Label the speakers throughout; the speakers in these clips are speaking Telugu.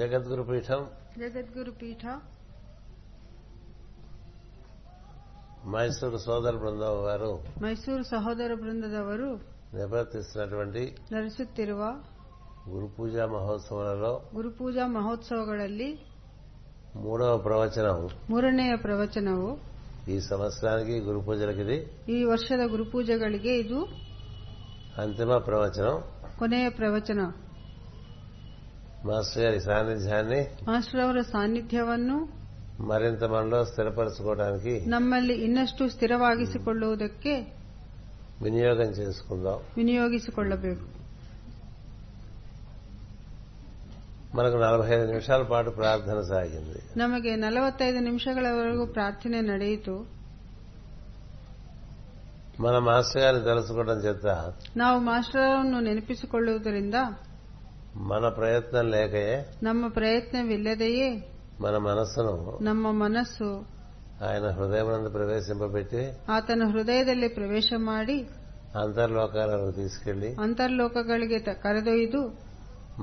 Speaker 1: జగద్గురు పీఠం
Speaker 2: జగద్గురు పీఠ
Speaker 1: మైసూరు సోదర బృందం వారు
Speaker 2: ಮೈಸೂರು ಸಹೋದರ ಬೃಂದದವರು
Speaker 1: నిర్వర్తిస్తున్నటువంటి
Speaker 2: ನಡೆಸುತ್ತಿರುವ
Speaker 1: గురు పూజా మహోత్సవాలలో
Speaker 2: ಗುರುಪೂಜಾ ಮಹೋತ್ಸವಗಳಲ್ಲಿ
Speaker 1: మూడవ ప్రవచనం
Speaker 2: ಮೂರನೆಯ ಪ್ರವಚನವು
Speaker 1: ఈ సంవత్సరానికి గురు పూజలకి ఇది
Speaker 2: ಈ ವರ್ಷದ ಗುರುಪೂಜೆಗಳಿಗೆ ಇದು
Speaker 1: అంతిమ ప్రవచనం
Speaker 2: ಕೊನೆಯ ಪ್ರವಚನ
Speaker 1: మాస్టర్ గారి సాన్నిధ్యాన్ని
Speaker 2: ಮಾಸ್ಟರ್ ಅವರ ಸಾನ್ನಿಧ್ಯವನ್ನು
Speaker 1: మరింత మనలో స్థిరపరచుకోవడానికి
Speaker 2: ನಮ್ಮಲ್ಲಿ ಇನ್ನಷ್ಟು ಸ್ಥಿರವಾಗಿಸಿಕೊಳ್ಳುವುದಕ್ಕೆ
Speaker 1: వినియోగం చేసుకుందాం
Speaker 2: ವಿನಿಯೋಗಿಸಿಕೊಳ್ಳಬೇಕು
Speaker 1: మనకు నలభై ఐదు నిమిషాల పాటు ప్రార్థన సాగింది
Speaker 2: ನಮಗೆ ನಲವತ್ತೈದು ನಿಮಿಷಗಳವರೆಗೂ ಪ್ರಾರ್ಥನೆ ನಡೆಯಿತು
Speaker 1: మన మాస్టర్ గారిని తెలుసుకోవడం చేత
Speaker 2: ನಾವು ಮಾಸ್ಟರ್ ಅವರನ್ನು ನೆನಪಿಸಿಕೊಳ್ಳುವುದರಿಂದ
Speaker 1: మన ప్రయత్నం లేకయే
Speaker 2: ನಮ್ಮ ಪ್ರಯತ್ನವಿಲ್ಲದೆಯೇ
Speaker 1: మన మనస్సును
Speaker 2: ನಮ್ಮ ಮನಸ್ಸು
Speaker 1: ఆయన హృదయమునందు ప్రవేశింపబెట్టి
Speaker 2: ಆತನ ಹೃದಯದಲ್ಲಿ ಪ್ರವೇಶ ಮಾಡಿ
Speaker 1: అంతర్లోకాలను తీసుకెళ్లి
Speaker 2: ಅಂತರ್ಲೋಕಗಳಿಗೆ ತ- ಕರೆದೊಯ್ದು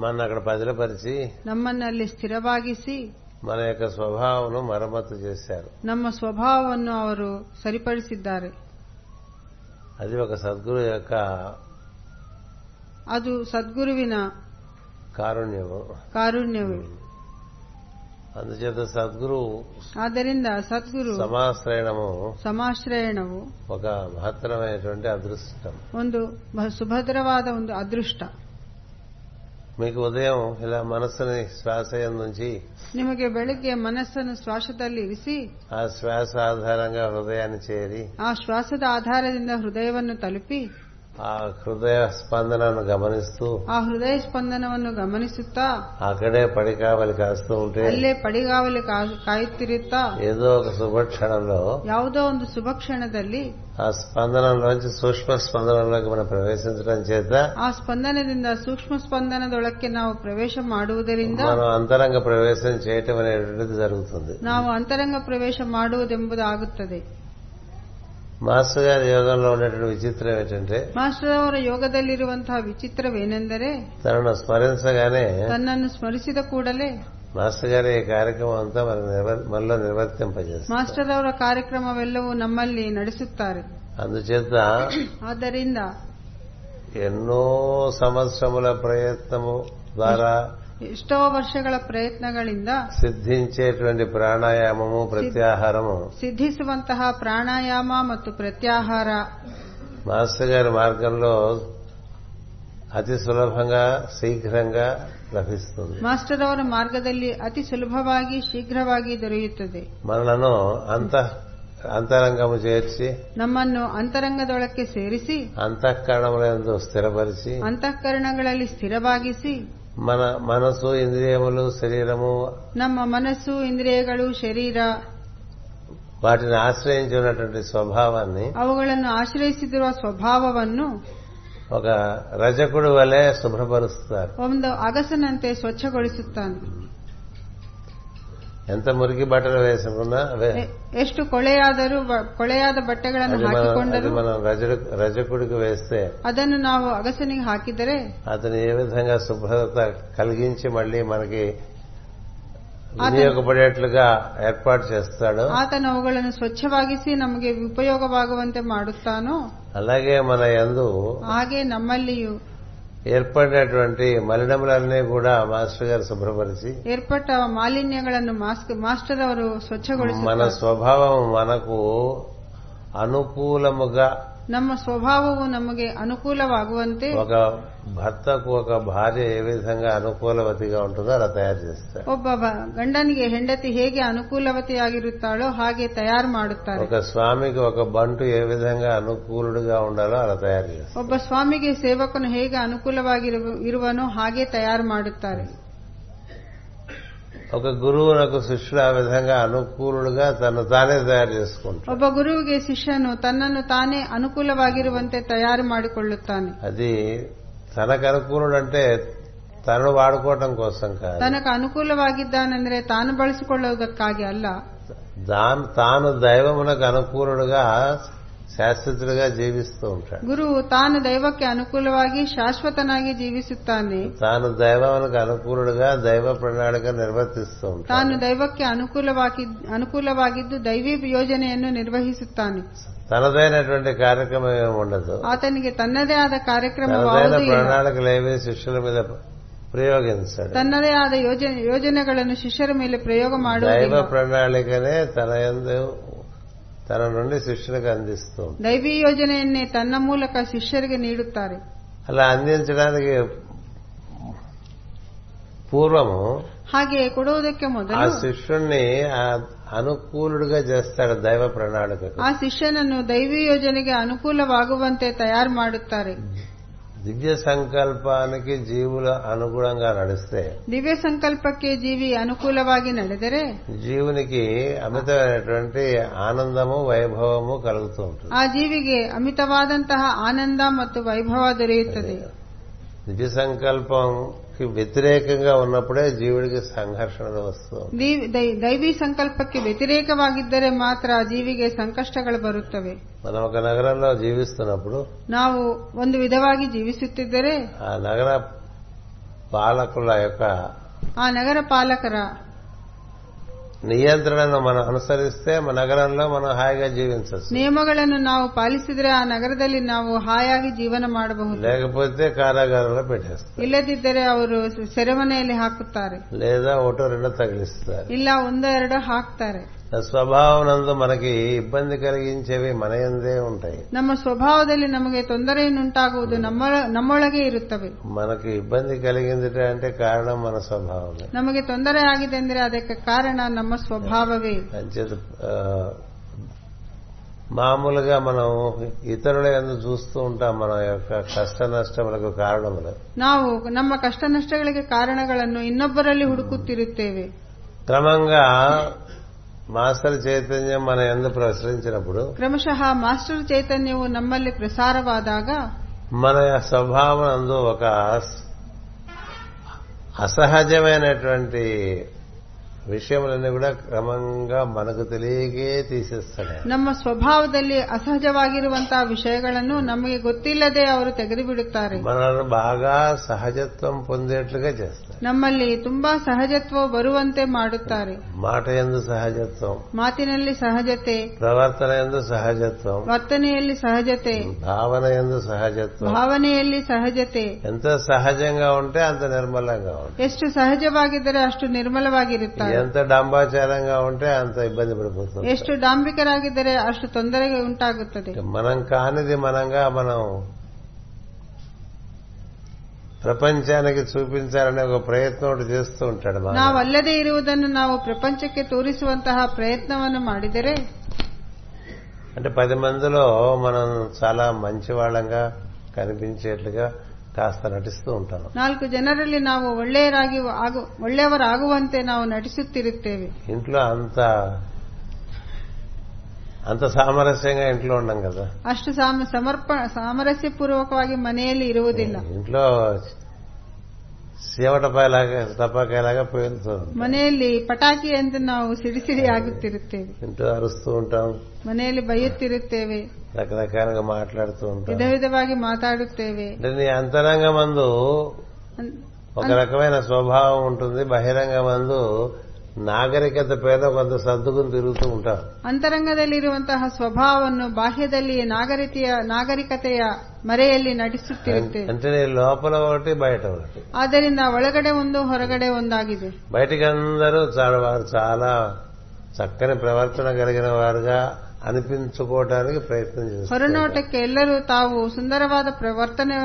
Speaker 1: మన అక్కడ పదిలపరిచి
Speaker 2: ನಮ್ಮನ್ನಲ್ಲಿ ಸ್ಥಿರವಾಗಿಸಿ
Speaker 1: మన యొక్క స్వభావం మరమ్మతు చేశారు
Speaker 2: ನಮ್ಮ ಸ್ವಭಾವವನ್ನು ಅವರು ಸರಿಪಡಿಸಿದ್ದಾರೆ
Speaker 1: అది ఒక సద్గురు యొక్క
Speaker 2: ಅದು ಸದ್ಗುರುವಿನ
Speaker 1: కారుణ్యము
Speaker 2: ಕಾರುಣ್ಯವೇ
Speaker 1: అందుచేత సద్గురు
Speaker 2: ಆದ್ದರಿಂದ ಸದ್ಗುರು
Speaker 1: సమాశ్రయణము
Speaker 2: ಸಮಾಶ್ರಯಣವು
Speaker 1: ఒక మహత్తరమైనటువంటి అదృష్టం
Speaker 2: ಒಂದು ಬ- ಸುಭದ್ರವಾದ ಒಂದು ಅದೃಷ್ಟ
Speaker 1: మీకు ఉదయం ఇలా మనస్సుని శ్వాసయం నుంచి
Speaker 2: ನಿಮಗೆ ಬೆಳಗ್ಗೆ ಮನಸ್ಸನ್ನು ಶ್ವಾಸದಲ್ಲಿ ಇರಿಸಿ
Speaker 1: ఆ శ్వాస ఆధారంగా హృదయాన్ని చేరి
Speaker 2: ಆ ಶ್ವಾಸದ ಆಧಾರದಿಂದ ಹೃದಯವನ್ನು ತಲುಪಿ
Speaker 1: ఆ హృదయ స్పందనను గమనిస్తూ
Speaker 2: ಆ ಹೃದಯ ಸ್ಪಂದನವನ್ನು ಗಮನಿಸುತ್ತಾ
Speaker 1: అక్కడే పడికావలి కాస్తూ ఉంటే
Speaker 2: ಅಲ್ಲೇ ಪಡಿಗಾವಲು ಕಾ- ಕಾಯುತ್ತಿರುತ್ತಾ
Speaker 1: ఏదో ఒక శుభక్షణంలో
Speaker 2: ಯಾವುದೋ ಒಂದು ಶುಭಕ್ಷಣದಲ್ಲಿ
Speaker 1: ఆ స్పందనంలోంచి సూక్ష్మ స్పందనంలోకి మనం ప్రవేశించడం చేత
Speaker 2: ಆ ಸ್ಪಂದನದಿಂದ ಸೂಕ್ಷ್ಮ ಸ್ಪಂದನದೊಳಕ್ಕೆ ನಾವು ಪ್ರವೇಶ ಮಾಡುವುದರಿಂದ
Speaker 1: మనం అంతరంగ ప్రవేశం చేయటం అనేటువంటిది జరుగుతుంది
Speaker 2: ನಾವು ಅಂತರಂಗ ಪ್ರವೇಶ ಮಾಡುವುದೆಂಬುದಾಗುತ್ತದೆ
Speaker 1: మాస్టర్ గారి యోగంలో ఉండేటువంటి విచిత్రం ఏంటంటే
Speaker 2: ಮಾಸ್ಟರ್ ಅವರ ಯೋಗದಲ್ಲಿರುವಂತಹ ವಿಚಿತ್ರವೇನೆಂದರೆ
Speaker 1: తనను స్మరించగానే
Speaker 2: ತನ್ನನ್ನು ಸ್ಮರಿಸಿದ ಕೂಡಲೇ
Speaker 1: మాస్టర్ గారి ఈ కార్యక్రమం అంతా మన నిర్వ- మనలో నిర్వర్తింపజేస్తాం
Speaker 2: ಮಾಸ್ಟರ್ ಅವರ ಕಾರ್ಯಕ್ರಮವೆಲ್ಲವೂ ನಮ್ಮಲ್ಲಿ ನಡೆಸುತ್ತಾರೆ
Speaker 1: అందుచేత
Speaker 2: ಆದ್ದರಿಂದ
Speaker 1: ఎన్నో సంవత్సరముల ప్రయత్నము ద్వారా
Speaker 2: ಎಷ್ಟೋ ವರ್ಷಗಳ ಪ್ರಯತ್ನಗಳಿಂದ
Speaker 1: సిద్ధించేటువంటి ప్రాణాయామము ప్రత్యాహారము
Speaker 2: ಸಿದ್ಧಿಸುವಂತಹ ಪ್ರಾಣಾಯಾಮ ಮತ್ತು ಪ್ರತ್ಯಾಹಾರ
Speaker 1: మాస్టర్ గారి మార్గంలో అతి సులభంగా శీఘ్రంగా లభిస్తుంది
Speaker 2: ಮಾಸ್ಟರ್ ಅವರ ಮಾರ್ಗದಲ್ಲಿ ಅತಿ ಸುಲಭವಾಗಿ ಶೀಘ್ರವಾಗಿ ದೊರೆಯುತ್ತದೆ
Speaker 1: మనలను అంత అంతరంగము చేర్చి
Speaker 2: ನಮ್ಮನ್ನು ಅಂತರಂಗದೊಳಕ್ಕೆ ಸೇರಿಸಿ
Speaker 1: అంతఃకరణములందు స్థిరపరిచి
Speaker 2: ಅಂತಃಕರಣಗಳಲ್ಲಿ ಸ್ಥಿರವಾಗಿಸಿ
Speaker 1: మన మనసు ఇంద్రియములు శరీరము
Speaker 2: ನಮ್ಮ ಮನಸ್ಸು ಇಂದ್ರಿಯಗಳು ಶರೀರ
Speaker 1: వాటిని ఆశ్రయించున్నటువంటి స్వభావాన్ని
Speaker 2: ಅವುಗಳನ್ನು ಆಶ್ರಯಿಸಿರುವ ಸ್ವಭಾವವನ್ನು
Speaker 1: ఒక రజకుడు వలె శుభ్రపరుస్తారు
Speaker 2: ಒಂದು ಅಗಸನಂತೆ ಸ್ವಚ್ಛಗೊಳಿಸುತ್ತಾನೆ
Speaker 1: ఎంత మురికి బట్టలు వేసుకున్నా అవే
Speaker 2: ಎ- ಎಷ್ಟು ಕೊಳೆಯಾದರೂ ಬ- ಕೊಳೆಯಾದ ಬಟ್ಟೆಗಳನ್ನು
Speaker 1: అది మనం అది
Speaker 2: ಹಾಕಿಕೊಂಡರೂ
Speaker 1: మనం రజడు- రజకుడికి వేస్తే
Speaker 2: ಅದನ್ನು ನಾವು ಅಗಸನಿಗೆ ಹಾಕಿದರೆ
Speaker 1: అతను ఏ విధంగా శుభ్రత కలిగించి మళ్ళీ మనకి వినియోగపడేట్లుగా ఏర్పాటు చేస్తాడో
Speaker 2: ಆತನ ಅವುಗಳನ್ನು ಸ್ವಚ್ಛವಾಗಿಸಿ ನಮಗೆ ಉಪಯೋಗವಾಗುವಂತೆ ಮಾಡುತ್ತಾನೋ
Speaker 1: అలాగే మన యందు
Speaker 2: ಹಾಗೆ ನಮ್ಮಲ್ಲಿಯೂ
Speaker 1: ఏర్పడినటువంటి మలినములన్నీ కూడా మాస్టర్ గారు శుభ్రపరిచి
Speaker 2: ಏರ್ಪಟ್ಟ ಮಾಲಿನ್ಯಗಳನ್ನು ಮಾಸ್ಕ್ ಮಾಸ್ಟರ್ ಅವರು
Speaker 1: మన
Speaker 2: ಸ್ವಚ್ಛಗೊಳಿಸುತ್ತಾರೆ
Speaker 1: స్వభావం మనకు అనుకూలముగా
Speaker 2: ನಮ್ಮ ಸ್ವಭಾವವು ನಮಗೆ ಅನುಕೂಲವಾಗುವಂತೆ
Speaker 1: ఒక భర్తకు ఒక భార్య ఏ విధంగా అనుకూలవతిగా ఉంటుందో అలా తయారు చేస్తాడు
Speaker 2: ಒಬ್ಬ ಬ- ಗಂಡನಿಗೆ ಹೆಂಡತಿ ಹೇಗೆ ಅನುಕೂಲವತಿಯಾಗಿರುತ್ತಾಳೋ ಹಾಗೆ ತಯಾರು ಮಾಡುತ್ತಾರೆ
Speaker 1: ఒక స్వామికి ఒక బంటు ఏ విధంగా అనుకూలుడుగా ఉండాలో అలా తయారు చేస్తాడు
Speaker 2: ಒಬ್ಬ ಸ್ವಾಮಿಗೆ ಸೇವಕನು ಹೇಗೆ ಅನುಕೂಲವಾಗಿರುವ ಇರುವನೋ ಹಾಗೆ ತಯಾರು ಮಾಡುತ್ತಾರೆ
Speaker 1: ఒక గురువునకు శిష్యుడు ఆ విధంగా అనుకూలుడుగా తను తానే తయారు చేసుకుంటాడు
Speaker 2: ಒಬ್ಬ ಗುರುವಿಗೆ ಶಿಷ್ಯನು ತನ್ನನ್ನು ತಾನೇ ಅನುಕೂಲವಾಗಿರುವಂತೆ ತಯಾರು ಮಾಡಿಕೊಳ್ಳುತ್ತಾನೆ
Speaker 1: అది తనకు అనుకూలుడు అంటే తనను వాడుకోవటం కోసం కాదు
Speaker 2: ತನಕ ಅನುಕೂಲವಾಗಿದ್ದಾನೆಂದರೆ ತಾನು ಬಳಸಿಕೊಳ್ಳುವುದಕ್ಕಾಗಿ ಅಲ್ಲ
Speaker 1: దాన్ తాను దైవమునకు అనుకూలుడుగా శాశ్వతులుగా జీవిస్తూ ఉంటాడు
Speaker 2: ಗುರುವು ತಾನು ದೈವಕ್ಕೆ ಅನುಕೂಲವಾಗಿ ಶಾಶ್ವತನಾಗಿ ಜೀವಿಸುತ್ತಾನೆ
Speaker 1: తాను దైవానికి అనుకూలుడుగా దైవ ప్రణాళిక నిర్వర్తిస్తూ
Speaker 2: ತಾನು
Speaker 1: ఉంటాడు
Speaker 2: ದೈವಕ್ಕೆ ಅನುಕೂಲವಾಗಿ ಅನುಕೂಲವಾಗಿದ್ದು ದೈವಿ ಯೋಜನೆಯನ್ನು ನಿರ್ವಹಿಸುತ್ತಾನೆ
Speaker 1: తనదైనటువంటి కార్యక్రమం ఏమి ఉండదు
Speaker 2: ಆತನಿಗೆ ತನ್ನದೇ ಆದ ಕಾರ್ಯಕ್ರಮ
Speaker 1: తనదైన
Speaker 2: ಯಾವುದೂ ಇಲ್ಲ.
Speaker 1: ప్రణాళికలు ఏమీ శిష్యుల మీద ప్రయోగించాడు
Speaker 2: ತನ್ನದೇ ಆದ ಯೋಜನೆ ಯೋಜನೆಗಳನ್ನು ಶಿಷ್ಯರ ಮೇಲೆ ಪ್ರಯೋಗ
Speaker 1: దైవ
Speaker 2: ಮಾಡುವುದಿಲ್ಲ
Speaker 1: ప్రణాళికనే తన యందు తన నుండి శిష్యులకు అందిస్తూ ఉంటాడు.
Speaker 2: ದೈವಿ ಯೋಜನೆಯನ್ನೇ ತನ್ನ ಮೂಲಕ ಶಿಷ್ಯರಿಗೆ ನೀಡುತ್ತಾರೆ
Speaker 1: అలా అందించడానికి పూర్వము
Speaker 2: ಹಾಗೆ ಕೊಡುವುದಕ್ಕೆ
Speaker 1: ఆ
Speaker 2: ಮೊದಲು
Speaker 1: శిష్యుణ్ణి ఆ అనుకూలుడుగా చేస్తాడు దైవ ప్రణాళికకు
Speaker 2: ಆ ಶಿಷ್ಯನನ್ನು ದೈವಿ ಯೋಜನೆಗೆ ಅನುಕೂಲವಾಗುವಂತೆ ತಯಾರು ಮಾಡುತ್ತಾರೆ
Speaker 1: దివ్య సంకల్పానికి జీవులు అనుగుణంగా నడిస్తే
Speaker 2: ದಿವ್ಯ ಸಂಕಲ್ಪಕ್ಕೆ ಜೀವಿ ಅನುಕೂಲವಾಗಿ ನಡೆದರೆ
Speaker 1: జీవునికి అమితమైనటువంటి ఆనందము వైభవము కలుగుతూ ఉంటుంది
Speaker 2: ಆ ಜೀವಿಗೆ ಅಮಿತವಾದಂತಹ ಆನಂದ ಮತ್ತು ವೈಭವ ದೊರೆಯುತ್ತದೆ
Speaker 1: దివ్య సంకల్పంకి వ్యతిరేకంగా ఉన్నప్పుడే జీవుడికి సంఘర్షణలు వస్తూ ఉంటాయి.
Speaker 2: ದೀವ್- ದೈ- ದೈವಿ ಸಂಕಲ್ಪಕ್ಕೆ ವ್ಯತಿರೇಕವಾಗಿದ್ದರೆ ಮಾತ್ರ ಜೀವಿಗೆ ಸಂಕಷ್ಟಗಳು ಬರುತ್ತವೆ
Speaker 1: మనం ఒక నగరంలో జీవిస్తున్నప్పుడు
Speaker 2: ನಾವು ಒಂದು ವಿಧವಾಗಿ ಜೀವಿಸುತ್ತಿದ್ದರೆ
Speaker 1: ఆ నగర పాలకుల యొక్క
Speaker 2: ಆ ನಗರ ಪಾಲಕರ
Speaker 1: నియంత్రణను మనం అనుసరిస్తే మన నగరంలో మనం హాయిగా జీవించవచ్చు
Speaker 2: ನಿಯಮಗಳನ್ನು ನಾವು ಪಾಲಿಸಿದರೆ ಆ ನಗರದಲ್ಲಿ ನಾವು ಹಾಯಾಗಿ ಜೀವನ ಮಾಡಬಹುದು
Speaker 1: లేకపోతే కారాగారంలో పెట్టేస్తారు
Speaker 2: ಇಲ್ಲದಿದ್ದರೆ ಅವರು ಸೆರೆಮನೆಯಲ್ಲಿ ಹಾಕುತ್ತಾರೆ
Speaker 1: లేదా ఒకటో రెండో తగిలిస్తారు
Speaker 2: ಇಲ್ಲ ಒಂದೋ ಎರಡೋ ಹಾಕ್ತಾರೆ
Speaker 1: స్వభావం నందు మనకి ఇబ్బంది కలిగించేవి మన ఎందే ఉంటాయి
Speaker 2: ನಮ್ಮ ಸ್ವಭಾವದಲ್ಲಿ ನಮಗೆ ತೊಂದರೆಯನ್ನುಂಟಾಗುವುದು ನಮ್ಮ- ನಮ್ಮೊಳಗೆ ಇರುತ್ತವೆ
Speaker 1: మనకి ఇబ్బంది కలిగింది అంటే కారణం మన స్వభావమే
Speaker 2: ನಮಗೆ ತೊಂದರೆ ಆಗಿದೆ ಅಂದ್ರೆ ಅದಕ್ಕೆ ಕಾರಣ ನಮ್ಮ ಸ್ವಭಾವವೇ
Speaker 1: అంచేత ఆ, మామూలుగా మనం ఇతరుల ఎందు చూస్తూ ఉంటాం మన యొక్క కష్ట నష్టములకు కారణములు
Speaker 2: ನಾವು ನಮ್ಮ ಕಷ್ಟ ನಷ್ಟಗಳಿಗೆ ಕಾರಣಗಳನ್ನು ಇನ್ನೊಬ್ಬರಲ್ಲಿ ಹುಡುಕುತ್ತಿರುತ್ತೇವೆ
Speaker 1: క్రమంగా మాస్టర్ చైతన్యం మన ఎందు ప్రసరించినప్పుడు
Speaker 2: ಕ್ರಮಶಃ ಮಾಸ್ಟರ್ ಚೈತನ್ಯವು ನಮ್ಮಲ್ಲಿ ಪ್ರಸಾರವಾದಾಗ
Speaker 1: మన స్వభావం అందు ఒక అస- అసహజమైనటువంటి విషయములన్నీ కూడా క్రమంగా మనకు తెలియకే తీసేస్తాడు ఆయన.
Speaker 2: ನಮ್ಮ ಸ್ವಭಾವದಲ್ಲಿ ಅಸಹಜವಾಗಿರುವಂತಹ ವಿಷಯಗಳನ್ನು ನಮಗೆ ಗೊತ್ತಿಲ್ಲದೆ ಅವರು ತೆಗೆದುಬಿಡುತ್ತಾರೆ
Speaker 1: మనల్ని బాగా సహజత్వం పొందేట్లుగా చేస్తాడు
Speaker 2: ನಮ್ಮಲ್ಲಿ ತುಂಬಾ ಸಹಜತ್ವ ಬರುವಂತೆ ಮಾಡುತ್ತಾರೆ
Speaker 1: మాట ఎందు సహజత్వం
Speaker 2: ಮಾತಿನಲ್ಲಿ ಸಹಜತೆ
Speaker 1: ప్రవర్తన ఎందు సహజత్వం
Speaker 2: ವರ್ತನೆಯಲ್ಲಿ ಸಹಜತೆ
Speaker 1: భావన ఎందు సహజత్వం
Speaker 2: ಭಾವನೆಯಲ್ಲಿ ಸಹಜತೆ
Speaker 1: ఎంత సహజంగా ఉంటే అంత నిర్మలంగా ఉంటుంది
Speaker 2: ಎಷ್ಟು ಸಹಜವಾಗಿದ್ದರೆ ಅಷ್ಟು ನಿರ್ಮಲವಾಗಿರುತ್ತಾರೆ
Speaker 1: ఎంత డంబాచారంగా ఉంటే అంత ఇబ్బంది పడిపోతుంది
Speaker 2: ಎಷ್ಟು ಡಾಂಬಿಕರಾಗಿದ್ದರೆ ಅಷ್ಟು ತೊಂದರೆಗೆ ಉಂಟಾಗುತ್ತದೆ
Speaker 1: మనం కానిది మనంగా మనం ప్రపంచానికి చూపించాలనే ఒక ప్రయత్నం ఒకటి చేస్తూ ఉంటాడు మానవుడు.
Speaker 2: ನಾವಲ್ಲದೆ ಇರುವುದನ್ನು ನಾವು ಪ್ರಪಂಚಕ್ಕೆ ತೋರಿಸುವಂತಹ ಪ್ರಯತ್ನವನ್ನು ಮಾಡಿದರೆ
Speaker 1: అంటే పది మందిలో మనం చాలా మంచి వాళ్ళంగా కనిపించేట్లుగా కాస్త నటిస్తూ ఉంటాం
Speaker 2: ನಾಲ್ಕು ಜನರಲ್ಲಿ ನಾವು ಒಳ್ಳೆಯರಾಗಿ ಆಗು- ಒಳ್ಳೆಯವರಾಗುವಂತೆ ನಾವು ನಟಿಸುತ್ತಿರುತ್ತೇವೆ
Speaker 1: ఇంట్లో అంత అంత సామరస్యంగా ఇంట్లో ఉండం కదా
Speaker 2: ಅಷ್ಟು ಸಾಮ ಸಮರ್ಪ ಸಾಮರಸ್ಯಪೂರ್ವಕವಾಗಿ ಮನೆಯಲ್ಲಿ ಇರುವುದಿಲ್ಲ
Speaker 1: ఇంట్లో సేవటపాయలాగా తపాకాయలాగా పేలుతూ ఉంటాం.
Speaker 2: ಮನೆಯಲ್ಲಿ ಪಟಾಕಿ ಎಂದು ನಾವು ಸಿಡಿಸಿಡಿ ಆಗುತ್ತಿರುತ್ತೇವೆ
Speaker 1: ఇంట్లో అరుస్తూ ఉంటాం
Speaker 2: ಮನೆಯಲ್ಲಿ ಬೈಯುತ್ತಿರುತ್ತೇವೆ
Speaker 1: రకరకాలుగా మాట్లాడుతూ
Speaker 2: ವಿಧ
Speaker 1: ఉంటాం
Speaker 2: ವಿಧವಾಗಿ ಮಾತಾಡುತ್ತೇವೆ
Speaker 1: అంటే నీ అంతరంగ మందు
Speaker 2: ಅನ್-
Speaker 1: ఒక రకమైన స్వభావం ఉంటుంది బహిరంగ మందు నాగరికత పేద కొంత సర్దుకుని తిరుగుతూ ఉంటాం
Speaker 2: ಅಂತರಂಗದಲ್ಲಿರುವಂತಹ ಸ್ವಭಾವವನ್ನು ಬಾಹ್ಯದಲ್ಲಿ ನಾಗರಿಕತೆಯ ನಾಗರಿಕತೆಯ ಮರೆಯಲ್ಲಿ ನಟಿಸುತ್ತಿರುತ್ತೇವೆ
Speaker 1: అంటే నీ లోపల ఒకటి బయట ఒకటి
Speaker 2: ಆದ್ದರಿಂದ ಒಳಗಡೆ ಒಂದು ಹೊರಗಡೆ ಒಂದಾಗಿದೆ
Speaker 1: బయటికి అందరూ చాలా వారు చాలా చక్కని ప్రవర్తన కలిగిన వారుగా అనిపించుకోవటానికి ప్రయత్నం చేస్తారు
Speaker 2: ಹೊರನೋಟಕ್ಕೆ ಎಲ್ಲರೂ ತಾವು ಸುಂದರವಾದ ಪ್ರವರ್ತನೆ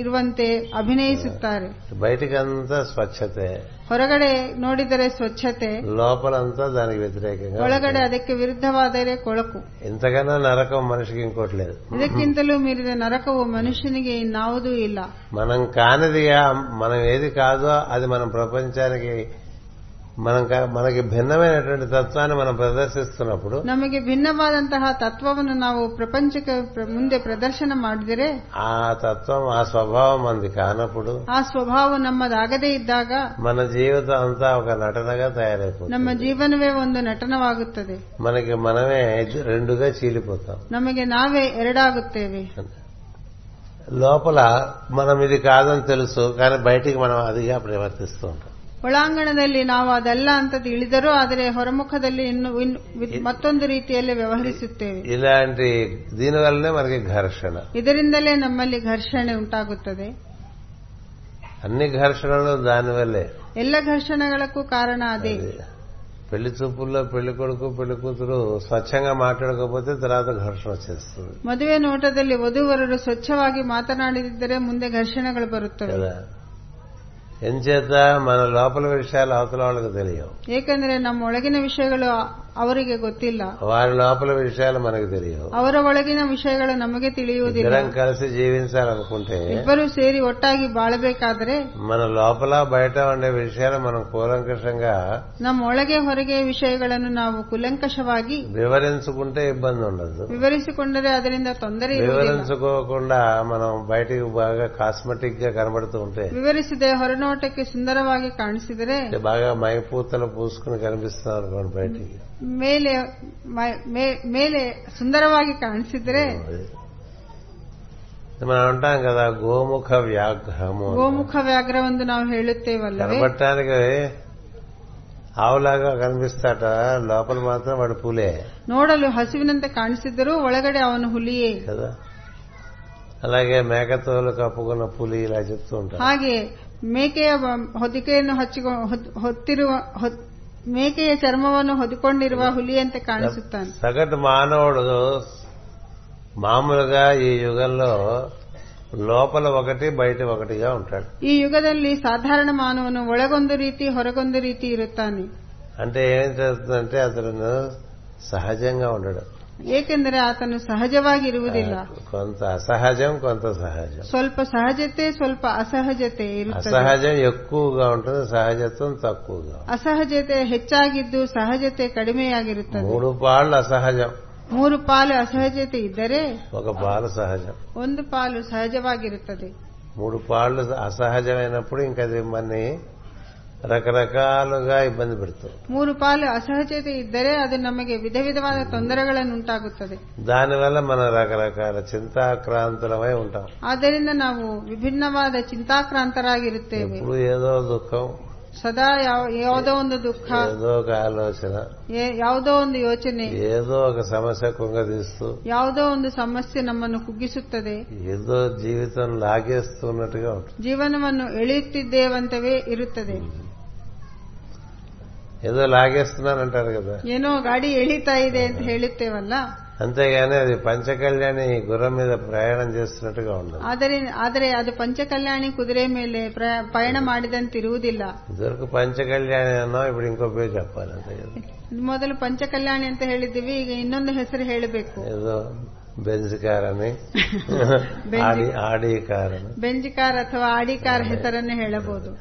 Speaker 2: ಇರುವಂತೆ ಅಭಿನಯಿಸುತ್ತಾರೆ
Speaker 1: బయటికంతా స్వచ్ఛతే
Speaker 2: ಹೊರಗಡೆ ನೋಡಿದರೆ ಸ್ವಚ್ಛತೆ
Speaker 1: లోపలంతా దానికి వ్యతిరేకంగా
Speaker 2: ಒಳಗಡೆ
Speaker 1: ఉంటుంది.
Speaker 2: ಅದಕ್ಕೆ ವಿರುದ್ಧವಾದರೆ ಕೊಳಕು
Speaker 1: ఇంతకన్నా నరకం మనిషికి ఇంకోటి లేదు
Speaker 2: ಇದಕ್ಕಿಂತಲೂ ಮೀರಿದ ನರಕವು ಮನುಷ್ಯನಿಗೆ ಇನ್ನಾವುದೂ ಇಲ್ಲ
Speaker 1: మనం కానిది మనం ఏది కాదో అది మనం ప్రపంచానికి మనం కా- మనకి భిన్నమైనటువంటి తత్వాన్ని మనం ప్రదర్శిస్తున్నప్పుడు
Speaker 2: ನಮಗೆ ಭಿನ್ನವಾದಂತಹ ತತ್ವವನ್ನು ನಾವು ಪ್ರಪಂಚಕ್ಕೆ ಪ್ರ- ಮುಂದೆ ಪ್ರದರ್ಶನ ಮಾಡಿದರೆ
Speaker 1: ఆ తత్వం ఆ స్వభావం మనది కానప్పుడు
Speaker 2: ಆ ಸ್ವಭಾವ ನಮ್ಮದಾಗದೇ ಇದ್ದಾಗ
Speaker 1: మన జీవితం అంతా ఒక నటనగా తయారైపోతుంది
Speaker 2: ನಮ್ಮ ಜೀವನವೇ ಒಂದು ನಟನವಾಗುತ್ತದೆ
Speaker 1: మనకి మనమే ఇద్ద- రెండుగా చీలిపోతాం
Speaker 2: ನಮಗೆ ನಾವೇ ಎರಡಾಗುತ್ತೇವೆ
Speaker 1: లోపల మనం ఇది కాదని తెలుసు కానీ బయటికి మనం అదిగా ప్రవర్తిస్తూ ఉంటాం
Speaker 2: ಒಳಾಂಗಣದಲ್ಲಿ ನಾವು ಅದಲ್ಲ ಅಂತ ತಿಳಿದರೂ ಆದರೆ ಹೊರಮುಖದಲ್ಲಿ ಇನ್ನು ಇನ್ನು ವಿ- ಮತ್ತೊಂದು ರೀತಿಯಲ್ಲಿ ವ್ಯವಹರಿಸುತ್ತೇವೆ
Speaker 1: ఇలాంటి దీనివల్లనే మనకి ఘర్షణ
Speaker 2: ಇದರಿಂದಲೇ ನಮ್ಮಲ್ಲಿ ಘರ್ಷಣೆ ಉಂಟಾಗುತ್ತದೆ
Speaker 1: అన్ని ఘర్షణలు దానివల్లే
Speaker 2: ಎಲ್ಲ ಘರ್ಷಣೆಗಳಕ್ಕೂ ಕಾರಣ ಅದೇ
Speaker 1: అది పెళ్లి చూపుల్లో పెళ్లి కొడుకు పెళ్లి కూతురు స్వచ్ఛంగా మాట్లాడకపోతే తర్వాత ఘర్షణ వచ్చేస్తుంది
Speaker 2: ಮದುವೆ ನೋಟದಲ್ಲಿ ವಧುವರರು ಸ್ವಚ್ಛವಾಗಿ ಮಾತನಾಡದಿದ್ದರೆ ಮುಂದೆ ಘರ್ಷಣೆಗಳು ಬರುತ್ತವೆ
Speaker 1: కదా ఎంచేత మన లోపల విషయాలు అవతల వాళ్ళకి తెలియవు
Speaker 2: ಏಕೆಂದರೆ ನಮ್ಮ ಒಳಗಿನ ವಿಷಯಗಳು ಅವರಿಗೆ ಗೊತ್ತಿಲ್ಲ
Speaker 1: వారి లోపల విషయాలు మనకు తెలియవు
Speaker 2: ಅವರ ಒಳಗಿನ విಷಯಗಳು ನಮಗೆ ತಿಳಿಯುವುದಿಲ್ಲ
Speaker 1: ఇద్దరం కలిసి జీవించాలనుకుంటే
Speaker 2: ಇಬ್ಬರು ಸೇರಿ ಒಟ್ಟಾಗಿ ಬಾಳಬೇಕಾದರೆ
Speaker 1: మన లోపల బయట ఉండే విషయాలు మనం కూలంకషంగా
Speaker 2: ನಮ್ಮ ಒಳಗೆ ಹೊರಗೆ ವಿಷಯಗಳನ್ನು ನಾವು ಕುಲಂಕಷವಾಗಿ
Speaker 1: వివరించుకుంటే ఇబ్బంది ఉండదు
Speaker 2: ವಿವರಿಸಿಕೊಂಡರೆ ಅದರಿಂದ ತೊಂದರೆ ಇರುವುದಿಲ್ಲ
Speaker 1: వివరించుకోకుండా మనం బయటికి బాగా కాస్మెటిక్ గా కనబడుతూ ఉంటే
Speaker 2: ವಿವರಿಸದೆ ಹೊರನೋಟಕ್ಕೆ ಸುಂದರವಾಗಿ ಕಾಣಿಸಿದರೆ
Speaker 1: అంటే బాగా మైపూతలు పూసుకుని కనిపిస్తున్నాం అనుకోండి బయటికి
Speaker 2: ಮೇಲೆ ಮೈ- ಮೇ- ಮೇಲೆ సుందరವಾಗಿ కాణిసిద్రే
Speaker 1: అది మనం అంటాం కదా గోముఖ వ్యాఘ్రము అని.
Speaker 2: ಗೋಮುಖ ವ್ಯಾಘ್ರವೆಂದು ನಾವು ಹೇಳುತ್ತೇವಲ್ಲವೇ
Speaker 1: కనబడటానికి ఆవులాగా కనిపిస్తాట లోపల మాత్రం వాడు పూలే
Speaker 2: ನೋಡಲು ಹಸುವಿನಂತೆ ಕಾಣಿಸಿದರೂ ಒಳಗಡೆ ಅವನು ಹುಲಿಯೇ
Speaker 1: కదా అలాగే మేకతోలు కప్పుకున్న పులి ఇలా చెప్తూ ఉంటారు
Speaker 2: ಹಾಗೆ ಮೇಕೆಯ ಬ- ಹೊದಿಕೆಯನ್ನು ಹಚ್ಚಿಕೊ ಹೊದ್- ಹೊತ್ತಿರುವ ಹೊದ್- ಮೇಕೆಯ ಚರ್ಮವನ್ನು ಹೊದಿಕೊಂಡಿರುವ ಹುಲಿಯಂತೆ ಕಾಣಿಸುತ್ತಾನೆ
Speaker 1: సగటు మానవుడు మామూలుగా ఈ యుగంలో లోపల ఒకటి బయట ఒకటిగా ఉంటాడు
Speaker 2: ಈ ಯುಗದಲ್ಲಿ ಸಾಧಾರಣ ಮಾನವನು ಒಳಗೊಂದು ರೀತಿ ಹೊರಗೊಂದು ರೀತಿ ಇರುತ್ತಾನೆ
Speaker 1: అంటే ఏం చేస్తుందంటే అతను సహజంగా ఉండడు
Speaker 2: ಏಕೆಂದರೆ ಆತನು ಸಹಜವಾಗಿ ಇರುವುದಿಲ್ಲ
Speaker 1: కొంత అసహజం కొంత సహజం
Speaker 2: ಸ್ವಲ್ಪ ಸಹಜತೆ ಸ್ವಲ್ಪ ಅಸಹಜತೆ ಇರುತ್ತದೆ
Speaker 1: అసహజం ఎక్కువగా ఉంటుంది సహజత్వం తక్కువగా ఉంటుంది.
Speaker 2: ಅಸಹಜತೆ ಹೆಚ್ಚಾಗಿದ್ದು ಸಹಜತೆ ಕಡಿಮೆಯಾಗಿರುತ್ತದೆ
Speaker 1: మూడు పాళ్ళు అసహజం
Speaker 2: ಮೂರು ಪಾಲು ಅಸಹಜತೆ ಇದ್ದರೆ
Speaker 1: ఒక పాలు సహజం
Speaker 2: ಒಂದು ಪಾಲು ಸಹಜವಾಗಿರುತ್ತದೆ
Speaker 1: మూడు పాళ్ళు అసహజమైనప్పుడు ఇంకా అది మనని రకరకాలుగా ఇబ్బంది పెడుతుంది
Speaker 2: ಮೂರು ಪಾಲು ಅಸಹಜತೆ ಇದ್ದರೆ ಅದು ನಮಗೆ ವಿಧ ವಿಧವಾದ ತೊಂದರೆಗಳನ್ನು ಉಂಟಾಗುತ್ತದೆ
Speaker 1: దానివల్ల మనం రకరకాల చింతాక్రాంతులమై ఉంటాం
Speaker 2: ಆದ್ದರಿಂದ ನಾವು ವಿಭಿನ್ನವಾದ ಚಿಂತಾಕ್ರಾಂತರಾಗಿರುತ್ತೇವೆ
Speaker 1: ఎప్పుడు ఏదో దుఃఖం
Speaker 2: ಸದಾ ಯಾವ- ಯಾವುದೋ ಒಂದು ದುಃಖ
Speaker 1: ఏదో ఒక ఆలోచన
Speaker 2: ಏ- ಯಾವುದೋ ಒಂದು ಯೋಚನೆ
Speaker 1: ఏదో ఒక సమస్య కుంగదీస్తూ
Speaker 2: ಯಾವುದೋ ಒಂದು ಸಮಸ್ಯೆ ನಮ್ಮನ್ನು ಕುಗ್ಗಿಸುತ್ತದೆ
Speaker 1: ఏదో జీవితం లాగేస్తున్నట్టుగా ఉంటుంది
Speaker 2: ಜೀವನವನ್ನು ಎಳೆಯುತ್ತಿದ್ದೇವಂತವೇ ಇರುತ್ತದೆ
Speaker 1: ఏదో లాగేస్తున్నానంటారు కదా
Speaker 2: ಏನೋ ಗಾಡಿ ಎಳಿತಾ ಇದೆ ಅಂತ ಹೇಳುತ್ತೇವಲ್ಲ
Speaker 1: అంతేగాని అది పంచకళ్యాణి గుర్రం మీద ప్రయాణం చేస్తున్నట్టుగా ఉండదు
Speaker 2: ಆದರೆ ಆದರೆ ಅದು ಪಂಚಕಲ್ಯಾಣಿ ಕುದುರೆ ಮೇಲೆ ಪ್ರ- ಪಯಣ ಮಾಡಿದಂತಿರುವುದಿಲ್ಲ
Speaker 1: ఇదివరకు పంచకళ్యాణి అన్నాం ఇప్పుడు ఇంకో పేరు చెప్పాలి అంతే కదా
Speaker 2: ಮೊದಲು ಪಂಚಕಲ್ಯಾಣಿ ಅಂತ ಹೇಳಿದ್ದೀವಿ ಈಗ ಇನ್ನೊಂದು ಹೆಸರು ಹೇಳಬೇಕು
Speaker 1: ఏదో బెంజ్ కార్ అని
Speaker 2: బెంజ్.
Speaker 1: ఆడి ఆడి కార్ అని
Speaker 2: ಬೆಂಜ್ ಕಾರ್ ಅಥವಾ ಆಡಿ ಕಾರ್ ಹೆಸರನ್ನೇ ಹೇಳಬಹುದು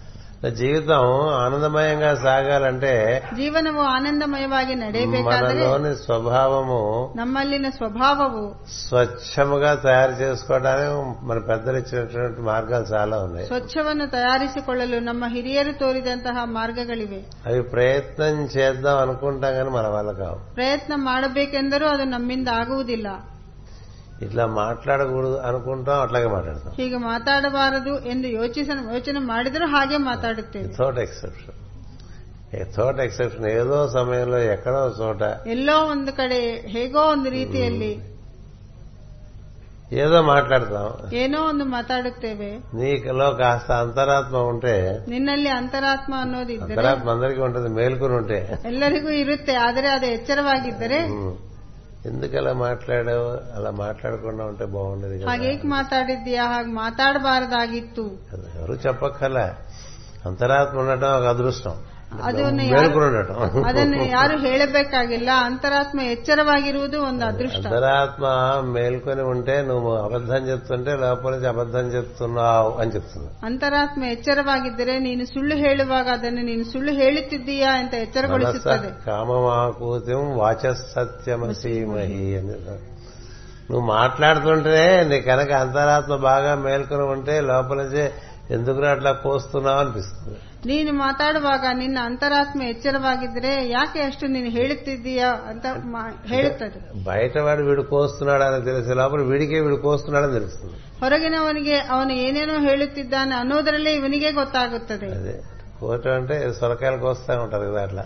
Speaker 1: జీవితం ఆనందమయంగా సాగాలంటే
Speaker 2: ಜೀವನವು ಆನಂದಮಯವಾಗಿ ನಡೆಯಬೇಕಾದರೆ
Speaker 1: మనలోని స్వభావము
Speaker 2: ನಮ್ಮಲ್ಲಿನ ಸ್ವಭಾವವು
Speaker 1: స్వచ్ఛముగా తయారు చేసుకోవడానికి మన పెద్దలు ఇచ్చినటువంటి మార్గాలు చాలా ఉన్నాయి
Speaker 2: ಸ್ವಚ್ಛವನ್ನು ತಯಾರಿಸಿಕೊಳ್ಳಲು ನಮ್ಮ ಹಿರಿಯರು ತೋರಿದಂತಹ ಮಾರ್ಗಗಳಿವೆ
Speaker 1: అవి ప్రయత్నం చేద్దాం అనుకుంటాం కానీ మన వల్ల కావు
Speaker 2: ಪ್ರಯತ್ನ ಮಾಡಬೇಕೆಂದರೂ ಅದು ನಮ್ಮಿಂದ ಆಗುವುದಿಲ್ಲ
Speaker 1: ఇట్లా మాట్లాడకూడదు అనుకుంటాం అట్లాగే మాట్లాడతాం
Speaker 2: ಹೀಗೆ ಮಾತಾಡಬಾರದು ಎಂದು ಯೋಚಿಸ ಯೋಚನೆ ಮಾಡಿದರೂ ಹಾಗೆ ಮಾತಾಡುತ್ತೇವೆ
Speaker 1: వితౌట్ ఎక్సెప్షన్ వితౌట్ ఎక్సెప్షన్ ఏదో సమయంలో ఎక్కడో చోట
Speaker 2: ಎಲ್ಲೋ ಒಂದು ಕಡೆ ಹೇಗೋ ಒಂದು ರೀತಿಯಲ್ಲಿ
Speaker 1: ఏదో మాట్లాడతాం
Speaker 2: ಏನೋ ಒಂದು ಮಾತಾಡುತ್ತೇವೆ
Speaker 1: నీలో కాస్త అంతరాత్మ ఉంటే
Speaker 2: ನಿನ್ನಲ್ಲಿ ಅಂತರಾತ್ಮ ಅನ್ನೋದಿದ್ದರೆ
Speaker 1: అంతరాత్మ అందరికీ ఉంటుంది మేల్కొని ఉంటే
Speaker 2: ಎಲ್ಲರಿಗೂ ಇರುತ್ತೆ ಆದರೆ ಅದು ಎಚ್ಚರವಾಗಿದ್ದರೆ
Speaker 1: ఉమ్. ఎందుకు అలా మాట్లాడావు అలా మాట్లాడకుండా ఉంటే బాగుండేది కదా
Speaker 2: ಹಾಗೇಕ್ ಮಾತಾಡಿದ್ಯಾ ಹಾಗೆ ಮಾತಾಡಬಾರದಾಗಿತ್ತು
Speaker 1: కదా, ఎవరు చెప్పక్కల అంతరాత్మ ఉండటం ఒక అదృష్టం
Speaker 2: ಅದನ್ನು ಯಾರು-
Speaker 1: ಮೇಲ್ಕೊಂಡಟం
Speaker 2: ಅದನ್ನು ಯಾರು ಹೇಳಬೇಕಾಗಿಲ್ಲ ಅಂತರಾತ್ಮ ಎಚ್ಚರವಾಗಿರುವುದು ಒಂದು ಅದೃಷ್ಟ
Speaker 1: ಅಂತರಾತ್ಮ మేల్కొని ఉంటే నువ్వు అబద్ధం చెప్తుంటే లోపల నుంచి అబద్ధం చెప్తున్నావు అని చెప్తుంది
Speaker 2: ಅಂತರಾತ್ಮ ಎಚ್ಚರವಾಗಿದ್ದರೆ ನೀನು ಸುಳ್ಳು ಹೇಳುವಾಗ ಅದನ್ನು ನೀನು ಸುಳ್ಳು ಹೇಳುತ್ತಿದ್ದೀಯಾ ಅಂತ
Speaker 1: మనస
Speaker 2: ಎಚ್ಚರಗೊಳಿಸುತ್ತದೆ
Speaker 1: కామమాకూతిం వాచసత్యమసీమహి అని చెప్తారు. నువ్వు మాట్లాడుతుంటే నీ కనుక అంతరాత్మ బాగా మేల్కొని ఉంటే లోపల నుంచి ఎందుకురా అట్లా కోస్తున్నావు అనిపిస్తుంది
Speaker 2: ನೀನು ಮಾತಾಡುವಾಗ ನಿನ್ನ ಅಂತರಾತ್ಮ ಎಚ್ಚರವಾಗಿದ್ದರೆ ಯಾಕೆ ಅಷ್ಟು ನೀನು ಹೇಳುತ್ತಿದ್ದೀಯಾ ಅಂತ ಮಾ- ಹೇಳುತ್ತದೆ
Speaker 1: బయటవాడు వీడు కోస్తున్నాడు అని తెలిసే లోపల వీడికే వీడు కోస్తున్నాడని తెలుస్తుంది
Speaker 2: ಹೊರಗಿನವನಿಗೆ ಅವನು ಏನೇನೋ ಹೇಳುತ್ತಿದ್ದಾನೆ ಅನ್ನೋದರಲ್ಲೇ ಇವನಿಗೆ ಗೊತ್ತಾಗುತ್ತದೆ
Speaker 1: అదే కోట అంటే సొరకాయలు కోస్తా ఉంటారు కదా అట్లా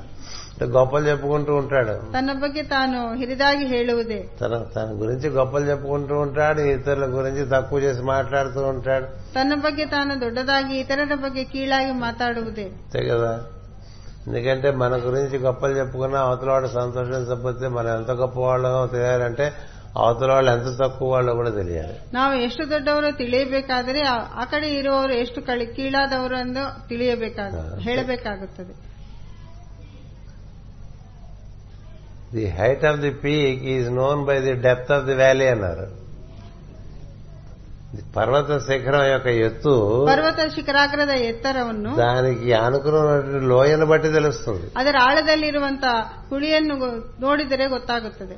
Speaker 1: అంటే గొప్పలు చెప్పుకుంటూ ఉంటాడు
Speaker 2: ತನ್ನ ಬಗ್ಗೆ ತಾನು ಹಿರಿದಾಗಿ ಹೇಳುವುದೇ
Speaker 1: తన తన గురించి గొప్పలు చెప్పుకుంటూ ఉంటాడు ఇతరుల గురించి తక్కువ చేసి మాట్లాడుతూ ఉంటాడు
Speaker 2: ತನ್ನ ಬಗ್ಗೆ ತಾನು ದೊಡ್ಡದಾಗಿ ಇತರರ ಬಗ್ಗೆ ಕೀಳಾಗಿ ಮಾತಾಡುವುದೇ
Speaker 1: అంతే కదా ఎందుకంటే మన గురించి గొప్పలు చెప్పుకున్నా అవతల వాళ్ళు సంతోషించకపోతే మనం ఎంత గొప్ప వాళ్ళమో తెలియాలంటే అవతల వాళ్ళు ఎంత తక్కువ వాళ్ళో కూడా తెలియాలి
Speaker 2: ನಾವು ಎಷ್ಟು ದೊಡ್ಡವರು ತಿಳಿಯಬೇಕಾದರೆ ಆ- ಆ ಕಡೆ ಇರುವವರು ಎಷ್ಟು ಕಳಿ ಕೀಳಾದವರು ಎಂದು ತಿಳಿಯಬೇಕಾಗ
Speaker 1: ಹಾ.
Speaker 2: ಹೇಳಬೇಕಾಗುತ್ತದೆ
Speaker 1: the height of the peak is known by the depth of the valley అన్నారు ది పర్వత శిఖరం యొక్క ఎత్తు
Speaker 2: ಪರ್ವತ ಶಿಖರಾಗ್ರದ ಎತ್ತರವನ್ನು
Speaker 1: దానికి ఆనుకున్న లోయను బట్టి తెలుస్తుంది
Speaker 2: ಅದರ ಆಳದಲ್ಲಿರುವಂತಹ ಹುಳಿಯನ್ನು ಗೊ- ನೋಡಿದರೆ ಗೊತ್ತಾಗುತ್ತದೆ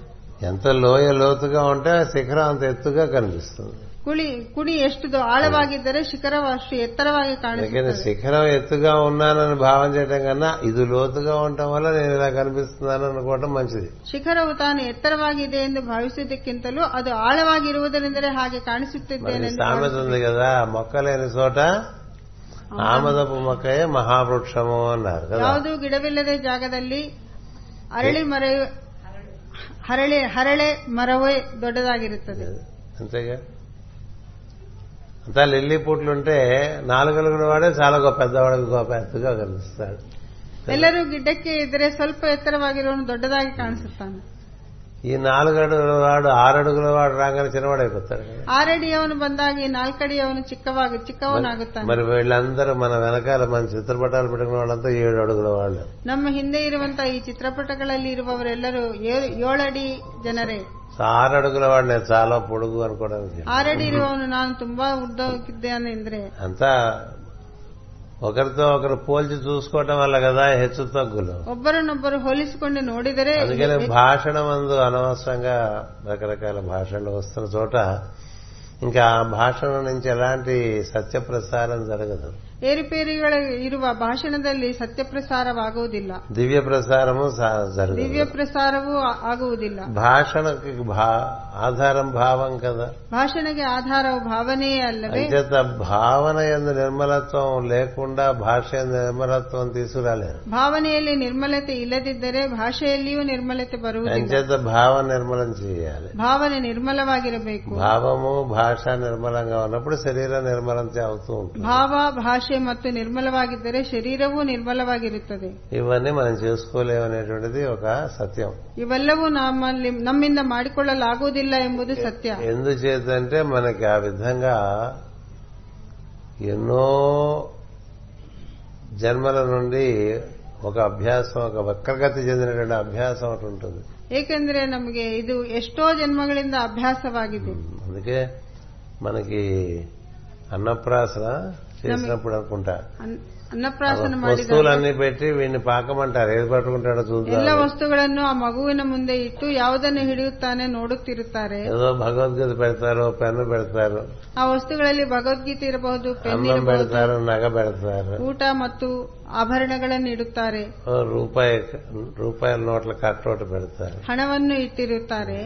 Speaker 1: ఎంత లోయ లోతుగా ఉంటే ఆ శిఖరం అంత ఎత్తుగా కనిపిస్తుంది
Speaker 2: ಕುಳಿ ಕುಣಿ ಎಷ್ಟು ದೊ- ಆಳವಾಗಿದ್ದರೆ ಶಿಖರವು ಅಷ್ಟು ಎತ್ತರವಾಗಿ
Speaker 1: అందుకని
Speaker 2: ಕಾಣುತ್ತದೆ
Speaker 1: శిఖరం ఎత్తుగా ఉన్నానని భావం చేయడం కన్నా ఇది లోతుగా ఉండటం వల్ల నేను ఇలా కనిపిస్తున్నాను అనుకోవటం మంచిది
Speaker 2: ಶಿಖರವು ತಾನು ಎತ್ತರವಾಗಿದೆ ಎಂದು ಭಾವಿಸುವುದಕ್ಕಿಂತಲೂ ಅದು ಆಳವಾಗಿರುವುದರಿಂದಲೇ ಹಾಗೆ
Speaker 1: మరి
Speaker 2: ಕಾಣಿಸುತ್ತಿದ್ದೇನೆ ಎಂದು
Speaker 1: సామెత ఉంది కదా మొక్క లేని చోట ఆమదపు మొక్కయే మహావృక్షము అన్నారు కదా
Speaker 2: ಯಾವುದೂ ಗಿಡವಿಲ್ಲದೆ ಜಾಗದಲ್ಲಿ ಅರಳಿ ಮರ ಹರಳೆ ಹರಳೆ ಮರವೇ ದೊಡ್ಡದಾಗಿರುತ್ತದೆ
Speaker 1: అంతేగా అంతా లిల్లీ పుట్లుంటే నాలుగలుగున వాడే చాలా గొప్ప పెద్దవాడు గొప్ప ఎత్తుగా కనిపిస్తాడు
Speaker 2: ಎಲ್ಲರೂ ಗಿಡ್ಡಕ್ಕೆ ಇದ್ರೆ ಸ್ವಲ್ಪ ಎತ್ತರವಾಗಿರೋನು ದೊಡ್ಡದಾಗಿ ಕಾಣಿಸುತ್ತಾನೆ
Speaker 1: ఈ నాలుగడుగుల వాడు ఆరడుగుల వాడు రాగానే చిన్నవాడు అయిపోతాడు కదా.
Speaker 2: ಆರಡಿಯವನು ಬಂದಾಗ ಈ ನಾಲ್ಕಡಿಯವನು ಚಿಕ್ಕವಾಗಿ ಚಿಕ್ಕವನಾಗುತ್ತಾನೆ
Speaker 1: మరి వీళ్ళందరూ మన వెనకాల మన చిత్రపటాలు పెట్టుకున్న వాళ్ళంతా ఏడు అడుగుల వాళ్ళు
Speaker 2: ನಮ್ಮ ಹಿಂದೆ ಇರುವಂತಹ ಈ ಚಿತ್ರಪಟಗಳಲ್ಲಿ ಇರುವವರೆಲ್ಲರೂ ಏಳು- ಏಳಡಿ ಜನರೇ
Speaker 1: సో ఆరు అడుగుల వాడు నేను చాలా పొడుగు అనుకోవడానికి
Speaker 2: ಆರಡಿ ಇರುವವನು ನಾನು ತುಂಬಾ ಉದ್ದಕ್ಕಿದ್ದೇನೆ ಅಂದ್ರೆ
Speaker 1: అంతా ఒకరితో ఒకరు పోల్చి చూసుకోవటం వల్ల కదా హెచ్చు తగ్గులు
Speaker 2: ಒಬ್ಬರನ್ನೊಬ್ಬರು ಹೋಲಿಸಿಕೊಂಡು ನೋಡಿದರೆ
Speaker 1: అందుకని భాషణ మందు అనవసరంగా రకరకాల భాషలు వస్తున్న చోట ఇంకా ఆ భాషణ నుంచి ఎలాంటి సత్య ప్రసారం జరగదు
Speaker 2: ಏರುಪೇರುಗಳ ಇರುವ ಭಾಷಣದಲ್ಲಿ ಸತ್ಯಪ್ರಸಾರವಾಗುವುದಿಲ್ಲ
Speaker 1: దివ్య ప్రసారము సా-
Speaker 2: ದಿವ್ಯ
Speaker 1: జరగదు
Speaker 2: ಪ್ರಸಾರವೂ ಆ- ಆಗುವುದಿಲ್ಲ
Speaker 1: భాషణకి భా- ఆధారం భావం కదా
Speaker 2: ಭಾಷಣಗೆ ಆಧಾರವು ಭಾವನೆಯೇ ಅಲ್ಲವೇ
Speaker 1: అంచేత భావన ఎందు నిర్మలత్వం లేకుండా భాష ఎందు నిర్మలత్వం తీసుకురాలేరు
Speaker 2: ಭಾವನೆಯಲ್ಲಿ ನಿರ್ಮಲತೆ ಇಲ್ಲದಿದ್ದರೆ ಭಾಷೆಯಲ್ಲಿಯೂ ನಿರ್ಮಲತೆ ಬರುವುದಿಲ್ಲ
Speaker 1: అంచేత భావం నిర్మలం చేయాలి
Speaker 2: ಭಾವನೆ ನಿರ್ಮಲವಾಗಿರಬೇಕು
Speaker 1: భావము భాష నిర్మలంగా ఉన్నప్పుడు శరీరం నిర్మలం అవుతూ ఉంటుంది
Speaker 2: ಭಾವ ಭಾಷೆ ಮತ್ತು ನಿರ್ಮಲವಾಗಿದ್ದರೆ ಶರೀರವೂ ನಿರ್ಮಲವಾಗಿರುತ್ತದೆ
Speaker 1: ఇవన్నీ మనం చేసుకోలేమనేటువంటిది ఒక సత్యం
Speaker 2: ಇವೆಲ್ಲವೂ ನಮ್ಮಲ್ಲಿ ನಮ್ಮಿಂದ ಮಾಡಿಕೊಳ್ಳಲಾಗುವುದಿಲ್ಲ ಎಂಬುದು ಸತ್ಯ
Speaker 1: ఎందుచేతంటే మనకి ఆ విధంగా ఎన్నో జన్మల నుండి ఒక అభ్యాసం ఒక వక్రగతి చెందినటువంటి అభ్యాసం ఒకటి ఉంటుంది
Speaker 2: ಏಕೆಂದರೆ ನಮಗೆ ಇದು ಎಷ್ಟೋ ಜನ್ಮಗಳಿಂದ ಅಭ್ಯಾಸವಾಗಿದೆ
Speaker 1: అందుకే మనకి అన్నప్రాసన చేసినప్పుడు అనుకుంటా
Speaker 2: ಅನ್- ಅನ್ನಪ್ರಾಸನ ಮಾಡಿದ
Speaker 1: వస్తువులన్నీ పెట్టి వీడిని పాకమంటారు ఏది పట్టుకుంటాడో చూద్దాం
Speaker 2: ಎಲ್ಲ ವಸ್ತುಗಳನ್ನು ಆ ಮಗುವಿನ ಮುಂದೆ ಇಟ್ಟು ಯಾವುದನ್ನು ಹಿಡಿಯುತ್ತಾನೆ ನೋಡುತ್ತಿರುತ್ತಾರೆ
Speaker 1: ఏదో భగవద్గీత పెడతారు పెన్ను పెడతారు
Speaker 2: ಆ ವಸ್ತುಗಳಲ್ಲಿ ಭಗವದ್ಗೀತೆ ಇರಬಹುದು ಪೆನ್
Speaker 1: అన్నం
Speaker 2: ಇರಬಹುದು
Speaker 1: పెడతారు నగ పెడతారు
Speaker 2: ಊಟ ಮತ್ತು ಆಭರಣಗಳನ್ನು ಇಡುತ್ತಾರೆ
Speaker 1: ఓ రూపాయి రూపాయల నోట్ల కట్టోట పెడతారు
Speaker 2: ಹಣವನ್ನು ಇಟ್ಟಿರುತ್ತಾರೆ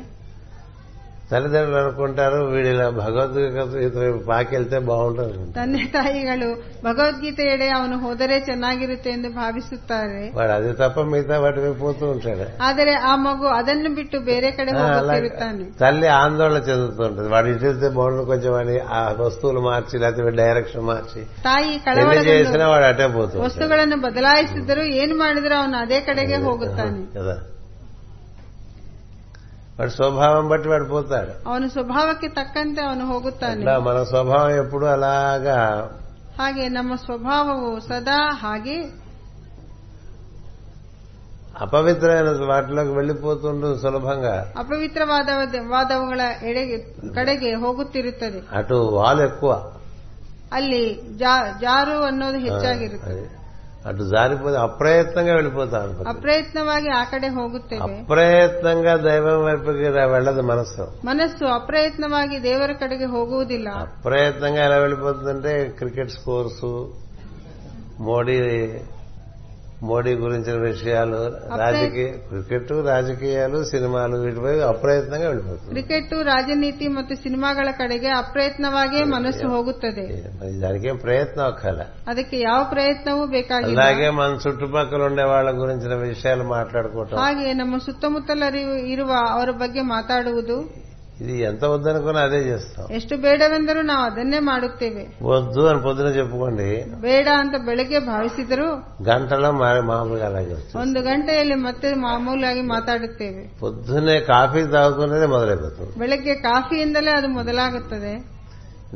Speaker 1: తల్లిదండ్రులు అనుకుంటారు వీడి ఇలా భగవద్గీత వైపు పాకెళ్తే బాగుంటుంది అనుకుంటారు.
Speaker 2: ತಂದೆ ತಾಯಿಗಳು ಭಗವದ್ಗೀತೆಯೆಡೆ ಅವನು ಹೋದರೆ ಚೆನ್ನಾಗಿರುತ್ತೆ ಎಂದು ಭಾವಿಸುತ್ತಾರೆ
Speaker 1: వాడు అది తప్ప మిగతా వాటి వైపు పోతూ ఉంటాడు
Speaker 2: ಆದರೆ ಆ ಮಗು ಅದನ್ನು ಬಿಟ್ಟು ಬೇರೆ ಕಡೆ
Speaker 1: ఆ, అలాగే
Speaker 2: ಹೋಗುತ್ತಿರುತ್ತಾನೆ
Speaker 1: తల్లి ఆందోళన చెందుతుంటది వాడు ఇటు వెళ్తే బాగుండు కొంచెం వాడి ఆ వస్తువులు మార్చి లేకపోతే వీడి డైరెక్షన్ మార్చి
Speaker 2: ತಾಯಿ
Speaker 1: ఎన్ని
Speaker 2: ಕಳವಳಗೊಂಡು
Speaker 1: చేసినా వాడు అటే పోతుంది
Speaker 2: ವಸ್ತುಗಳನ್ನು ಬದಲಾಯಿಸಿದರೂ ಏನು ಮಾಡಿದರೂ ಅವನು ಅದೇ ಕಡೆಗೆ ಹೋಗುತ್ತಾನೆ
Speaker 1: కదా వాడి స్వభావం బట్టి వాడు పోతాడు
Speaker 2: ಅವನ ಸ್ವಭಾವಕ್ಕೆ ತಕ್ಕಂತೆ ಅವನು ಹೋಗುತ್ತಾನೆ
Speaker 1: అట్లా మన స్వభావం ఎప్పుడు అలాగా
Speaker 2: ಹಾಗೆ ನಮ್ಮ ಸ್ವಭಾವವು ಸದಾ ಹಾಗೆ
Speaker 1: అపవిత్రమైన వాటిలోకి వెళ్ళిపోతుంటుంది సులభంగా
Speaker 2: ಅಪವಿತ್ರವಾದ ವಾದವುಗಳ ಎಡೆಗೆ ಕಡೆಗೆ ಹೋಗುತ್ತಿರುತ್ತದೆ
Speaker 1: అటు వాలు ఎక్కువ
Speaker 2: ಅಲ್ಲಿ ಜಾ- ಜಾರು ಅನ್ನೋದು ಹೆಚ್ಚಾಗಿರುತ್ತೆ
Speaker 1: అది. అటు జారిపోతే అప్రయత్నంగా వెళ్ళిపోతా ఉంటుంది
Speaker 2: ಅಪ್ರಯತ್ನವಾಗಿ ಆ ಕಡೆ ಹೋಗುತ್ತೇವೆ
Speaker 1: అప్రయత్నంగా దైవం వైపుకి రా- వెళ్ళదు మనసు
Speaker 2: ಮನಸ್ಸು ಅಪ್ರಯತ್ನವಾಗಿ ದೇವರ ಕಡೆಗೆ ಹೋಗುವುದಿಲ್ಲ
Speaker 1: అప్రయత్నంగా ఎలా వెళ్ళిపోతుందంటే క్రికెట్ స్కోర్స్ మోడీ మోడీ గురించిన విషయాలు రాజకీయ క్రికెట్ రాజకీయాలు సినిమాలు వీటిపై అప్రయత్నంగా వెళ్ళిపోతుంది
Speaker 2: ಕ್ರಿಕೆಟ್ ರಾಜನೀತಿ ಮತ್ತು ಸಿನಿಮಾಗಳ ಕಡೆಗೆ ಅಪ್ರಯತ್ನವಾಗಿಯೇ ಮನಸ್ಸು ಹೋಗುತ್ತದೆ
Speaker 1: మరి దానికేం ప్రయత్నం అక్కల
Speaker 2: ಅದಕ್ಕೆ ಯಾವ ಪ್ರಯತ್ನವೂ ಬೇಕಾಗಿಲ್ಲ
Speaker 1: అలాగే మన చుట్టుపక్కల ఉండే వాళ్ళ గురించిన విషయాలు మాట్లాడుకోవటం
Speaker 2: ಹಾಗೆ ನಮ್ಮ ಸುತ್ತಮುತ್ತಲ ಇರುವ ಅವರ ಬಗ್ಗೆ ಮಾತಾಡುವುದು
Speaker 1: ఇది ఎంత వద్దనుకున్నా అదే చేస్తాం
Speaker 2: ಎಷ್ಟು ಬೇಡವೆಂದರೂ ನಾವು ಅದನ್ನೇ ಮಾಡುತ್ತೇವೆ
Speaker 1: వద్దు అని పొద్దున చెప్పుకోండి
Speaker 2: ಬೇಡ ಅಂತ ಬೆಳಗ್ಗೆ ಭಾವಿಸಿದರೂ
Speaker 1: గంటలో మా- మామూలుగా అలా చెప్తాం
Speaker 2: ಒಂದು ಗಂಟೆಯಲ್ಲಿ ಮತ್ತೆ ಮಾಮೂಲಾಗಿ ಮಾತಾಡುತ್ತೇವೆ
Speaker 1: పొద్దున్నే కాఫీ తాగుతున్నదే మొదలైపోతుంది
Speaker 2: ಬೆಳಗ್ಗೆ ಕಾಫಿಯಿಂದಲೇ ಅದು ಮೊದಲಾಗುತ್ತದೆ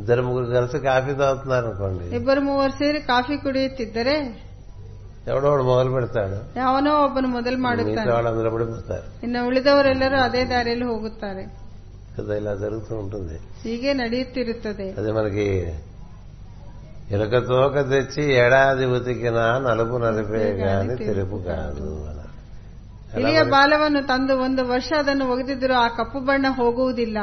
Speaker 1: ఇద్దరు ముగ్గురు కలిసి కాఫీ తాగుతున్నారు అనుకోండి
Speaker 2: ಇಬ್ಬರು ಮೂವರು ಸೇರಿ ಕಾಫಿ ಕುಡಿಯುತ್ತಿದ್ದರೆ
Speaker 1: ఎవడో వాడు మొదలు పెడతాడు
Speaker 2: ಯಾವನೋ ಒಬ್ಬನು ಮೊದಲು
Speaker 1: మిగతా
Speaker 2: ಮಾಡುತ್ತಾನೆ
Speaker 1: వాళ్ళు అందులో పడిపోతారు
Speaker 2: ಇನ್ನು ಉಳಿದವರೆಲ್ಲರೂ ಅದೇ ದಾರಿಯಲ್ಲಿ ಹೋಗುತ್ತಾರೆ
Speaker 1: కదా ఇలా జరుగుతూ ఉంటుంది
Speaker 2: ಹೀಗೆ ನಡೆಯುತ್ತಿರುತ್ತದೆ
Speaker 1: అది మనకి ఇలక తోక తెచ్చి ఏడాది ఉతికినా నలుపు నలిపే గాని తెలుపు కాదు అన్నారు.
Speaker 2: ಇಲಿಯ ಬಾಲವನ್ನು ತಂದು ಒಂದು ವರ್ಷ ಅದನ್ನು ಒಗೆದಿದ್ದರೂ ಆ కప్పు ಬಣ್ಣ ಹೋಗುವುದಿಲ್ಲ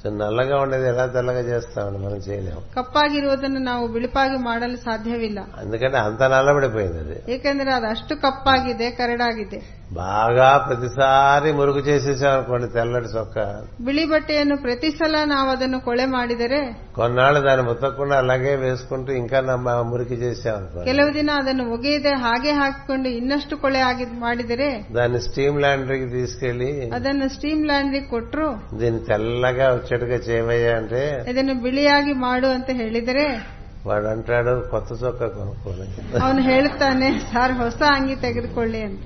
Speaker 1: సో నల్లగా ఉండేది ఎలా తెల్లగా చేస్తామండి మనం చేయలేము
Speaker 2: ಕಪ್ಪಾಗಿರುವುದನ್ನು ನಾವು ಬಿಳುಪಾಗಿ ಮಾಡಲು ಸಾಧ್ಯವಿಲ್ಲ
Speaker 1: ఎందుకంటే అంత నల్లబడిపోయింది అది
Speaker 2: ಏಕೆಂದರೆ ಅದು ಅಷ್ಟು ಕಪ್ಪಾಗಿದೆ ಕರಡಾಗಿದೆ
Speaker 1: బాగా ప్రతిసారి మురుగు చేసేసాం అనుకోండి తెల్లటి చొక్క
Speaker 2: ಬಿಳಿ ಬಟ್ಟೆಯನ್ನು ಪ್ರತಿ ಸಲ ನಾವು ಅದನ್ನು ಕೊಳೆ ಮಾಡಿದರೆ
Speaker 1: కొన్నాళ్ళు దాన్ని ఉతకకుండా అలాగే వేసుకుంటూ ఇంకా నమ్మ- మురికి చేసాం అనుకోండి
Speaker 2: ಕೆಲವು ದಿನ ಅದನ್ನು ಒಗೆಯದೆ ಹಾಗೆ ಹಾಕಿಕೊಂಡು ಇನ್ನಷ್ಟು ಕೊಳೆ ಆಗಿ ಮಾಡಿದರೆ
Speaker 1: దాన్ని స్టీమ్ ల్యాండరీకి తీసుకెళ్లి
Speaker 2: ಅದನ್ನು ಸ್ಟೀಮ್ ಲ್ಯಾಂಡ್ರಿ ಕೊಟ್ಟರು
Speaker 1: దీన్ని తెల్లగా వచ్చేట్టుగా చేయమయ్యా అంటే
Speaker 2: ಇದನ್ನು ಬಿಳಿಯಾಗಿ ಮಾಡು ಅಂತ ಹೇಳಿದರೆ
Speaker 1: వాడు అంటాడు కొత్త చొక్కా కొనుక్కోలేదు
Speaker 2: ಅವನು ಹೇಳುತ್ತಾನೆ ಸಾರ್ ಹೊಸ ಅಂಗಿ ತೆಗೆದುಕೊಳ್ಳಿ ಅಂತ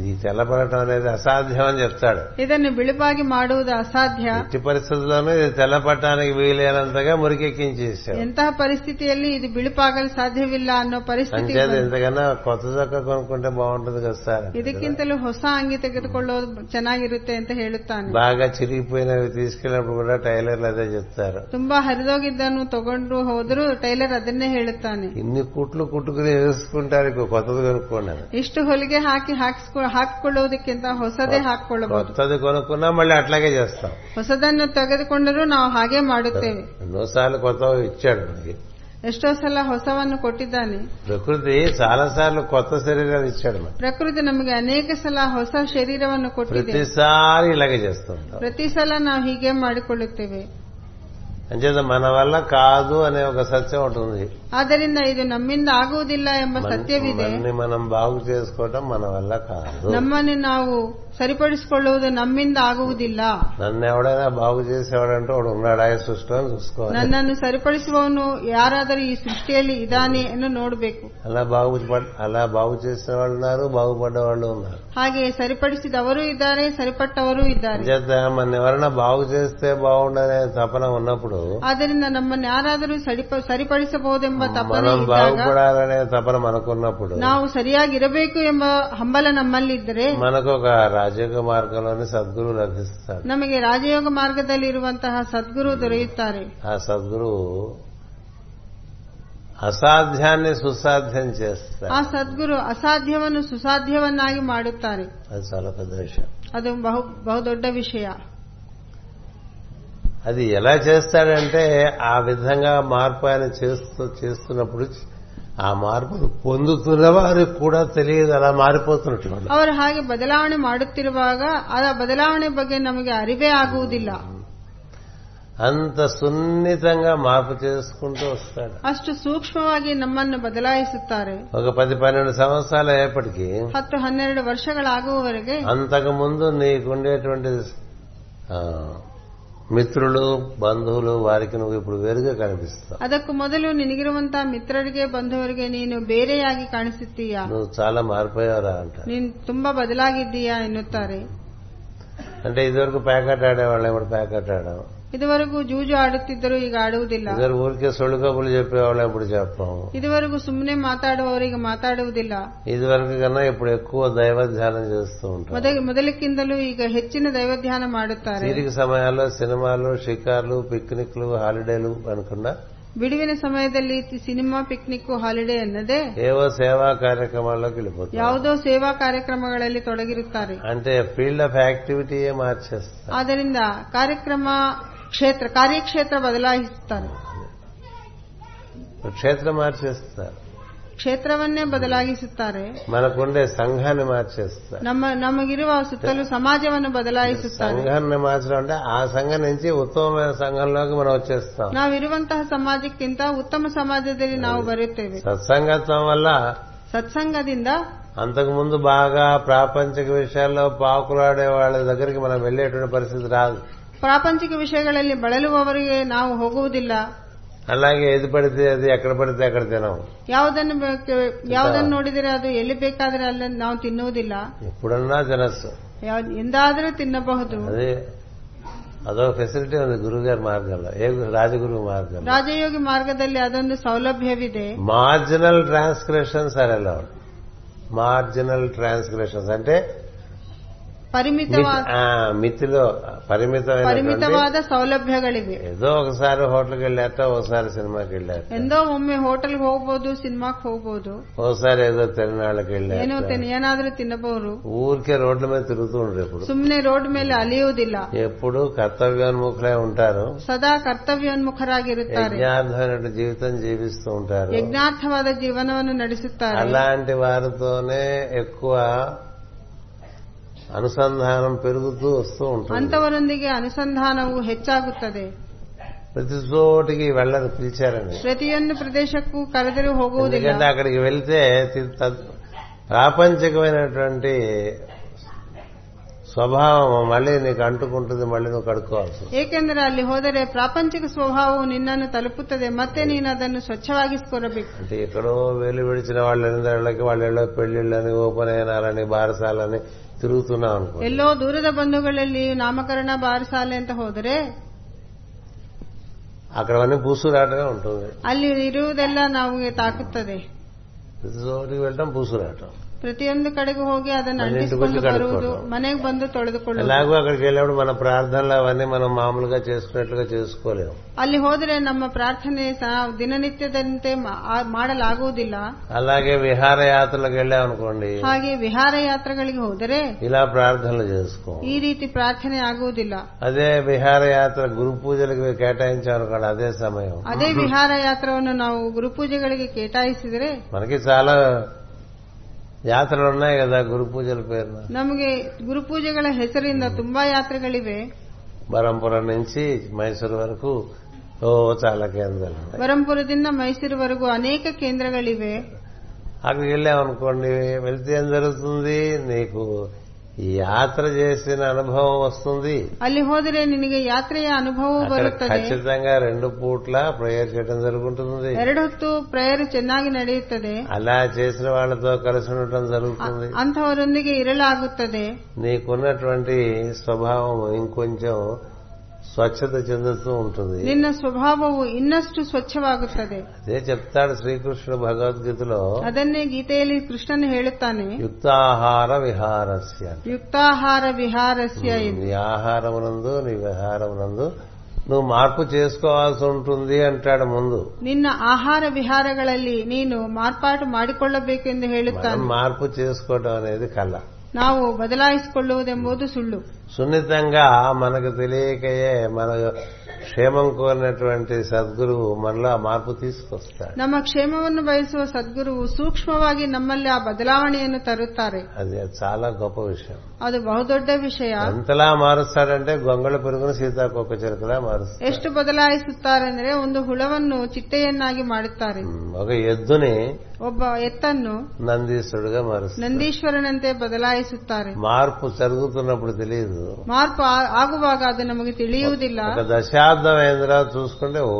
Speaker 1: ఇది తెల్లబడటం అనేది అసాధ్యం అని చెప్తాడు
Speaker 2: ಇದನ್ನು ಬಿಳುಪಾಗಿ ಮಾಡುವುದು ಅಸಾಧ್ಯ
Speaker 1: ఎట్టి పరిస్థితుల్లోనూ ఇది తెల్లపడటానికి వీలైనంతగా మురికెక్కించేసాడు
Speaker 2: ಎಂತಹ ಪರಿಸ್ಥಿತಿಯಲ್ಲಿ ಇದು ಬಿಳುಪಾಗಲು ಸಾಧ್ಯವಿಲ್ಲ ಅನ್ನೋ ಪರಿಸ್ಥಿತಿ
Speaker 1: అంచేది
Speaker 2: ಬಂತು.
Speaker 1: ఇంతకన్నా కొత్త చొక్కా కొనుక్కుంటే బాగుంటుంది కదా సార్
Speaker 2: ಇದಕ್ಕಿಂತಲೂ ಹೊಸ ಅಂಗಿ ತೆಗೆದುಕೊಳ್ಳೋದು ಚೆನ್ನಾಗಿರುತ್ತೆ ಅಂತ ಹೇಳುತ್ತಾನೆ
Speaker 1: బాగా చిరిగిపోయినవి తీసుకెళ్ళినప్పుడు కూడా టైలర్లు అదే చెప్తారు
Speaker 2: ತುಂಬಾ ಹರಿದೋಗಿದ್ದನ್ನು ತಗೊಂಡು ಹೋದರೂ ಟೈಲರ್ ಅದನ್ನೇ ಹೇಳುತ್ತಾನೆ
Speaker 1: ఇన్ని కుట్లు కుట్టుకుని వేసుకుంటారు ఇక కొత్తది కొనుక్కోండి అని.
Speaker 2: ಇಷ್ಟು ಹೊಲಿಗೆ ಹಾಕಿ ಹಾಕಿಸ್ಕೊ- ಹಾಕಿಕೊಳ್ಳುವುದಕ್ಕಿಂತ ಹೊಸದೇ ಹಾಕಿಕೊಳ್ಳಬಹುದು
Speaker 1: కొత్తది కొనుక్కున్నా మళ్ళీ అట్లాగే చేస్తాం
Speaker 2: ಹೊಸದನ್ನು ತೆಗೆದುಕೊಂಡರೂ ನಾವು ಹಾಗೆ ಮಾಡುತ್ತೇವೆ
Speaker 1: ఎన్నోసార్లు కొత్త ఇచ్చాడు మనకి
Speaker 2: ಎಷ್ಟೋ ಸಲ ಹೊಸವನ್ನು ಕೊಟ್ಟಿದ್ದಾನೆ
Speaker 1: ప్రకృతి చాలా సార్లు కొత్త శరీరాలు ఇచ్చాడు మనకి
Speaker 2: ಪ್ರಕೃತಿ ನಮಗೆ ಅನೇಕ ಸಲ ಹೊಸ ಶರೀರವನ್ನು ಕೊಟ್ಟಿದೆ
Speaker 1: ప్రతిసారి ఇలాగే చేస్తుంటాం
Speaker 2: ಪ್ರತಿ ಸಲ ನಾವು ಹೀಗೆ ಮಾಡಿಕೊಳ್ಳುತ್ತೇವೆ
Speaker 1: అంచేత మన వల్ల కాదు అనే ఒక సత్యం ఉంటుంది
Speaker 2: ಆದ್ದರಿಂದ ಇದು ನಮ್ಮಿಂದ ಆಗುವುದಿಲ್ಲ ಎಂಬ ಸತ್ಯವಿದೆ
Speaker 1: మనల్ని మనం బాగు చేసుకోవటం మన వల్ల కాదు
Speaker 2: ನಮ್ಮನ್ನು ನಾವು ಸರಿಪಡಿಸಿಕೊಳ್ಳುವುದು ನಮ್ಮಿಂದ ಆಗುವುದಿಲ್ಲ
Speaker 1: నన్ను ఎవడైనా బాగు చేసేవాడంటే వాడు ఉన్నాడా ఈ సృష్టిలో అని చూసుకోవాలి
Speaker 2: ನನ್ನನ್ನು ಸರಿಪಡಿಸುವವನು ಯಾರಾದರೂ ಈ ಸೃಷ್ಟಿಯಲ್ಲಿ ಇದ್ದಾನೆ ಎಂದು ನೋಡಬೇಕು
Speaker 1: అలా బాగు పడ్- అలా బాగు చేసిన వాళ్ళు ఉన్నారు బాగుపడ్డ వాళ్ళు ఉన్నారు
Speaker 2: ಹಾಗೆ ಸರಿಪಡಿಸಿದವರು ಇದ್ದಾರೆ ಸರಿಪಟ್ಟವರೂ ಇದ್ದಾರೆ
Speaker 1: అంచేత మన ఎవరైనా బాగు చేస్తే బాగుండనే తపన ఉన్నప్పుడు
Speaker 2: ಆದ್ದರಿಂದ ನಮ್ಮನ್ನು ಯಾರಾದರೂ ಸರಿಪ- ಸರಿಪಡಿಸಬಹುದೆಂಬ ತಪನೆ
Speaker 1: మనం
Speaker 2: ಇದ್ದಾಗ
Speaker 1: బాగుపడాలనే తపన మనకున్నప్పుడు
Speaker 2: ನಾವು ಸರಿಯಾಗಿರಬೇಕು ಎಂಬ ಹಂಬಲ ನಮ್ಮಲ್ಲಿದ್ದರೆ
Speaker 1: మనకు ఒక రాజయోగ మార్గంలోని సద్గురువు లభిస్తాడు
Speaker 2: ನಮಗೆ ರಾಜಯೋಗ ಮಾರ್ಗದಲ್ಲಿರುವಂತಹ ಸದ್ಗುರು ದೊರೆಯುತ್ತಾರೆ
Speaker 1: ఆ సద్గురువు అసాధ్యాన్ని సుసాధ్యం
Speaker 2: ಆ
Speaker 1: చేస్తాడు
Speaker 2: ಸದ್ಗುರು ಅಸಾಧ್ಯವನ್ನು ಸುಸಾಧ್ಯವನ್ನಾಗಿ ಮಾಡುತ್ತಾರೆ
Speaker 1: అది చాలా పెద్ద విషయం
Speaker 2: ಅದು ಬಹು ಬಹುದೊಡ್ಡ ವಿಷಯ
Speaker 1: అది ఎలా చేస్తాడంటే ఆ విధంగా మార్పు ఆయన చేస్తూ చేస్తున్నప్పుడు ఆ మార్పును పొందుతున్న వారికి కూడా తెలియదు అలా మారిపోతున్నట్టు వాళ్ళు.
Speaker 2: ಅವರು ಹಾಗೆ ಬದಲಾವಣೆ ಮಾಡುತ್ತಿರುವಾಗ ಆ ಬದಲಾವಣೆ ಬಗ್ಗೆ ನಮಗೆ ಅರಿವೇ ಆಗುವುದಿಲ್ಲ
Speaker 1: అంత సున్నితంగా మార్పు చేసుకుంటూ వస్తాడు
Speaker 2: ಅಷ್ಟು ಸೂಕ್ಷ್ಮವಾಗಿ ನಮ್ಮನ್ನು ಬದಲಾಯಿಸುತ್ತಾರೆ
Speaker 1: ఒక పది పన్నెండు సంవత్సరాలు అయ్యేప్పటికీ
Speaker 2: ಹತ್ತು ಹನ್ನೆರಡು ವರ್ಷಗಳಾಗುವವರೆಗೆ
Speaker 1: అంతకు ముందు నీకుండేటువంటి ఆ, మిత్రులు బంధువులు వారికి నువ్వు ఇప్పుడు వేరుగా కనిపిస్తావు
Speaker 2: ಅದಕ್ಕೂ ಮೊದಲು ನಿನಗಿರುವಂತಹ ಮಿತ್ರರಿಗೆ ಬಂಧುವರಿಗೆ ನೀನು ಬೇರೆಯಾಗಿ ಕಾಣಿಸುತ್ತೀಯಾ
Speaker 1: నువ్వు చాలా మారిపోయావురా అంటారు
Speaker 2: ನೀನ್ ತುಂಬಾ ಬದಲಾಗಿದ್ದೀಯಾ ಎನ್ನುತ್ತಾರೆ
Speaker 1: అంటే ఇదివరకు ప్యాకెట్ ఆడేవాళ్ళం ఇప్పుడు ప్యాకెట్ ఆడాం
Speaker 2: ಇದುವರೆಗೂ ಜೂಜು ಆಡುತ್ತಿದ್ದರು ಈಗ ಆಡುವುದಿಲ್ಲ
Speaker 1: ಇದ್ರ ఊరికే సొళ్ళు కబుర్లు చెప్పేవాళ్ళం ఇప్పుడు చెప్పాము
Speaker 2: ಇದುವರೆಗೂ ಸುಮ್ಮನೆ ಮಾತಾಡುವವರಿಗೆ ಮಾತಾಡುವುದಿಲ್ಲ
Speaker 1: ఇదివరకు కన్నా ఇప్పుడు ఎక్కువ దైవ ధ్యానం చేస్తూ ఉంటాం
Speaker 2: ಮೊದಲ- ಮೊದಲಕ್ಕಿಂತಲೂ ಈಗ ಹೆಚ್ಚಿನ ದೈವಧ್ಯಾನ ಮಾಡುತ್ತಾರೆ
Speaker 1: తీరిక సమయాల్లో సినిమాలు షికార్లు పిక్నిక్లు హాలిడేలు అనుకున్నా
Speaker 2: ಬಿಡುವಿನ ಸಮಯದಲ್ಲಿ ತಿ- ಸಿನಿಮಾ ಪಿಕ್ನಿಕ್ ಹಾಲಿಡೇ ಅನ್ನದೇ
Speaker 1: ఏవో సేవా కార్యక్రమాల్లోకి వెళ్ళిపోతాం
Speaker 2: ಯಾವುದೋ ಸೇವಾ ಕಾರ್ಯಕ್ರಮಗಳಲ್ಲಿ ತೊಡಗಿರುತ್ತಾರೆ
Speaker 1: అంటే ఫీల్డ్ ఆఫ్ యాక్టివిటీయే మార్చేస్తాం
Speaker 2: ಆದ್ದರಿಂದ ಕಾರ್ಯಕ್ರಮ ಕ್ಷೇತ್ರ ಕಾರ್ಯಕ್ಷೇತ್ರ ಬದಲಾಯಿಸುತ್ತಾರೆ
Speaker 1: క్షేత్రం మార్చేస్తారు
Speaker 2: ಕ್ಷೇತ್ರವನ್ನೇ ಬದಲಾಯಿಸುತ್ತಾರೆ
Speaker 1: మనకుండే సంఘాన్ని మార్చేస్తారు
Speaker 2: ನಮ್ಮ ನಮಗಿರುವ ಸುತ್ತಲೂ ಸಮಾಜವನ್ನು ಬದಲಾಯಿಸುತ್ತಾರೆ
Speaker 1: సంఘాన్ని మార్చడం అంటే ఆ సంఘం నుంచి ఉత్తమమైన సంఘంలోకి మనం వచ్చేస్తాం
Speaker 2: ನಾವಿರುವಂತಹ ಸಮಾಜಕ್ಕಿಂತ ಉತ್ತಮ ಸಮಾಜದಲ್ಲಿ ನಾವು ಬರೆಯುತ್ತೇವೆ
Speaker 1: సత్సంగత్వం వల్ల
Speaker 2: ಸತ್ಸಂಗದಿಂದ
Speaker 1: అంతకు ముందు బాగా ప్రాపంచిక విషయాల్లో పాకులాడే వాళ్ళ దగ్గరికి మనం వెళ్ళేటువంటి పరిస్థితి రాదు
Speaker 2: ಪ್ರಾಪಂಚಿಕ ವಿಷಯಗಳಲ್ಲಿ ಬಳಲುವವರಿಗೆ ನಾವು ಹೋಗುವುದಿಲ್ಲ
Speaker 1: అలాగే ఏది పడితే అది ఎక్కడ పడితే అక్కడ తినం
Speaker 2: ಯಾವುದನ್ನು ಬೇಕ- ಯಾವುದನ್ನು ನೋಡಿದರೆ ಅದು ಎಲ್ಲಿ ಬೇಕಾದರೆ ಅಲ್ಲಿ ನಾವು ತಿನ್ನುವುದಿಲ್ಲ
Speaker 1: ఎప్పుడన్నా తినచ్చు
Speaker 2: ಯಾವ್ದ್- ಎಂದಾದರೂ ತಿನ್ನಬಹುದು
Speaker 1: అది అదో ఫెసిలిటీ ఉంది గురువుగారి మార్గంలో ఏ గురు- రాజగురువు మార్గంలో
Speaker 2: ರಾಜಯೋಗಿ ಮಾರ್ಗದಲ್ಲಿ ಅದೊಂದು ಸೌಲಭ್ಯವಿದೆ
Speaker 1: marginal transcriptions are allowed marginal transcriptions అంటే
Speaker 2: ಪರಿಮಿತವಾದ
Speaker 1: మితి- ఆ, మితిలో పరిమితమైన
Speaker 2: ಪರಿಮಿತವಾದ ಸೌಲಭ್ಯಗಳಿವೆ
Speaker 1: ఏదో ఒకసారి హోటల్కి వెళ్ళాక ఒకసారి సినిమాకి వెళ్ళాక
Speaker 2: ಎಂದೋ ಒಮ್ಮೆ ಹೋಟೆಲ್ಗೆ ಹೋಗ್ಬೋದು ಸಿನಿಮಾಕ್ ಹೋಗ್ಬೋದು
Speaker 1: ఒకసారి ఏదో తిరణాళ్ళకి
Speaker 2: ಏನೋ
Speaker 1: వెళ్ళాక
Speaker 2: ತಿನ್- ಏನಾದ್ರೂ ತಿನ್ನಬಹುದು
Speaker 1: ఊరికే రోడ్ల మీద తిరుగుతూ ఉండరు ఇప్పుడు
Speaker 2: ಸುಮ್ಮನೆ ರೋಡ್ ಮೇಲೆ ಅಲಿಯುವುದಿಲ್ಲ
Speaker 1: ఎప్పుడు కర్తవ్యోన్ముఖులై ఉంటారు
Speaker 2: ಸದಾ ಕರ್ತವ್ಯೋನ್ಮುಖರಾಗಿರುತ್ತಾರೆ
Speaker 1: యజ్ఞార్థమైన జీవితం జీవిస్తూ ఉంటారు
Speaker 2: ಯಜ್ಞಾರ್ಥವಾದ ಜೀವನವನ್ನು ನಡೆಸುತ್ತಾರೆ
Speaker 1: అలాంటి వారితోనే ఎక్కువ అనుసంధానం పెరుగుతూ వస్తూ ఉంటుంది
Speaker 2: ಅಂತವರೊಂದಿಗೆ ಅನುಸಂಧಾನವು ಹೆಚ್ಚಾಗುತ್ತದೆ
Speaker 1: ప్రతి చోటికి వెళ్ళరు పిలిచారండి
Speaker 2: ಪ್ರತಿಯೊಂದು ಪ್ರದೇಶಕ್ಕೂ ಕರೆದರೂ ಹೋಗುವುದಿಲ್ಲ
Speaker 1: ఎందుకంటే అక్కడికి వెళ్తే తి- తద్- ప్రాపంచికమైనటువంటి స్వభావం మళ్ళీ నీకు అంటుకుంటుంది మళ్ళీ నువ్వు కడుక్కోవాల్సి వస్తుంది.
Speaker 2: ಏಕೆಂದರೆ ಅಲ್ಲಿ ಹೋದರೆ ಪ್ರಾಪಂಚಿಕ ಸ್ವಭಾವವು ನಿನ್ನನ್ನು ತಲುಪುತ್ತದೆ ಮತ್ತೆ ನೀನು ಅದನ್ನು ಸ್ವಚ್ಛವಾಗಿಸಿಕೊಳ್ಳಬೇಕು
Speaker 1: అంటే ఎక్కడో వేలు విడిచిన వాళ్ళ ఇళ్ళకి వాళ్ళ ఇళ్ళ పెళ్లిళ్ళని ఉపనయనాలని బారసాలని తిరుగుతున్నాం అనుకో
Speaker 2: ಎಲ್ಲೋ ದೂರದ ಬಂಧುಗಳಲ್ಲಿ ನಾಮಕರಣ ಬಾರಸಾಲೆ ಅಂತ ಹೋದರೆ
Speaker 1: అక్కడ అన్నీ పూసురాటగా ఉంటుంది
Speaker 2: ಅಲ್ಲಿ ಇರುವುದೆಲ್ಲ ನಮಗೆ ತಾಕುತ್ತದೆ
Speaker 1: ప్రతి చోటికి వెళ్ళటం పూసురాటం
Speaker 2: ಪ್ರತಿಯೊಂದು ಕಡೆಗೂ ಹೋಗಿ ಅದನ್ನು
Speaker 1: ಮನೆಗೆ
Speaker 2: ಅಂಟಿಸಿಕೊಂಡು
Speaker 1: ಬಂದು
Speaker 2: ಬರುವುದು
Speaker 1: ಕಳ್ಕೊಳ್ಳೋದು.
Speaker 2: ಮನೆಗೆ ಬಂದು ತೊಳೆದುಕೊಳ್ಳುವುದು
Speaker 1: ఎలాగో అక్కడికి వెళ్ళినప్పుడు మన ప్రార్థనలు అవన్నీ మనం మామూలుగా చేసుకున్నట్లుగా చేసుకోలేము
Speaker 2: ಅಲ್ಲಿ ಹೋದರೆ ನಮ್ಮ ಪ್ರಾರ್ಥನೆ ಸ- ದಿನನಿತ್ಯದಂತೆ ಮಾ- ಆ- ಮಾಡಲಾಗುವುದಿಲ್ಲ
Speaker 1: అలాగే విహారయాత్రలకు వెళ్ళామనుకోండి
Speaker 2: ಹಾಗೆ ವಿಹಾರ ಯಾತ್ರೆಗಳಿಗೆ ಹೋದರೆ
Speaker 1: ఇలా ಪ್ರಾರ್ಥనలు చేసుకోం
Speaker 2: ಈ ರೀತಿ ಪ್ರಾರ್ಥನೆ ಆಗುವುದಿಲ್ಲ
Speaker 1: అదే విహారయాత్ర గురు పూజలకు కేటాయించామనుకోండి అదే సమయం
Speaker 2: ಅದೇ ವಿಹಾರ ಯಾತ್ರವನ್ನು ನಾವು ಗುರುಪೂಜೆಗಳಿಗೆ ಕೇಟಾಯಿಸಿದರೆ
Speaker 1: మనకి చాలా యాత్రలు ఉన్నాయి కదా గురు పూజల పేరున
Speaker 2: ನಮಗೆ ಗುರುಪೂಜೆಗಳ ಹೆಸರಿಂದ ತುಂಬಾ ಯಾತ್ರೆಗಳಿವೆ
Speaker 1: బరంపురం నుంచి మైసూరు వరకు ఓ చాలా కేంద్రాలు ఉన్నాయి
Speaker 2: ಬರಂಪುರದಿಂದ ಮೈಸೂರುವರೆಗೂ ಅನೇಕ ಕೇಂದ್ರಗಳಿವೆ
Speaker 1: అక్కడికి వెళ్ళామనుకోండి వెళ్తే ఏం జరుగుతుంది నీకు ఈ యాత్ర చేసిన అనుభవం వస్తుంది
Speaker 2: ಅಲ್ಲಿ ಹೋದರೆ ನಿನಗೆ ಯಾತ್ರೆಯ ಅನುಭವವೂ
Speaker 1: అక్కడ
Speaker 2: ಬರುತ್ತದೆ
Speaker 1: ఖచ్చితంగా రెండు పూట్ల ప్రేయర్ చేయడం జరుగుతుంది
Speaker 2: ಎರಡು ಹೊತ್ತು ಪ್ರೇಯರ್ ಚೆನ್ನಾಗಿ ನಡೆಯುತ್ತದೆ
Speaker 1: అలా చేసిన వాళ్ళతో కలిసి ఉండటం జరుగుతుంది
Speaker 2: ಅಂತಹವರೊಂದಿಗೆ ಇರಲಾಗುತ್ತದೆ
Speaker 1: నీకున్నటువంటి స్వభావం ఇంకొంచెం స్వచ్ఛత చెందుతూ ఉంటుంది
Speaker 2: ನಿನ್ನ ಸ್ವಭಾವವು ಇನ್ನಷ್ಟು ಸ್ವಚ್ಛವಾಗುತ್ತದೆ
Speaker 1: అదే చెప్తాడు శ్రీకృష్ణుడు భగవద్గీతలో
Speaker 2: ಅದನ್ನೇ ಗೀತೆಯಲ್ಲಿ ಕೃಷ್ಣನು ಹೇಳುತ್ತಾನೆ
Speaker 1: యుక్తాహార విహారస్య
Speaker 2: ಯುಕ್ತಾಹಾರ ವಿಹಾರಸ್ಯ ಎಂದು
Speaker 1: నీ ఆహారమునందు నీ విహారమునందు నువ్వు మార్పు చేసుకోవాల్సి ఉంటుంది అంటాడు ముందు
Speaker 2: ನಿನ್ನ ಆಹಾರ ವಿಹಾರಗಳಲ್ಲಿ ನೀನು ಮಾರ್ಪಾಟು ಮಾಡಿಕೊಳ್ಳಬೇಕೆಂದು
Speaker 1: మనం
Speaker 2: ಹೇಳುತ್ತಾನೆ
Speaker 1: మార్పు చేసుకోవడం అనేది కళ
Speaker 2: ನಾವು ಬದಲಾಯಿಸಿಕೊಳ್ಳುವುದೆಂಬುದು ಸುಳ್ಳು
Speaker 1: సున్నితంగా మనకు తెలియకయే మన క్షేమం కోరినటువంటి సద్గురువు మనలో ఆ మార్పు తీసుకొస్తాడు
Speaker 2: ನಮ್ಮ ಕ್ಷೇಮವನ್ನು ಬಯಸುವ ಸದ್ಗುರುವು ಸೂಕ್ಷ್ಮವಾಗಿ ನಮ್ಮಲ್ಲಿ ಆ ಬದಲಾವಣೆಯನ್ನು ತರುತ್ತಾರೆ
Speaker 1: అది చాలా గొప్ప విషయం
Speaker 2: ಅದು ಬಹುದೊಡ್ಡ ವಿಷಯ
Speaker 1: ఎంతలా మారుస్తాడంటే గొంగళ పెరుగును సీతాకొక్క చెరుకులా మారుస్తాడు
Speaker 2: ಎಷ್ಟು ಬದಲಾಯಿಸುತ್ತಾರೆಂದರೆ ಒಂದು ಹುಳವನ್ನು ಚಿಟ್ಟೆಯನ್ನಾಗಿ ಮಾಡುತ್ತಾರೆ
Speaker 1: ఉమ్, ఒక ఎద్దుని
Speaker 2: ಒಬ್ಬ ಎತ್ತನ್ನು
Speaker 1: నందీశ్వరుడుగా మారుస్తాడు
Speaker 2: ನಂದೀಶ್ವರನಂತೆ ಬದಲಾಯಿಸುತ್ತಾರೆ
Speaker 1: మార్పు జరుగుతున్నప్పుడు తెలియదు
Speaker 2: ಮಾರ್ಪು ಆ- ಆಗುವಾಗ ಅದು ನಮಗೆ ತಿಳಿಯುವುದಿಲ್ಲ
Speaker 1: ఒక దశాబ్దం అయిన తర్వాత చూసుకుంటే ఓ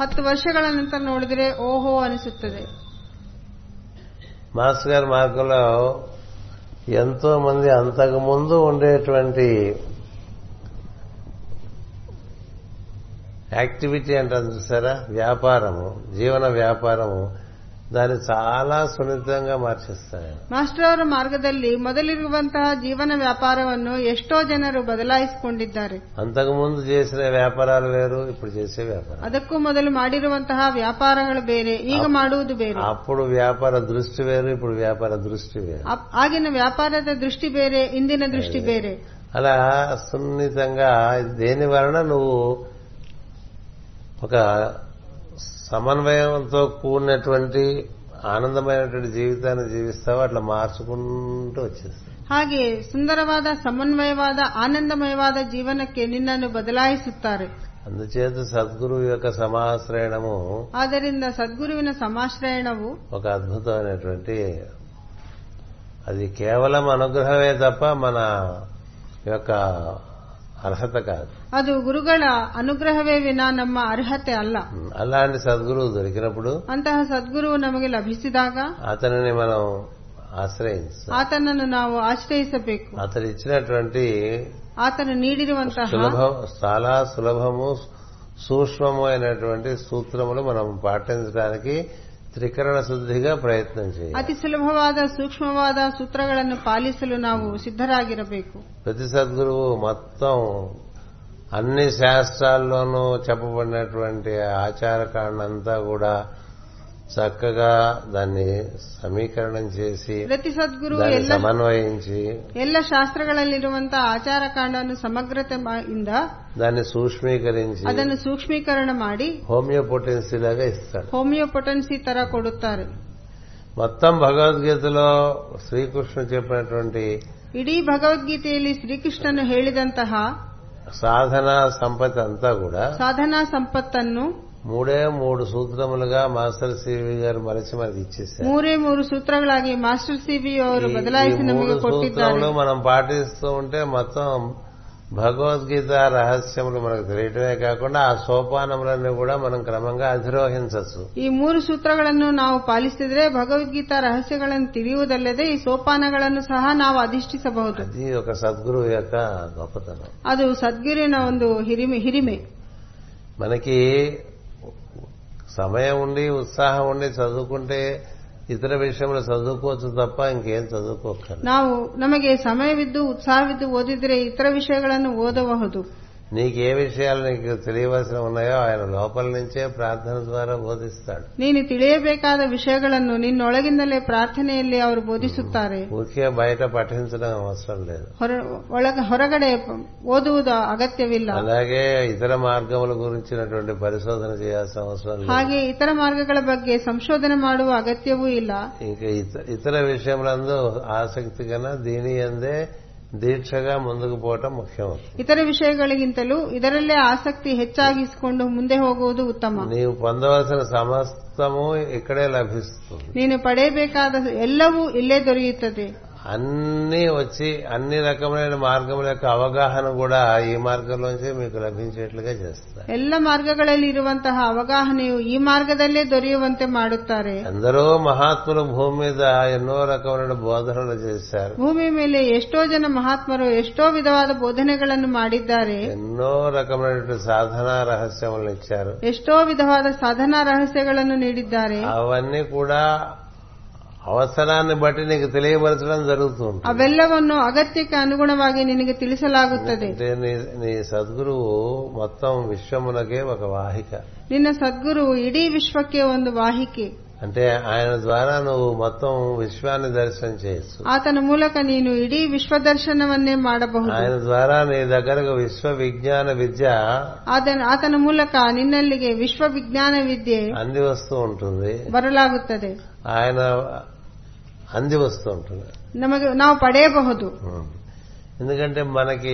Speaker 2: ಹತ್ತು ವರ್ಷಗಳ ನಂತರ ನೋಡಿದರೆ ಓಹೋ ಅನಿಸುತ್ತದೆ
Speaker 1: మాస్టర్ గారి మార్గంలో ఎంతో మంది అంతకు ముందు ఉండేటువంటి యాక్టివిటీ అంటారు చూసారా వ్యాపారము జీవన వ్యాపారము దాన్ని చాలా సున్నితంగా మార్చేస్తారు ఆయన
Speaker 2: ಮಾಸ್ಟರ್ ಅವರ ಮಾರ್ಗದಲ್ಲಿ ಮೊದಲಿರುವಂತಹ ಜೀವನ ವ್ಯಾಪಾರವನ್ನು ಎಷ್ಟೋ ಜನರು ಬದಲಾಯಿಸಿಕೊಂಡಿದ್ದಾರೆ
Speaker 1: అంతకుముందు చేసిన వ్యాపారాలు వేరు ఇప్పుడు చేసే వ్యాపారం
Speaker 2: ಅದಕ್ಕೂ ಮೊದಲು ಮಾಡಿರುವಂತಹ ವ್ಯಾಪಾರಗಳು ಬೇರೆ ಈಗ ಮಾಡುವುದು ಬೇರೆ
Speaker 1: అప్పుడు వ్యాపార దృష్టి వేరు ఇప్పుడు వ్యాపార దృష్టి వేరు
Speaker 2: ಅಪ್- ಆಗಿನ ವ್ಯಾಪಾರದ ದೃಷ್ಟಿ ಬೇರೆ ಇಂದಿನ ದೃಷ್ಟಿ ಬೇರೆ
Speaker 1: అలా సున్నితంగా ఇది దేని వలన నువ్వు ఒక సమన్వయంతో కూడినటువంటి ఆనందమైనటువంటి జీవితాన్ని జీవిస్తావో అట్లా మార్చుకుంటూ వచ్చేస్తావు
Speaker 2: ಹಾಗೆ ಸುಂದರವಾದ ಸಮನ್ವಯವಾದ ಆನಂದಮಯವಾದ ಜೀವನಕ್ಕೆ ನಿನ್ನನ್ನು ಬದಲಾಯಿಸುತ್ತಾರೆ
Speaker 1: అందుచేత సద్గురువు యొక్క సమాశ్రయణము
Speaker 2: ಆದ್ದರಿಂದ ಸದ್ಗುರುವಿನ ಸಮಾಶ್ರಯಣವು
Speaker 1: ఒక అద్భుతమైనటువంటి అది కేవలం అనుగ్రహమే తప్ప మన యొక్క అర్హత కాదు
Speaker 2: ಅದು ಗುರುಗಳ ಅನುಗ್ರಹವೇ ವಿನ ನಮ್ಮ ಅರ್ಹತೆ ಅಲ್ಲ
Speaker 1: అలాంటి సద్గురువు దొరికినప్పుడు
Speaker 2: ಅಂತಹ ಸದ್ಗುರು ನಮಗೆ ಲಭಿಸಿದಾಗ
Speaker 1: అతనిని మనం ఆశ్రయించాం
Speaker 2: ಆತನನ್ನು ನಾವು ಆಶ್ರಯಿಸಬೇಕು
Speaker 1: అతను ఇచ్చినటువంటి
Speaker 2: ಆತನು ನೀಡಿರುವಂತಹ
Speaker 1: సులభం చాలా సులభము సూక్ష్మము అయినటువంటి సూత్రములు మనం పాటించడానికి త్రికరణ శుద్ధిగా ప్రయత్నం చేయాలి
Speaker 2: ಅತಿ ಸುಲಭವಾದ ಸೂಕ್ಷ್ಮವಾದ ಸೂತ್ರಗಳನ್ನು ಪಾಲಿಸಲು ನಾವು ಸಿದ್ಧರಾಗಿರಬೇಕು
Speaker 1: ప్రతి సద్గురువు మొత్తం అన్ని శాస్త్రాల్లోనూ చెప్పబడినటువంటి ఆచారకాండంతా కూడా చక్కగా దాన్ని సమీకరణం చేసి
Speaker 2: ಪ್ರತಿ ಸದ್ಗುರು
Speaker 1: దాన్ని
Speaker 2: ಎಲ್ಲ
Speaker 1: సమన్వయించి
Speaker 2: ಎಲ್ಲ ಶಾಸ್ತ್ರಗಳಲ್ಲಿರುವಂತಹ ಆಚಾರ ಕಾಂಡವನ್ನು ಸಮಗ್ರತೆ ಮಾ- ಇಂದ
Speaker 1: దాన్ని సూక్ష్మీకరించి
Speaker 2: ಅದನ್ನು ಸೂಕ್ಷ್ಮೀಕರಣ ಮಾಡಿ
Speaker 1: హోమియోపొటెన్సీ లాగా ఇస్తాడు
Speaker 2: ಹೋಮಿಯೋಪೊಟೆನ್ಸಿ ತರ ಕೊಡುತ್ತಾರೆ
Speaker 1: మొత్తం భగవద్గీతలో శ్రీకృష్ణుడు చెప్పినటువంటి
Speaker 2: ಇಡೀ ಭಗವದ್ಗೀತೆಯಲ್ಲಿ ಶ್ರೀಕೃಷ್ಣನು ಹೇಳಿದಂತಹ
Speaker 1: సాధన సంపత్తి అంతా కూడా
Speaker 2: ಸಾಧನಾ ಸಂಪತ್ತನ್ನು
Speaker 1: మూడే మూడు సూత్రములుగా మాస్టర్ సివి గారు మరచి మనకి ఇచ్చేశారు
Speaker 2: ಮೂರೇ ಮೂರು ಸೂತ್ರಗಳಾಗಿ ಮಾಸ್ಟರ್ ಸಿಬಿ ಅವರು
Speaker 1: ఈ-
Speaker 2: ಬದಲಾಯಿಸಿ
Speaker 1: ఈ మూడు
Speaker 2: ನಮಗೆ ಕೊಟ್ಟಿದ್ದಾರೆ
Speaker 1: సూత్రములు మనం పాటిస్తూ ఉంటే మొత్తం భగవద్గీత రహస్యములు మనకు తెలియటమే కాకుండా ఆ సోపానములన్నీ కూడా మనం క్రమంగా అధిరోహించవచ్చు
Speaker 2: ಈ ಮೂರು ಸೂತ್ರಗಳನ್ನು ನಾವು ಪಾಲಿಸಿದರೆ ಭಗವದ್ಗೀತಾ ರಹಸ್ಯಗಳನ್ನು ತಿಳಿಯುವುದಲ್ಲದೆ ಈ ಸೋಪಾನಗಳನ್ನು ಸಹ ನಾವು ಅಧಿಷ್ಠಿಸಬಹುದು
Speaker 1: అది ఒక సద్గురువు యొక్క గొప్పతనం
Speaker 2: ಅದು ಸದ್ಗುರಿನ ಒಂದು ಹಿರಿಮೆ ಹಿರಿಮೆ
Speaker 1: మనకి సమయం ఉండి ఉత్సాహం ఉండి చదువుకుంటే ఇతర విషయంలో చదువుకోవచ్చు తప్ప ఇంకేం చదువుకోకర్లేదు
Speaker 2: ನಾವು ನಮಗೆ ಸಮಯವಿದ್ದು ಉತ್ಸಾಹವಿದ್ದು ಓದಿದರೆ ಇತರ ವಿಷಯಗಳನ್ನು ಓದಬಹುದು
Speaker 1: నీకు ఏ విషయాలు నీకు తెలియవలసిన ఉన్నాయో ఆయన లోపల నుంచే ప్రార్థన ద్వారా బోధిస్తాడు
Speaker 2: ನೀನು ತಿಳಿಯಬೇಕಾದ ವಿಷಯಗಳನ್ನು ನಿನ್ನೊಳಗಿಂದಲೇ ಪ್ರಾರ್ಥನೆಯಲ್ಲಿ ಅವರು ಬೋಧಿಸುತ್ತಾರೆ
Speaker 1: ఊరికే బయట పఠించడం అవసరం లేదు
Speaker 2: ಹೊರ- ಒಳಗ- ಹೊರಗಡೆ ಓದುವುದು ಅಗತ್ಯವಿಲ್ಲ
Speaker 1: అలాగే ఇతర మార్గముల గురించినటువంటి పరిశోధన చేయాల్సిన అవసరం లేదు
Speaker 2: ಹಾಗೆ ಇತರ ಮಾರ್ಗಗಳ ಬಗ್ಗೆ ಸಂಶೋಧನೆ ಮಾಡುವ ಅಗತ್ಯವೂ ಇಲ್ಲ
Speaker 1: ఇంకా ఇత- ఇతర విషయములందు ఆసక్తి కన్నా దీని అందే దీక్షగా ముందుకు పోవటం ముఖ్యం
Speaker 2: ಇತರ ವಿಷಯಗಳಿಗಿಂತಲೂ ಇದರಲ್ಲೇ ಆಸಕ್ತಿ ಹೆಚ್ಚಾಗಿಸಿಕೊಂಡು ಮುಂದೆ ಹೋಗುವುದು ಉತ್ತಮ
Speaker 1: నీవు పొందవలసిన సమస్తము ఇక్కడే లభిస్తుంది
Speaker 2: ನೀನು ಪಡೆಯಬೇಕಾದ ಎಲ್ಲವೂ ಇಲ್ಲೇ ದೊರೆಯುತ್ತದೆ
Speaker 1: అన్ని వచ్చి అన్ని రకములైన మార్గముల యొక్క అవగాహన కూడా ఈ మార్గంలోంచి మీకు లభించేట్లుగా చేస్తారు
Speaker 2: ಎಲ್ಲ ಮಾರ್ಗಗಳಲ್ಲಿ ಇರುವಂತಹ ಅವಗಾಹನೆಯು ಈ ಮಾರ್ಗದಲ್ಲೇ ದೊರೆಯುವಂತೆ ಮಾಡುತ್ತಾರೆ
Speaker 1: ఎందరో మహాత్ములు భూమి మీద ఎన్నో రకములైన బోధనలు చేశారు
Speaker 2: ಭೂಮಿ ಮೇಲೆ ಎಷ್ಟೋ ಜನ ಮಹಾತ್ಮರು ಎಷ್ಟೋ ವಿಧವಾದ ಬೋಧನೆಗಳನ್ನು ಮಾಡಿದ್ದಾರೆ
Speaker 1: ఎన్నో రకములైనటువంటి సాధనా రహస్యములను ఇచ్చారు
Speaker 2: ಎಷ್ಟೋ ವಿಧವಾದ ಸಾಧನಾ ರಹಸ್ಯಗಳನ್ನು ನೀಡಿದ್ದಾರೆ
Speaker 1: అవన్నీ కూడా అవసరాన్ని బట్టి నీకు తెలియపరచడం జరుగుతుంది
Speaker 2: ಅವೆಲ್ಲವನ್ನು ಅಗತ್ಯಕ್ಕೆ ಅನುಗುಣವಾಗಿ ನಿನಗೆ ತಿಳಿಸಲಾಗುತ್ತದೆ
Speaker 1: అంటే నీ నీ సద్గురువు మొత్తం విశ్వమునకే ఒక వాహిక
Speaker 2: ನಿನ್ನ ಸದ್ಗುರು ಇಡೀ ವಿಶ್ವಕ್ಕೆ ಒಂದು ವಾಹಿಕೆ
Speaker 1: అంటే ఆయన ద్వారా నువ్వు మొత్తం విశ్వాన్ని దర్శనం చేయొచ్చు
Speaker 2: ಆತನ ಮೂಲಕ ನೀನು ಇಡೀ ವಿಶ್ವದರ್ಶನವನ್ನೇ ಮಾಡಬಹುದು
Speaker 1: ఆయన ద్వారా నీ దగ్గరకు విశ్వ విజ్ఞాన విద్య
Speaker 2: ಆತನ ಆತನ ಮೂಲಕ ನಿನ್ನಲ್ಲಿಗೆ ವಿಶ್ವ ವಿಜ್ಞಾನ ವಿದ್ಯೆ
Speaker 1: అంది వస్తూ ఉంటుంది
Speaker 2: ಬರಲಾಗುತ್ತದೆ
Speaker 1: ఆయన అంది వస్తూ ఉంటుంది
Speaker 2: ನಮಗೆ ನಾವು ಪಡೆಯಬಹುದು
Speaker 1: ఎందుకంటే మనకి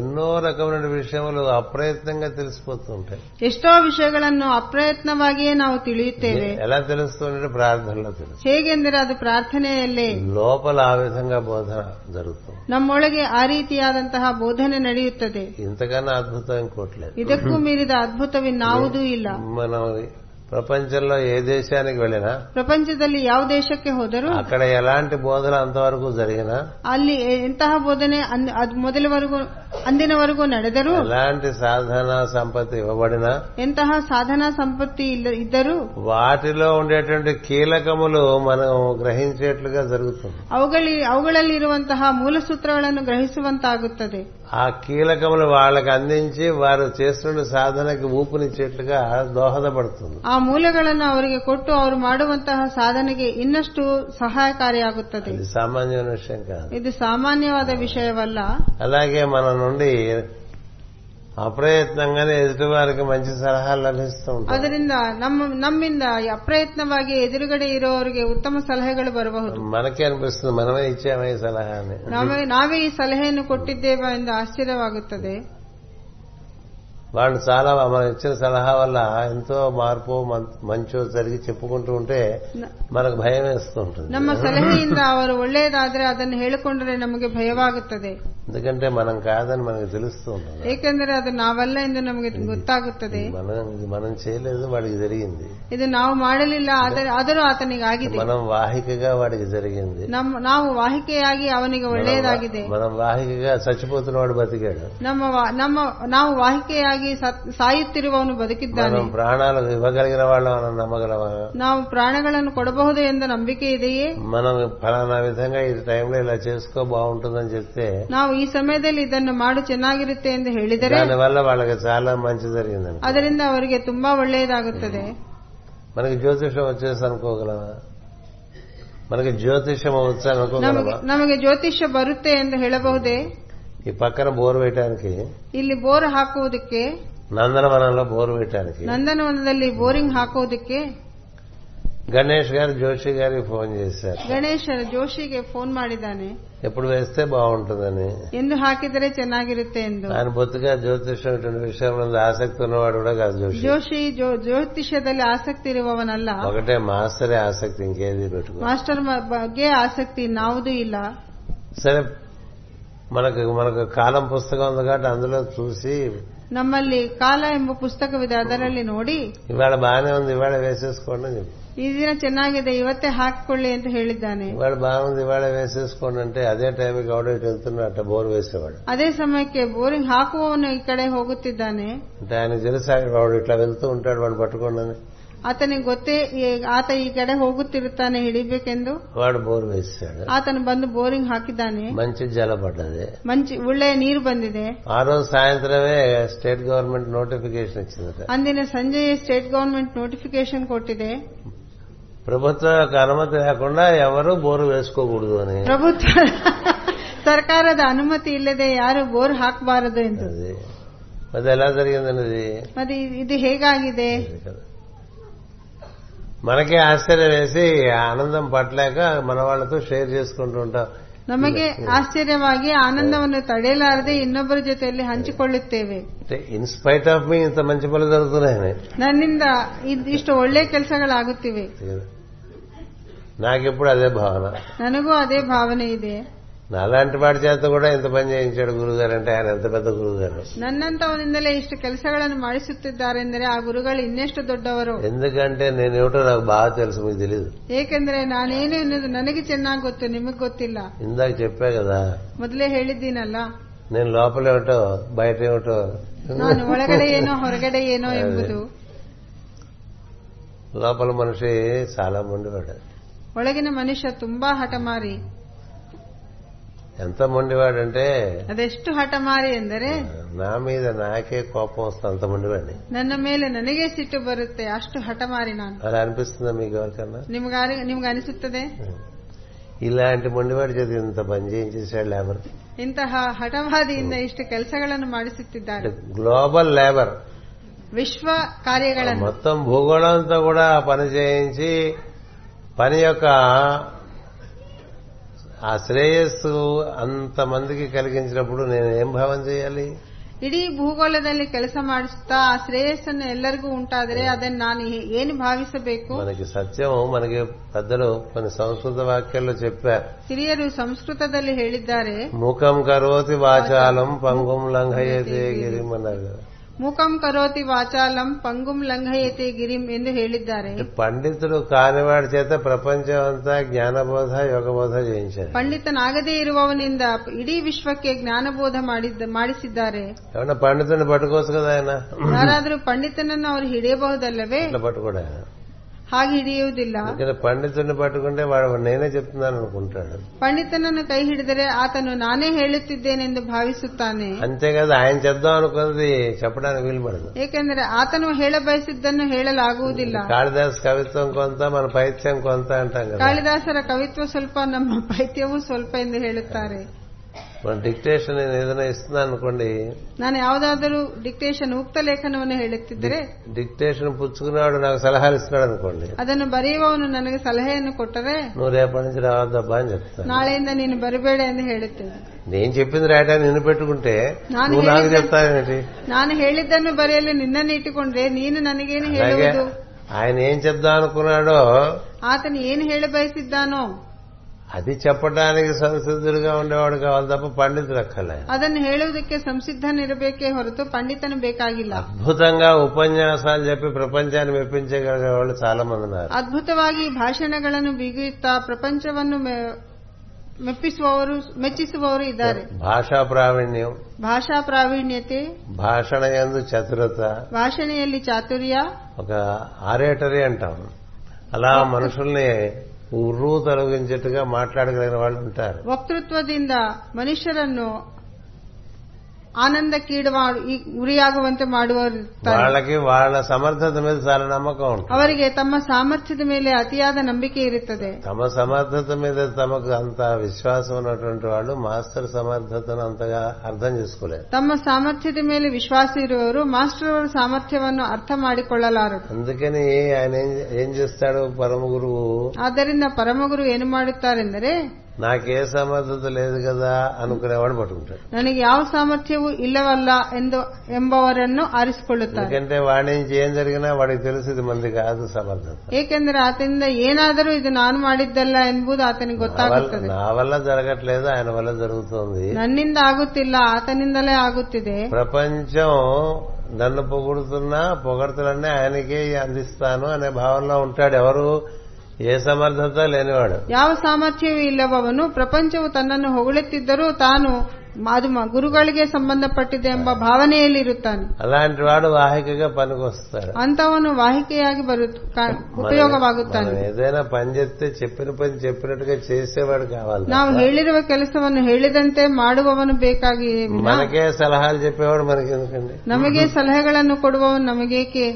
Speaker 1: ఎన్నో రకమైన విషయములు అప్రయత్నంగా తెలిసిపోతూ ఉంటాయి
Speaker 2: ಎಷ್ಟೋ ವಿಷಯಗಳನ್ನು ಅಪ್ರಯತ್ನವಾಗಿಯೇ ನಾವು ತಿಳಿಯುತ್ತೇವೆ
Speaker 1: ఎలా తెలుస్తుంటే ప్రార్థనలో తెలుసు
Speaker 2: ಹೇಗೆಂದರೆ ಅದು ಪ್ರಾರ್ಥನೆಯಲ್ಲೇ
Speaker 1: లోపల ఆ విధంగా బోధన జరుగుతుంది
Speaker 2: ನಮ್ಮೊಳಗೆ ಆ ರೀತಿಯಾದಂತಹ ಬೋಧನೆ ನಡೆಯುತ್ತದೆ
Speaker 1: ఇంతకన్నా అద్భుతం ఇంకోట్లేదు
Speaker 2: ಇದಕ್ಕೂ ಮೀರಿದ ಅದ್ಭುತವಿನ್ನಾವುದೂ ಇಲ್ಲ
Speaker 1: మనం ప్రపంచంలో ఏ దేశానికి వెళ్ళినా
Speaker 2: ಪ್ರಪಂಚದಲ್ಲಿ ಯಾವ ದೇಶಕ್ಕೆ ಹೋದರೂ
Speaker 1: అక్కడ ఎలాంటి బోధన అంతవరకు జరిగినా
Speaker 2: ಅಲ್ಲಿ ಎಂತಹ ಬೋಧನೆ ಅಂದ್- ಅದ್ ಮೊದಲವರೆಗೂ ಅಂದಿನವರೆಗೂ ನಡೆದರೂ
Speaker 1: ఎలాంటి సాధన సంపత్తి ఇవ్వబడినా
Speaker 2: ಎಂತಹ ಸಾಧನಾ ಸಂಪತ್ತಿ ಇಲ್ಲ- ಇದ್ದರೂ
Speaker 1: వాటిలో ఉండేటువంటి కీలకములు మనం గ్రహించేట్లుగా జరుగుతుంది
Speaker 2: ಅವುಗಳಿ ಅವುಗಳಲ್ಲಿ ಇರುವಂತಹ ಮೂಲ ಸೂತ್ರಗಳನ್ನು ಗ್ರಹಿಸುವಂತಾಗುತ್ತದೆ
Speaker 1: ఆ కీలకములు వాళ్ళకి అందించి వారు చేస్తున్న సాధనకి ఊపునిచ్చేట్లుగా దోహదపడుతుంది
Speaker 2: ಆ ಮೂಲಗಳನ್ನು ಅವರಿಗೆ ಕೊಟ್ಟು ಅವರು ಮಾಡುವಂತಹ ಸಾಧನೆಗೆ ಇನ್ನಷ್ಟು ಸಹಾಯಕಾರಿಯಾಗುತ್ತದೆ
Speaker 1: ఇది సామాన్యమైన విషయం కాదు
Speaker 2: ಇದು ಸಾಮಾನ್ಯವಾದ ವಿಷಯವಲ್ಲ
Speaker 1: అలాగే మన నుండి అప్రయత్నంగానే ఎదుటి వారికి మంచి సలహాలు లభిస్తూ ఉంటాయి
Speaker 2: ಅದರಿಂದ ನಮ್ಮ ನಮ್ಮಿಂದ ಅಪ್ರಯತ್ನವಾಗಿ ಎದುರುಗಡೆ ಇರುವವರಿಗೆ ಉತ್ತಮ ಸಲಹೆಗಳು ಬರಬಹುದು
Speaker 1: మనకే అనిపిస్తుంది మనమే ఇచ్చామే ఈ సలహా అని
Speaker 2: ನಾವೇ ನಾವೇ ಈ ಸಲಹೆಯನ್ನು ಕೊಟ್ಟಿದ್ದೇವೆ ಎಂದು ಆಶ್ಚರ್ಯವಾಗುತ್ತದೆ
Speaker 1: వాళ్ళు చాలా మనం ఇచ్చిన సలహా వల్ల ఎంతో మార్పు మం- మంచో జరిగి చెప్పుకుంటూ ఉంటే
Speaker 2: ನ-
Speaker 1: మనకు భయం వేస్తూ ఉంటుంది
Speaker 2: ನಮ್ಮ ಸಲಹೆಯಿಂದ ಅವರು ಒಳ್ಳೆಯದಾದರೆ ಅದನ್ನು ಹೇಳಿಕೊಂಡರೆ ನಮಗೆ ಭಯವಾಗುತ್ತದೆ
Speaker 1: ఎందుకంటే మనం కాదని మనకు తెలుస్తూ ఉంటుంది
Speaker 2: ಏಕೆಂದರೆ ಅದು ನಾವಲ್ಲ ಎಂದು ನಮಗೆ ಗೊತ್ತಾಗುತ್ತದೆ
Speaker 1: మనం ఇది మనం చేయలేదు వాడికి జరిగింది
Speaker 2: ಇದು ನಾವು ಮಾಡಲಿಲ್ಲ ಆದರೆ ಆದರೂ ಆತನಿಗೆ ಆಗಿದೆ
Speaker 1: మనం ವಾಹಿకగా వాడికి జరిగింది
Speaker 2: ನಮ್ಮ ನಾವು ವಾಹಿಕೆಯಾಗಿ ಅವನಿಗೆ ಒಳ್ಳೆಯದಾಗಿದೆ
Speaker 1: మనం వాహికగా చచ్చిపోతున్న వాడు బతికాడు
Speaker 2: ನಮ್ಮ ವಾ- ನಮ್ಮ ನಾವು ವಾಹಿಕೆಯಾಗಿ ಸತ್- ಸಾಯುತ್ತಿರುವವನು ಬದುಕಿದ್ದಾನೆ
Speaker 1: మనం ప్రాణాలు ఇవ్వగలిగిన వాళ్ళం అని నమ్మగలమా
Speaker 2: ನಾವು ಪ್ರಾಣಗಳನ್ನು ಕೊಡಬಹುದು ಎಂದು ನಂಬಿಕೆ ಇದೆಯೇ
Speaker 1: మనం ఫలానా విధంగా ఈ టైంలో ఇలా చేసుకో బాగుంటుందని చెప్తే
Speaker 2: ನಾವು ಈ ಸಮಯದಲ್ಲಿ ಇದನ್ನು ಮಾಡು ಚೆನ್ನಾಗಿರುತ್ತೆ ಎಂದು ಹೇಳಿದರೆ
Speaker 1: దానివల్ల వాళ్ళకి చాలా మంచి జరిగిందని
Speaker 2: ಅದರಿಂದ ಅವರಿಗೆ ತುಂಬಾ ಒಳ್ಳೆಯದಾಗುತ್ತದೆ
Speaker 1: మనకి జ్యోతిషం వచ్చేసి అనుకోగలమా మనకి జ్యోతిషం వచ్చి
Speaker 2: ನಮಗೆ
Speaker 1: అనుకోగలమా
Speaker 2: ನಮಗೆ ಜ್ಯೋತಿಷ್ಯ ಬರುತ್ತೆ ಎಂದು ಹೇಳಬಹುದೇ
Speaker 1: ఈ పక్కన ಬೋర్ వేయటానికి
Speaker 2: ಇಲ್ಲಿ ಬೋರ್ ಹಾಕುವುದಕ್ಕೆ
Speaker 1: నందనవనంలో బోర్ వేయటానికి
Speaker 2: ನಂದನವನದಲ್ಲಿ ಬೋರಿಂಗ್ ಹಾಕುವುದಕ್ಕೆ
Speaker 1: గణేష్ గారు జోషి గారికి ఫోన్ చేశారు
Speaker 2: ಗಣೇಶ ಜೋಶಿಗೆ ಫೋನ್ ಮಾಡಿದ್ದಾನೆ
Speaker 1: ఎప్పుడు వేస్తే బాగుంటుందని
Speaker 2: ಎಂದು ಹಾಕಿದರೆ ಚೆನ್ನಾಗಿರುತ್ತೆ ಎಂದು
Speaker 1: ఆయన బొత్తుగా జ్యోతిషం ఇటువంటి విషయంలో ఆసక్తి ఉన్నవాడు కూడా కాదు జోషి
Speaker 2: ಜೋಶಿ ಜೋ- ಜ್ಯೋತಿಷ್ಯದಲ್ಲಿ ಆಸಕ್ತಿ ಇರುವವನಲ್ಲ
Speaker 1: ఒకటే మాస్టరే ఆసక్తి ఇంకేది పెట్టుకో
Speaker 2: ಮಾಸ್ಟರ್ ಮ- ಬಗ್ಗೆ ಆಸಕ್ತಿ ನಾವುದೂ ಇಲ್ಲ
Speaker 1: సరే మనకు మనకు కాలం పుస్తకం ఉంది కాబట్టి అందులో చూసి
Speaker 2: ನಮ್ಮಲ್ಲಿ ಕಾಲ ಎಂಬ ಪುಸ್ತಕವಿದೆ ಅದರಲ್ಲಿ ನೋಡಿ
Speaker 1: ఇవాళ బాగానే ఉంది ఇవాళ వేసేసుకోండి అని చెప్పి
Speaker 2: ಈ ದಿನ ಚೆನ್ನಾಗಿದೆ ಇವತ್ತೇ ಹಾಕಿಕೊಳ್ಳಿ ಅಂತ ಹೇಳಿದ್ದಾನೆ
Speaker 1: ఇవాళ బాగుంది ఇవాళ వేసేసుకోండి అంటే అదే టైంకి ఎవడో ఇటు వెళ్తున్నట్ట బోర్ వేసేవాడు
Speaker 2: ಅದೇ ಸಮಯಕ್ಕೆ ಬೋರಿಂಗ್ ಹಾಕುವವನು ಈ కడే ಹೋಗುತ್ತಿದ್ದಾನೆ
Speaker 1: అంటే ఆయనకు తెలుసు ఆయన వాడు ఇట్లా వెళ్తూ ఉంటాడు వాడు పట్టుకోండి అని
Speaker 2: ಆತನಿಗೆ ಗೊತ್ತೇ ಈ- ಆತ ಈ ಕಡೆ ಹೋಗುತ್ತಿರುತ್ತಾನೆ ಹಿಡಿಬೇಕೆಂದು
Speaker 1: వాడు బోర్ వేసాడు
Speaker 2: ಆತನು ಬಂದು ಬೋರಿಂಗ್ ಹಾಕಿದ್ದಾನೆ
Speaker 1: మంచి జలపడ్డది
Speaker 2: ಮಂಚಿ ಒಳ್ಳೆಯ ನೀರು ಬಂದಿದೆ
Speaker 1: ఆ రోజు సాయంత్రమే స్టేట్ గవర్నమెంట్ నోటిఫికేషన్ ఇచ్చిందట
Speaker 2: ಅಂದಿನ ಸಂಜೆಯೇ ಸ್ಟೇಟ್ ಗವರ್ನಮೆಂಟ್ ನೋಟಿಫಿಕೇಶನ್ ಕೊಟ್ಟಿದೆ
Speaker 1: ప్రభుత్వం యొక్క అనుమతి లేకుండా ఎవరు బోరు వేసుకోకూడదు అని
Speaker 2: ಪ್ರಭುತ್ವ ಸರ್ಕಾರದ ಅನುಮತಿ ಇಲ್ಲದೆ ಯಾರು ಬೋರ್ ಹಾಕಬಾರದು ಎಂದು
Speaker 1: అది అది ఎలా జరిగిందండి ఇది
Speaker 2: ಮತ್ತೆ ಇ- ಇದು ಹೇಗಾಗಿದೆ
Speaker 1: ఇది కదా. మనకే ఆశ్చర్యం వేసి ఆ ఆనందం పట్టలేక మన వాళ్ళతో షేర్ చేసుకుంటూ ఉంటాం
Speaker 2: ನಮಗೆ ಆಶ್ಚರ್ಯವಾಗಿ ಆನಂದವನ್ನು ತಡೆಯಲಾರದೆ ಇನ್ನೊಬ್ಬರ ಜೊತೆಯಲ್ಲಿ ಹಂಚಿಕೊಳ್ಳುತ್ತೇವೆ
Speaker 1: అంటే ఇన్స్పైట్ ఆఫ్ మీ ఇంత మంచి పనులు జరుగుతున్నాయని
Speaker 2: ನನ್ನಿಂದ ಇದ್- ಇಷ್ಟು ಒಳ್ಳೆ ಕೆಲಸಗಳಾಗುತ್ತಿವೆ
Speaker 1: ఇది కదా. నాకిప్పుడు అదే భావన
Speaker 2: ನನಗೂ ಅದೇ భావನೆ ಇದೆ
Speaker 1: నాలాంటి వాడి చేత కూడా ఇంత పని చేయించాడు గురుగారు అంటే ఆయన ఎంత పెద్ద గురుగారు
Speaker 2: ನನ್ನಂತವನಿಂದಲೇ ಇಷ್ಟು ಕೆಲಸಗಳನ್ನು ಮಾಡಿಸುತ್ತಿದ್ದಾರೆಂದರೆ ಆ ಗುರುಗಳು ಇನ್ನೆಷ್ಟು ದೊಡ್ಡವರು
Speaker 1: ఎందుకంటే నేనేమిటో నాకు బాగా తెలుసు మీకు తెలియదు
Speaker 2: ಏಕೆಂದರೆ ನಾನೇನು ಎನ್ನುವುದು ನನಗೆ ಚೆನ್ನಾಗಿ ಗೊತ್ತು ನಿಮಗೆ ಗೊತ್ತಿಲ್ಲ
Speaker 1: ఇందాక చెప్పా కదా
Speaker 2: ಮೊದಲೇ ಹೇಳಿದ್ದೀನಲ್ಲ
Speaker 1: నేను లోపలేమిటో బయట ఏమిటో
Speaker 2: ನಾನು ಒಳಗಡೆ ಏನೋ ಹೊರಗಡೆ ಏನೋ ಎಂಬುದು
Speaker 1: లోపల మనిషి చాలా మొండివాడు
Speaker 2: ಒಳಗಿನ ಮನುಷ್ಯ ತುಂಬಾ ಹಠಮಾರಿ
Speaker 1: ఎంత మొండివాడంటే
Speaker 2: ಅದೆಷ್ಟು ಹಠಮಾರಿ ಎಂದರೆ
Speaker 1: నా మీద నాకే కోపం వస్తుంది అంత మొండివాడిని
Speaker 2: ನನ್ನ ಮೇಲೆ ನನಗೆ ಸಿಟ್ಟು ಬರುತ್ತೆ ಅಷ್ಟು ಹಠಮಾರಿ ನಾನು
Speaker 1: అలా అనిపిస్తుందా మీకు ఎవరికన్నా
Speaker 2: ನಿಮ್ಗಾರಿ ನಿಮ್ಗೆ ಅನಿಸುತ್ತದೆ
Speaker 1: ఇలాంటి మొండివాడి చేత ఇంత పని చేయించేశాడు లేబర్
Speaker 2: ಇಂತಹ ಹಠವಾದಿಯಿಂದ ಇಷ್ಟು ಕೆಲಸಗಳನ್ನು ಮಾಡಿಸುತ್ತಿದ್ದಾರೆ
Speaker 1: అంటే గ్లోబల్ లేబర్
Speaker 2: ವಿಶ್ವ ಕಾರ್ಯಗಳನ್ನು
Speaker 1: మొత్తం భూగోళంతో కూడా పని చేయించి పని యొక్క ఆ శ్రేయస్సు అంతమందికి కలిగించినప్పుడు నేను ఏం భావం చేయాలి
Speaker 2: ಇಡೀ ಭೂಗೋಳದಲ್ಲಿ ಕೆಲಸ ಮಾಡಿಸುತ್ತಾ ಆ ಶ್ರೇಯಸ್ಸನ್ನು ಎಲ್ಲರಿಗೂ ಉಂಟಾದರೆ ಅದನ್ನು ನಾನು ಹೇ- ಏನು ಭಾವಿಸಬೇಕು
Speaker 1: మనకి సత్యం మనకి పెద్దలు కొన్ని సంస్కృత వాక్యాల్లో చెప్పారు
Speaker 2: ಹಿರಿಯರು ಸಂಸ್ಕೃತದಲ್ಲಿ ಹೇಳಿದ್ದಾರೆ
Speaker 1: ముఖం కరోతి వాచాలం పంగుం లంఘయతే గిరిమన్నారు కదా
Speaker 2: ಮೂಕಂ ಕರೋತಿ ವಾಚಾಲಂ ಪಂಗುಂ ಲಂಘಯತಿ ಗಿರಿಂ ಎಂದು ಹೇಳಿದ್ದಾರೆ
Speaker 1: పండితుడు కానివాడి చేత ప్రపంచం అంతా జ్ఞానబోధ యోగబోధ చేయించారు
Speaker 2: ಪಂಡಿತನಾಗದೇ ಇರುವವನಿಂದ ಇಡೀ ವಿಶ್ವಕ್ಕೆ ಜ್ಞಾನಬೋಧ ಮಾಡಿದ್ದ- ಮಾಡಿಸಿದ್ದಾರೆ
Speaker 1: ఏమన్నా పండితుడిని పట్టుకోవచ్చు కదా ఆయన
Speaker 2: ಯಾರಾದರೂ ಪಂಡಿತನನ್ನು ಅವರು ಹಿಡಿಯಬಹುದಲ್ಲವೇ
Speaker 1: ఇట్లా పట్టుకోడు ఆయన
Speaker 2: ಹಾಗೆ ಹಿಡಿಯುವುದಿಲ್ಲ
Speaker 1: ఎందుకంటే పండితుడిని పట్టుకుంటే వాడు నేనే చెప్తున్నాను అనుకుంటాడు
Speaker 2: ಪಂಡಿತನನ್ನು ಕೈ ಹಿಡಿದರೆ ಆತನು ನಾನೇ ಹೇಳುತ್ತಿದ್ದೇನೆಂದು ಭಾವಿಸುತ್ತಾನೆ
Speaker 1: అంతేకాదు ఆయన చెప్దాం అనుకున్నది చెప్పడానికి వీలు పడదు
Speaker 2: ಏಕೆಂದರೆ ಆತನು ಹೇಳಬಯಸಿದ್ದನ್ನು ಹೇಳಲಾಗುವುದಿಲ್ಲ
Speaker 1: కాళిదాస్ కవిత్వం కొంత మన పైత్యం కొంత అంటాం కదా
Speaker 2: ಕಾಳಿದಾಸರ ಕವಿತ್ವ ಸ್ವಲ್ಪ ನಮ್ಮ ಪೈತ್ಯವೂ ಸ್ವಲ್ಪ ಎಂದು ಹೇಳುತ್ತಾರೆ
Speaker 1: మన డిక్టేషన్ నేను ఏదైనా ఇస్తున్నాను అనుకోండి
Speaker 2: ನಾನು ಯಾವುದಾದರೂ ಡಿಕ್ಟೇಷನ್ ಉಕ್ತ ಲೇಖನವನ್ನು ಹೇಳುತ್ತಿದ್ದರೆ
Speaker 1: డిక్టేషన్ పుచ్చుకునేవాడు నాకు సలహాలు ఇస్తున్నాడు అనుకోండి
Speaker 2: ಅದನ್ನು ಬರೆಯುವವನು ನನಗೆ ಸಲಹೆಯನ್ನು ಕೊಟ್ಟರೆ
Speaker 1: నువ్వు రేపటి నుంచి రావద్దబ్బా అని చెప్తాను
Speaker 2: ನಾಳೆಯಿಂದ ನೀನು ಬರಬೇಡ ಎಂದು ಹೇಳುತ್ತೇನೆ
Speaker 1: నేను చెప్పింది రాయడానికి నిన్ను పెట్టుకుంటే
Speaker 2: నాన్న
Speaker 1: నువ్వు నాకు
Speaker 2: ఏమి-
Speaker 1: చెప్తావేంటి
Speaker 2: ನಾನು ಹೇಳಿದ್ದನ್ನು ಬರೆಯಲು ನಿನ್ನನ್ನು ಇಟ್ಟುಕೊಂಡ್ರೆ ನೀನು ನನಗೇನು
Speaker 1: అలాగే
Speaker 2: ಹೇಳುವುದು
Speaker 1: ఆయన ఏం చెప్దాం అనుకున్నాడో
Speaker 2: ಆತನು ಏನು ಹೇಳಬಯಸಿದ್ದಾನೋ
Speaker 1: అది చెప్పడానికి సంసిద్ధుడిగా ఉండేవాడు కావాలి తప్ప పండితులు అక్కర్లే
Speaker 2: ಅದನ್ನು ಹೇಳುವುದಕ್ಕೆ ಸಂಸಿದ್ಧನಿರಬೇಕೇ ಹೊರತು ಪಂಡಿತನು ಬೇಕಾಗಿಲ್ಲ
Speaker 1: అద్భుతంగా ఉపన్యాసాలు చెప్పి ప్రపంచాన్ని మెప్పించగలిగే వాళ్ళు చాలా మంది ఉన్నారు
Speaker 2: ಅದ್ಭುತವಾಗಿ ಭಾಷಣಗಳನ್ನು ಬಿಗಿಯುತ್ತಾ ಪ್ರಪಂಚವನ್ನು ಮೆ- ಮೆಪ್ಪಿಸುವವರು ಮೆಚ್ಚಿಸುವವರು ಇದ್ದಾರೆ
Speaker 1: భాషా ప్రావీణ్యం
Speaker 2: ಭಾಷಾ ಪ್ರಾವೀಣ್ಯತೆ
Speaker 1: భాషణ యందు చతురత
Speaker 2: ಭಾಷಣೆಯಲ್ಲಿ ಚಾತುರ್ಯ
Speaker 1: ఒక ఆరేటరీ అంటాం అలా మనుషుల్ని ఉర్రు తొలగించేట్టుగా మాట్లాడగలిగిన వాళ్ళు ఉంటారు
Speaker 2: ವಕ್ತೃತ್ವದಿಂದ ಮನುಷ್ಯರನ್ನು ಆನಂದಕ್ಕೀಡು ಮಾಡು- ಈ- ಗುರಿಯಾಗುವಂತೆ ಮಾಡುವವರು ಇರ್ತಾರೆ.
Speaker 1: వాళ్ళకి వాళ్ళ సమర్థత మీద చాలా నమ్మకం ఉంటుంది
Speaker 2: ಅವರಿಗೆ ತಮ್ಮ ಸಾಮರ್ಥ್ಯದ ಮೇಲೆ ಅತಿಯಾದ ನಂಬಿಕೆ ಇರುತ್ತದೆ
Speaker 1: తమ సమర్థత మీద తమకు అంత విశ్వాసం ఉన్నటువంటి వాళ్ళు మాస్టర్ సమర్థతను అంతగా అర్థం చేసుకోలేరు
Speaker 2: ತಮ್ಮ ಸಾಮರ್ಥ್ಯದ ಮೇಲೆ ವಿಶ್ವಾಸ ಇರುವವರು ಮಾಸ್ಟರ್ ಅವರ ಸಾಮರ್ಥ್ಯವನ್ನು ಅರ್ಥ ಮಾಡಿಕೊಳ್ಳಲಾರರು
Speaker 1: అందుకని ఆయన ఏం- ఏం చేస్తాడు పరమ గురువు
Speaker 2: ಆದ್ದರಿಂದ ಪರಮಗುರು ಏನು ಮಾಡುತ್ತಾರೆಂದರೆ
Speaker 1: నాకే సమర్థత లేదు కదా అనుకునేవాడు పట్టుకుంటాడు
Speaker 2: ನನಗೆ ಯಾವ ಸಾಮರ್ಥ್ಯವೂ ಇಲ್ಲವಲ್ಲ ಎಂದು ಎಂಬವರನ್ನು ಆರಿಸಿಕೊಳ್ಳುತ್ತಾರೆ
Speaker 1: ఎందుకంటే వాడి నుంచి ఏం జరిగినా వాడికి తెలుసు ఇది మంది కాదు సమర్థత
Speaker 2: ಏಕೆಂದರೆ ಆತನಿಂದ ಏನಾದರೂ ಇದು ನಾನು ಮಾಡಿದ್ದಲ್ಲ ಎಂಬುದು ಆತನಿಗೆ
Speaker 1: నా వల్ల-
Speaker 2: ಗೊತ್ತಾಗುತ್ತದೆ
Speaker 1: నా వల్ల జరగట్లేదు ఆయన వల్ల జరుగుతోంది
Speaker 2: ನನ್ನಿಂದ ಆಗುತ್ತಿಲ್ಲ ಆತನಿಂದಲೇ ಆಗುತ್ತಿದೆ
Speaker 1: ప్రపంచం నన్ను పొగుడుతున్నా పొగడతలన్నీ ఆయనకే అందిస్తాను అనే భావనలో ఉంటాడు ఎవరు ఏ సమర్థత లేనివాడు
Speaker 2: ಯಾವ ಸಾಮರ್ಥ್ಯವೂ ಇಲ್ಲವವನು ಪ್ರಪಂಚವು ತನ್ನನ್ನು ಹೊಗಳುತ್ತಿದ್ದರೂ ತಾನು ಅದು ಮ- ಗುರುಗಳಿಗೆ ಸಂಬಂಧಪಟ್ಟಿದೆ ಎಂಬ ಭಾವನೆಯಲ್ಲಿರುತ್ತಾನೆ
Speaker 1: అలాంటి వాడు వాహికగా పనికొస్తాడు
Speaker 2: ಅಂತವನು ವಾಹಿಕೆಯಾಗಿ ಬರು ಕ- ಉಪಯೋಗವಾಗುತ್ತಾನೆ
Speaker 1: మనం ఏదైనా పని చెప్తే చెప్పిన పని చెప్పినట్టుగా చేసేవాడు కావాలి
Speaker 2: ನಾವು ಹೇಳಿರುವ ಕೆಲಸವನ್ನು ಹೇಳಿದಂತೆ ಮಾಡುವವನು ಬೇಕಾಗಿ ವಿನಾ
Speaker 1: మనకే సలహాలు చెప్పేవాడు మనకి ఎందుకండి
Speaker 2: ನಮಗೆ ಸಲಹೆಗಳನ್ನು ಕೊಡುವವನು ನಮಗೇಕೆ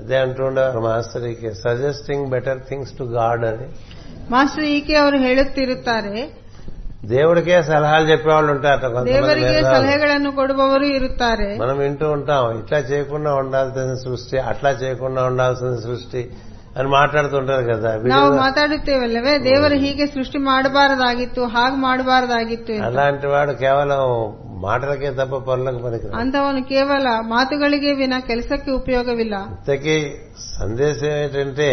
Speaker 1: అదే అంటూ ఉండేవారు మాస్టర్కి suggesting better things to God అని
Speaker 2: ಮಾಸ್ಟರ್ ಈಕೆ ಅವರು ಹೇಳುತ್ತಿರುತ್ತಾರೆ
Speaker 1: దేవుడికే సలహాలు చెప్పేవాళ్ళు ఉంటారట కొంతమంది
Speaker 2: ದೇವರಿಗೆ
Speaker 1: మేధావులు.
Speaker 2: ಸಲಹೆಗಳನ್ನು ಕೊಡುವವರು ಇರುತ್ತಾರೆ
Speaker 1: మనం వింటూ ఉంటాం ఇట్లా చేయకుండా ఉండాల్సిన సృష్టి అట్లా చేయకుండా ఉండాల్సిన సృష్టి అని మాట్లాడుతుంటారు కదా వీళ్ళు
Speaker 2: ನಾವು ಮಾತಾಡುತ್ತೇವಲ್ಲವೇ ದೇವರು ಹೀಗೆ ಸೃಷ್ಟಿ ಮಾಡಬಾರದಾಗಿತ್ತು ಹಾಗೆ ಮಾಡಬಾರದಾಗಿತ್ತು ಎಂದು.
Speaker 1: అలాంటి వాడు కేవలం మాటలకే తప్ప పనులకు పనికిరాడు
Speaker 2: ಅಂತವನು ಕೇವಲ ಮಾತುಗಳಿಗೆ ವಿನ ಕೆಲಸಕ್ಕೆ ಉಪಯೋಗವಿಲ್ಲ
Speaker 1: ఇంతకీ సందేశం ఏంటంటే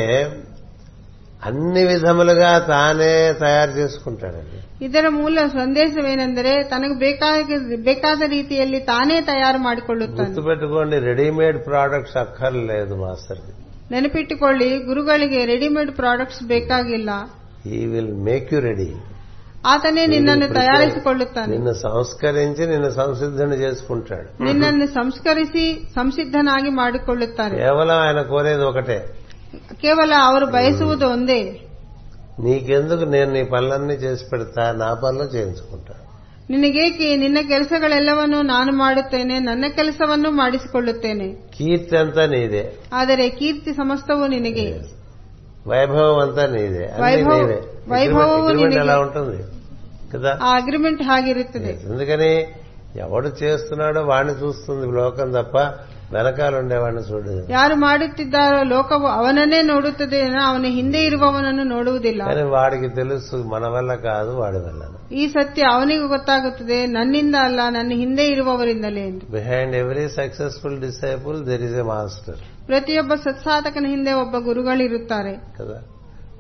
Speaker 1: అన్ని విధములుగా తానే తయారు చేసుకుంటాడండి
Speaker 2: ಇದರ ಮೂಲ ಸಂದೇಶವೇನೆಂದರೆ ತನಗೆ ಬೇಕಾಗಿ- ಬೇಕಾದ ರೀತಿಯಲ್ಲಿ ತಾನೇ ತಯಾರು ಮಾಡಿಕೊಳ್ಳುತ್ತಾನೆ
Speaker 1: గుర్తుపెట్టుకోండి రెడీమేడ్ ప్రోడక్ట్స్ అక్కర్లేదు మాస్టర్కి
Speaker 2: ನೆನಪಿಟ್ಟುಕೊಳ್ಳಿ ಗುರುಗಳಿಗೆ ರೆಡಿಮೇಡ್ ಪ್ರಾಡಕ್ಟ್ಸ್ ಬೇಕಾಗಿಲ್ಲ
Speaker 1: he will make you ready
Speaker 2: ಆತನೇ ನಿನ್ನನ್ನು ತಯಾರಿಸಿಕೊಳ್ಳುತ್ತಾನೆ
Speaker 1: నిన్ను సంస్కరించి నిన్ను సంసిద్ధుని చేసుకుంటాడు
Speaker 2: ನಿನ್ನನ್ನು ಸಂಸ್ಕರಿಸಿ ಸಂಸಿದ್ಧನಾಗಿ ಮಾಡಿಕೊಳ್ಳುತ್ತಾನೆ
Speaker 1: కేవలం ఆయన కోరేది ఒకటే
Speaker 2: ಕೇವಲ ಅವರು ಬಯಸುವುದು ಒಂದೇ
Speaker 1: నీకెందుకు నేను నీ పనులన్నీ చేసి పెడతా నా పనులు చేయించుకుంటా
Speaker 2: ನಿನಗೇಕೆ ನಿನ್ನ ಕೆಲಸಗಳೆಲ್ಲವನ್ನೂ ನಾನು ಮಾಡುತ್ತೇನೆ ನನ್ನ ಕೆಲಸವನ್ನು ಮಾಡಿಸಿಕೊಳ್ಳುತ್ತೇನೆ
Speaker 1: కీర్తి అంతా నీదే
Speaker 2: ಆದರೆ ಕೀರ್ತಿ ಸಮಸ್ತವು ನಿನಗೆ
Speaker 1: వైభవం అంతా నీదే అన్ని
Speaker 2: వైభవం-
Speaker 1: నీదే
Speaker 2: వైభవము
Speaker 1: అగ్రిమెంట్- అగ్రిమెంట్
Speaker 2: నీదే.
Speaker 1: ఎలా ఉంటుంది కదా
Speaker 2: ಆ ಅಗ್ರಿಮೆಂಟ್ ಹಾಗಿರುತ್ತದೆ
Speaker 1: ఎందుకని ఎవడు చేస్తున్నాడో వాడిని చూస్తుంది లోకం తప్ప వెనకాల ఉండేవాడిని చూడదు
Speaker 2: ಯಾರು ಮಾಡುತ್ತಿದ್ದಾರೋ ಲೋಕವು ಅವನನ್ನೇ ನೋಡುತ್ತದೆ ವಿನಾ ಅವನ ಹಿಂದೆ ಇರುವವನನ್ನು ನೋಡುವುದಿಲ್ಲ
Speaker 1: కానీ వాడికి తెలుసు మన వల్ల కాదు వాడి వల్ల
Speaker 2: ಈ ಸತ್ಯ ಅವನಿಗೂ ಗೊತ್ತಾಗುತ್ತದೆ ನನ್ನಿಂದ ಅಲ್ಲ ನನ್ನ ಹಿಂದೆ ಇರುವವರಿಂದಲೇ ಎಂದು
Speaker 1: behind every successful disciple there is a master
Speaker 2: ಪ್ರತಿಯೊಬ್ಬ ಸತ್ಸಾಧಕನ ಹಿಂದೆ ಒಬ್ಬ ಗುರುಗಳಿರುತ್ತಾರೆ
Speaker 1: కదా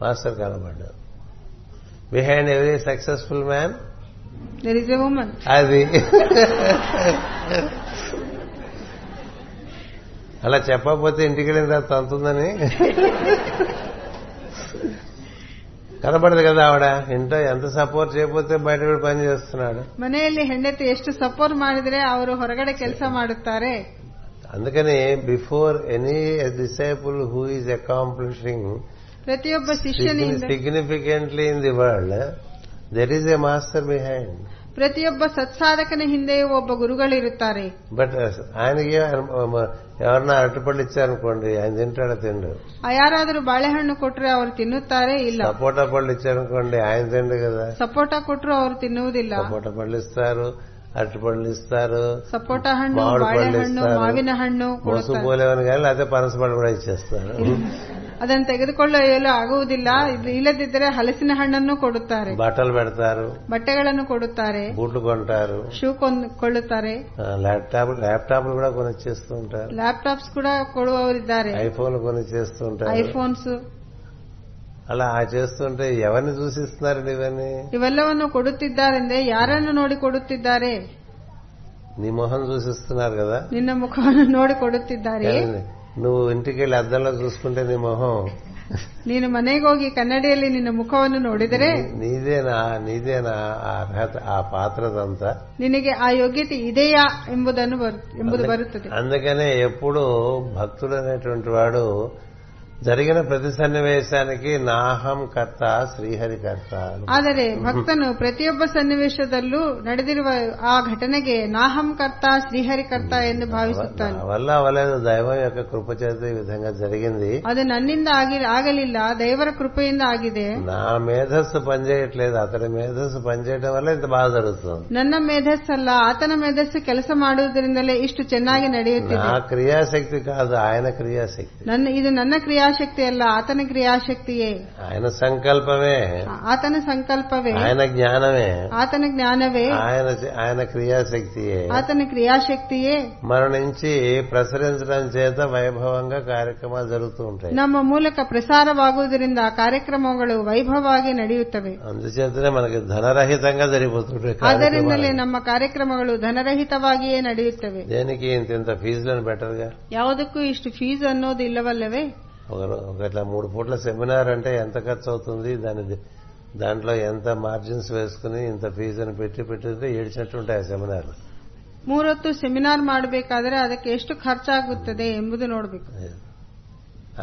Speaker 1: మాస్టర్ కనబడ్డాడు behind every successful man
Speaker 2: there is a woman
Speaker 1: అది అలా చెప్పకపోతే ఇంటికి వెళ్ళిన తర్వాత తంతుందని కనబడదు కదా ఆవిడ ఇంట్లో ఎంత సపోర్ట్ చేయకపోతే బయట వీడు పని చేస్తున్నాడు
Speaker 2: ಮನೆಯಲ್ಲಿ ಹೆಂಡತಿ ಎಷ್ಟು ಸಪೋರ್ಟ್ ಮಾಡಿದ್ರೆ ಅವರು ಹೊರಗಡೆ ಕೆಲಸ ಮಾಡುತ್ತಾರೆ
Speaker 1: అందుకని before any disciple who is accomplishing
Speaker 2: ಪ್ರತಿಯೊಬ್ಬ ಶಿಷ್ಯನಿಂದ
Speaker 1: significantly in the world there is a master behind
Speaker 2: ಪ್ರತಿಯೊಬ್ಬ ಸತ್ಸಾಧಕನ ಹಿಂದೆಯೂ ಒಬ್ಬ ಗುರುಗಳಿರುತ್ತಾರೆ
Speaker 1: బట్ uh, ఆయనకి ఎవరన్నా అరటిపళ్ళు ఇచ్చారనుకోండి ఆయన తింటాడు తిండు
Speaker 2: ಯಾರಾದರೂ ಬಾಳೆಹಣ್ಣು ಕೊಟ್ರೆ ಅವರು ತಿನ್ನುತ್ತಾರೆ ಇಲ್ಲ
Speaker 1: సపోటా పళ్ళు ఇచ్చారనుకోండి ఆయన తిండు కదా
Speaker 2: ಸಪೋಟ ಕೊಟ್ರು ಅವರು ತಿನ್ನುವುದಿಲ್ಲ
Speaker 1: సపోటా పళ్ళు ఇస్తారు అరటి పళ్ళు ఇస్తారు
Speaker 2: ಸಪೋಟ ಹಣ್ಣು
Speaker 1: మామిడి పళ్ళు
Speaker 2: ಬಾಳೆಹಣ್ಣು
Speaker 1: ఇస్తారు
Speaker 2: ಮಾವಿನ ಹಣ್ಣು
Speaker 1: ముసుగు
Speaker 2: ಕೊಡುತ್ತಾರೆ
Speaker 1: పోలేవని కానీ లేకపోతే పనస పళ్ళు కూడా ఇచ్చేస్తారు
Speaker 2: ಅದನ್ನು ತೆಗೆದುಕೊಳ್ಳಲು ಆಗುವುದಿಲ್ಲ ಇದು ಇಲ್ಲದಿದ್ದರೆ ಹಲಸಿನ ಹಣ್ಣನ್ನು ಕೊಡುತ್ತಾರೆ
Speaker 1: బట్టలు పెడతారు
Speaker 2: ಬಟ್ಟೆಗಳನ್ನು ಕೊಡುತ್ತಾರೆ
Speaker 1: బూట్లు కొంటారు
Speaker 2: ಶೂ ಕೊಂದ್- ಕೊಳ್ಳುತ್ತಾರೆ
Speaker 1: ల్యాప్టాప్ ల్యాప్టాప్లు కూడా కొనిచ్చేస్తూ ఉంటారు
Speaker 2: ಲ್ಯಾಪ್ಟಾಪ್ಸ್ ಕೂಡ ಕೊಡುವವರಿದ್ದಾರೆ
Speaker 1: ఐఫోన్లు కొనిచ్చేస్తూ ఉంటారు
Speaker 2: ಐಫೋನ್ಸ್
Speaker 1: అలా ఆ చేస్తుంటే ఎవరిని చూసిస్తున్నారండి ఇవన్నీ
Speaker 2: ಇವೆಲ್ಲವನ್ನು ಕೊಡುತ್ತಿದ್ದಾರೆಂದ್ರೆ ಯಾರನ್ನು ನೋಡಿ ಕೊಡುತ್ತಿದ್ದಾರೆ
Speaker 1: నీ మొహం చూసిస్తున్నారు కదా
Speaker 2: ನಿನ್ನ ಮುಖವನ್ನು ನೋಡಿ ಕೊಡುತ್ತಿದ್ದಾರೆ
Speaker 1: ఏమండి? నువ్వు ఇంటికి వెళ్ళి అద్దంలో చూసుకుంటే నీ మొహం
Speaker 2: ನೀನು ಮನೆಗೆ ಹೋಗಿ ಕನ್ನಡಿಯಲ್ಲಿ ನಿನ್ನ ಮುಖವನ್ನು ನೋಡಿದರೆ
Speaker 1: నీదేనా నీదేనా ఆ అర్హత ఆ పాత్రదంతా
Speaker 2: ನಿನಗೆ ಆ ಯೋಗ್ಯತೆ ಇದೆಯಾ ಎಂಬುದನ್ನು ಬರು- ಎಂಬುದು ಬರುತ್ತದೆ
Speaker 1: అందుకనే ఎప్పుడు భక్తుడు అనేటువంటి వాడు జరిగిన ప్రతి సన్నివేశానికి నాహం కర్త శ్రీహరి కర్త అని.
Speaker 2: ಆದರೆ ಭಕ್ತನು ಪ್ರತಿಯೊಬ್ಬ ಸನ್ನಿವೇಶದಲ್ಲೂ ನಡೆದಿರುವ ಆ ಘಟನೆಗೆ ನಾಹಂ ಕರ್ತ ಶ್ರೀಹರಿಕರ್ತ ಎಂದು ಭಾವಿಸುತ್ತಾನೆ
Speaker 1: నా వల్ల అవ్వలేదు దైవం యొక్క కృప చేత ఈ విధంగా జరిగింది
Speaker 2: ಅದು ನನ್ನಿಂದ ಆಗಿ- ಆಗಲಿಲ್ಲ ದೈವರ ಕೃಪೆಯಿಂದ ಆಗಿದೆ
Speaker 1: నా మేధస్సు పనిచేయట్లేదు అతని మేధస్సు పనిచేయడం వల్ల ఇంత బాధ జరుగుతుంది
Speaker 2: ನನ್ನ ಮೇಧಸ್ಸಲ್ಲ ಆತನ ಮೇಧಸ್ಸು ಕೆಲಸ ಮಾಡುವುದರಿಂದಲೇ ಇಷ್ಟು ಚೆನ್ನಾಗಿ ನಡೆಯುತ್ತಿದೆ
Speaker 1: నా క్రియాశక్తి కాదు ఆయన క్రియాశక్తి
Speaker 2: ನನ್ನ ಇದು ನನ್ನ ಕ್ರಿಯಾಶಕ್ತಿ ಅಲ್ಲ ಆತನ ಕ್ರಿಯಾಶಕ್ತಿಯೇ
Speaker 1: ఆయన సంకల్పమే
Speaker 2: ಆ- ಆತನ ಸಂಕಲ್ಪವೇ
Speaker 1: ఆయన జ్ఞానమే
Speaker 2: ಆತನ ಜ್ಞಾನವೇ
Speaker 1: ఆయన ఆయన క్రియాశక్తియే
Speaker 2: ಆತನ ಕ್ರಿಯಾಶಕ್ತಿಯೇ
Speaker 1: మన నుంచి ప్రసరించడం చేత వైభవంగా కార్యక్రమాలు జరుగుతూ ఉంటాయి
Speaker 2: ನಮ್ಮ ಮೂಲಕ ಪ್ರಸಾರವಾಗುವುದರಿಂದ ಕಾರ್ಯಕ್ರಮಗಳು ವೈಭವವಾಗಿ ನಡೆಯುತ್ತವೆ
Speaker 1: అందుచేతనే మనకి ధనరహితంగా జరిగిపోతుంటాయి
Speaker 2: ಆದ್ದರಿಂದಲೇ
Speaker 1: కార్యక్రమాలు.
Speaker 2: ನಮ್ಮ ಕಾರ್ಯಕ್ರಮಗಳು ಧನರಹಿತವಾಗಿಯೇ ನಡೆಯುತ್ತವೆ
Speaker 1: దేనికి ఇంత ఇంత ఫీజులను బెటర్గా
Speaker 2: ಯಾವುದಕ್ಕೂ ಇಷ್ಟು ಫೀಸ್ ಅನ್ನೋದು ಇಲ್ಲವಲ್ಲವೇ
Speaker 1: ఒక ఒక ఇట్లా మూడు పూట్ల సెమినార్ అంటే ఎంత ఖర్చు అవుతుంది దాని దాంట్లో ఎంత మార్జిన్స్ వేసుకుని ఇంత ఫీజుని పెట్టి పెట్టితే ఏడ్చినట్టు ఉంటాయి ఆ సెమినార్లు
Speaker 2: ಮೂರೊತ್ತು ಸೆಮಿನಾರ್ ಮಾಡಬೇಕಾದ್ರೆ ಅದಕ್ಕೆ ಎಷ್ಟು ಖರ್ಚಾಗುತ್ತದೆ ಎಂಬುದು ನೋಡಬೇಕು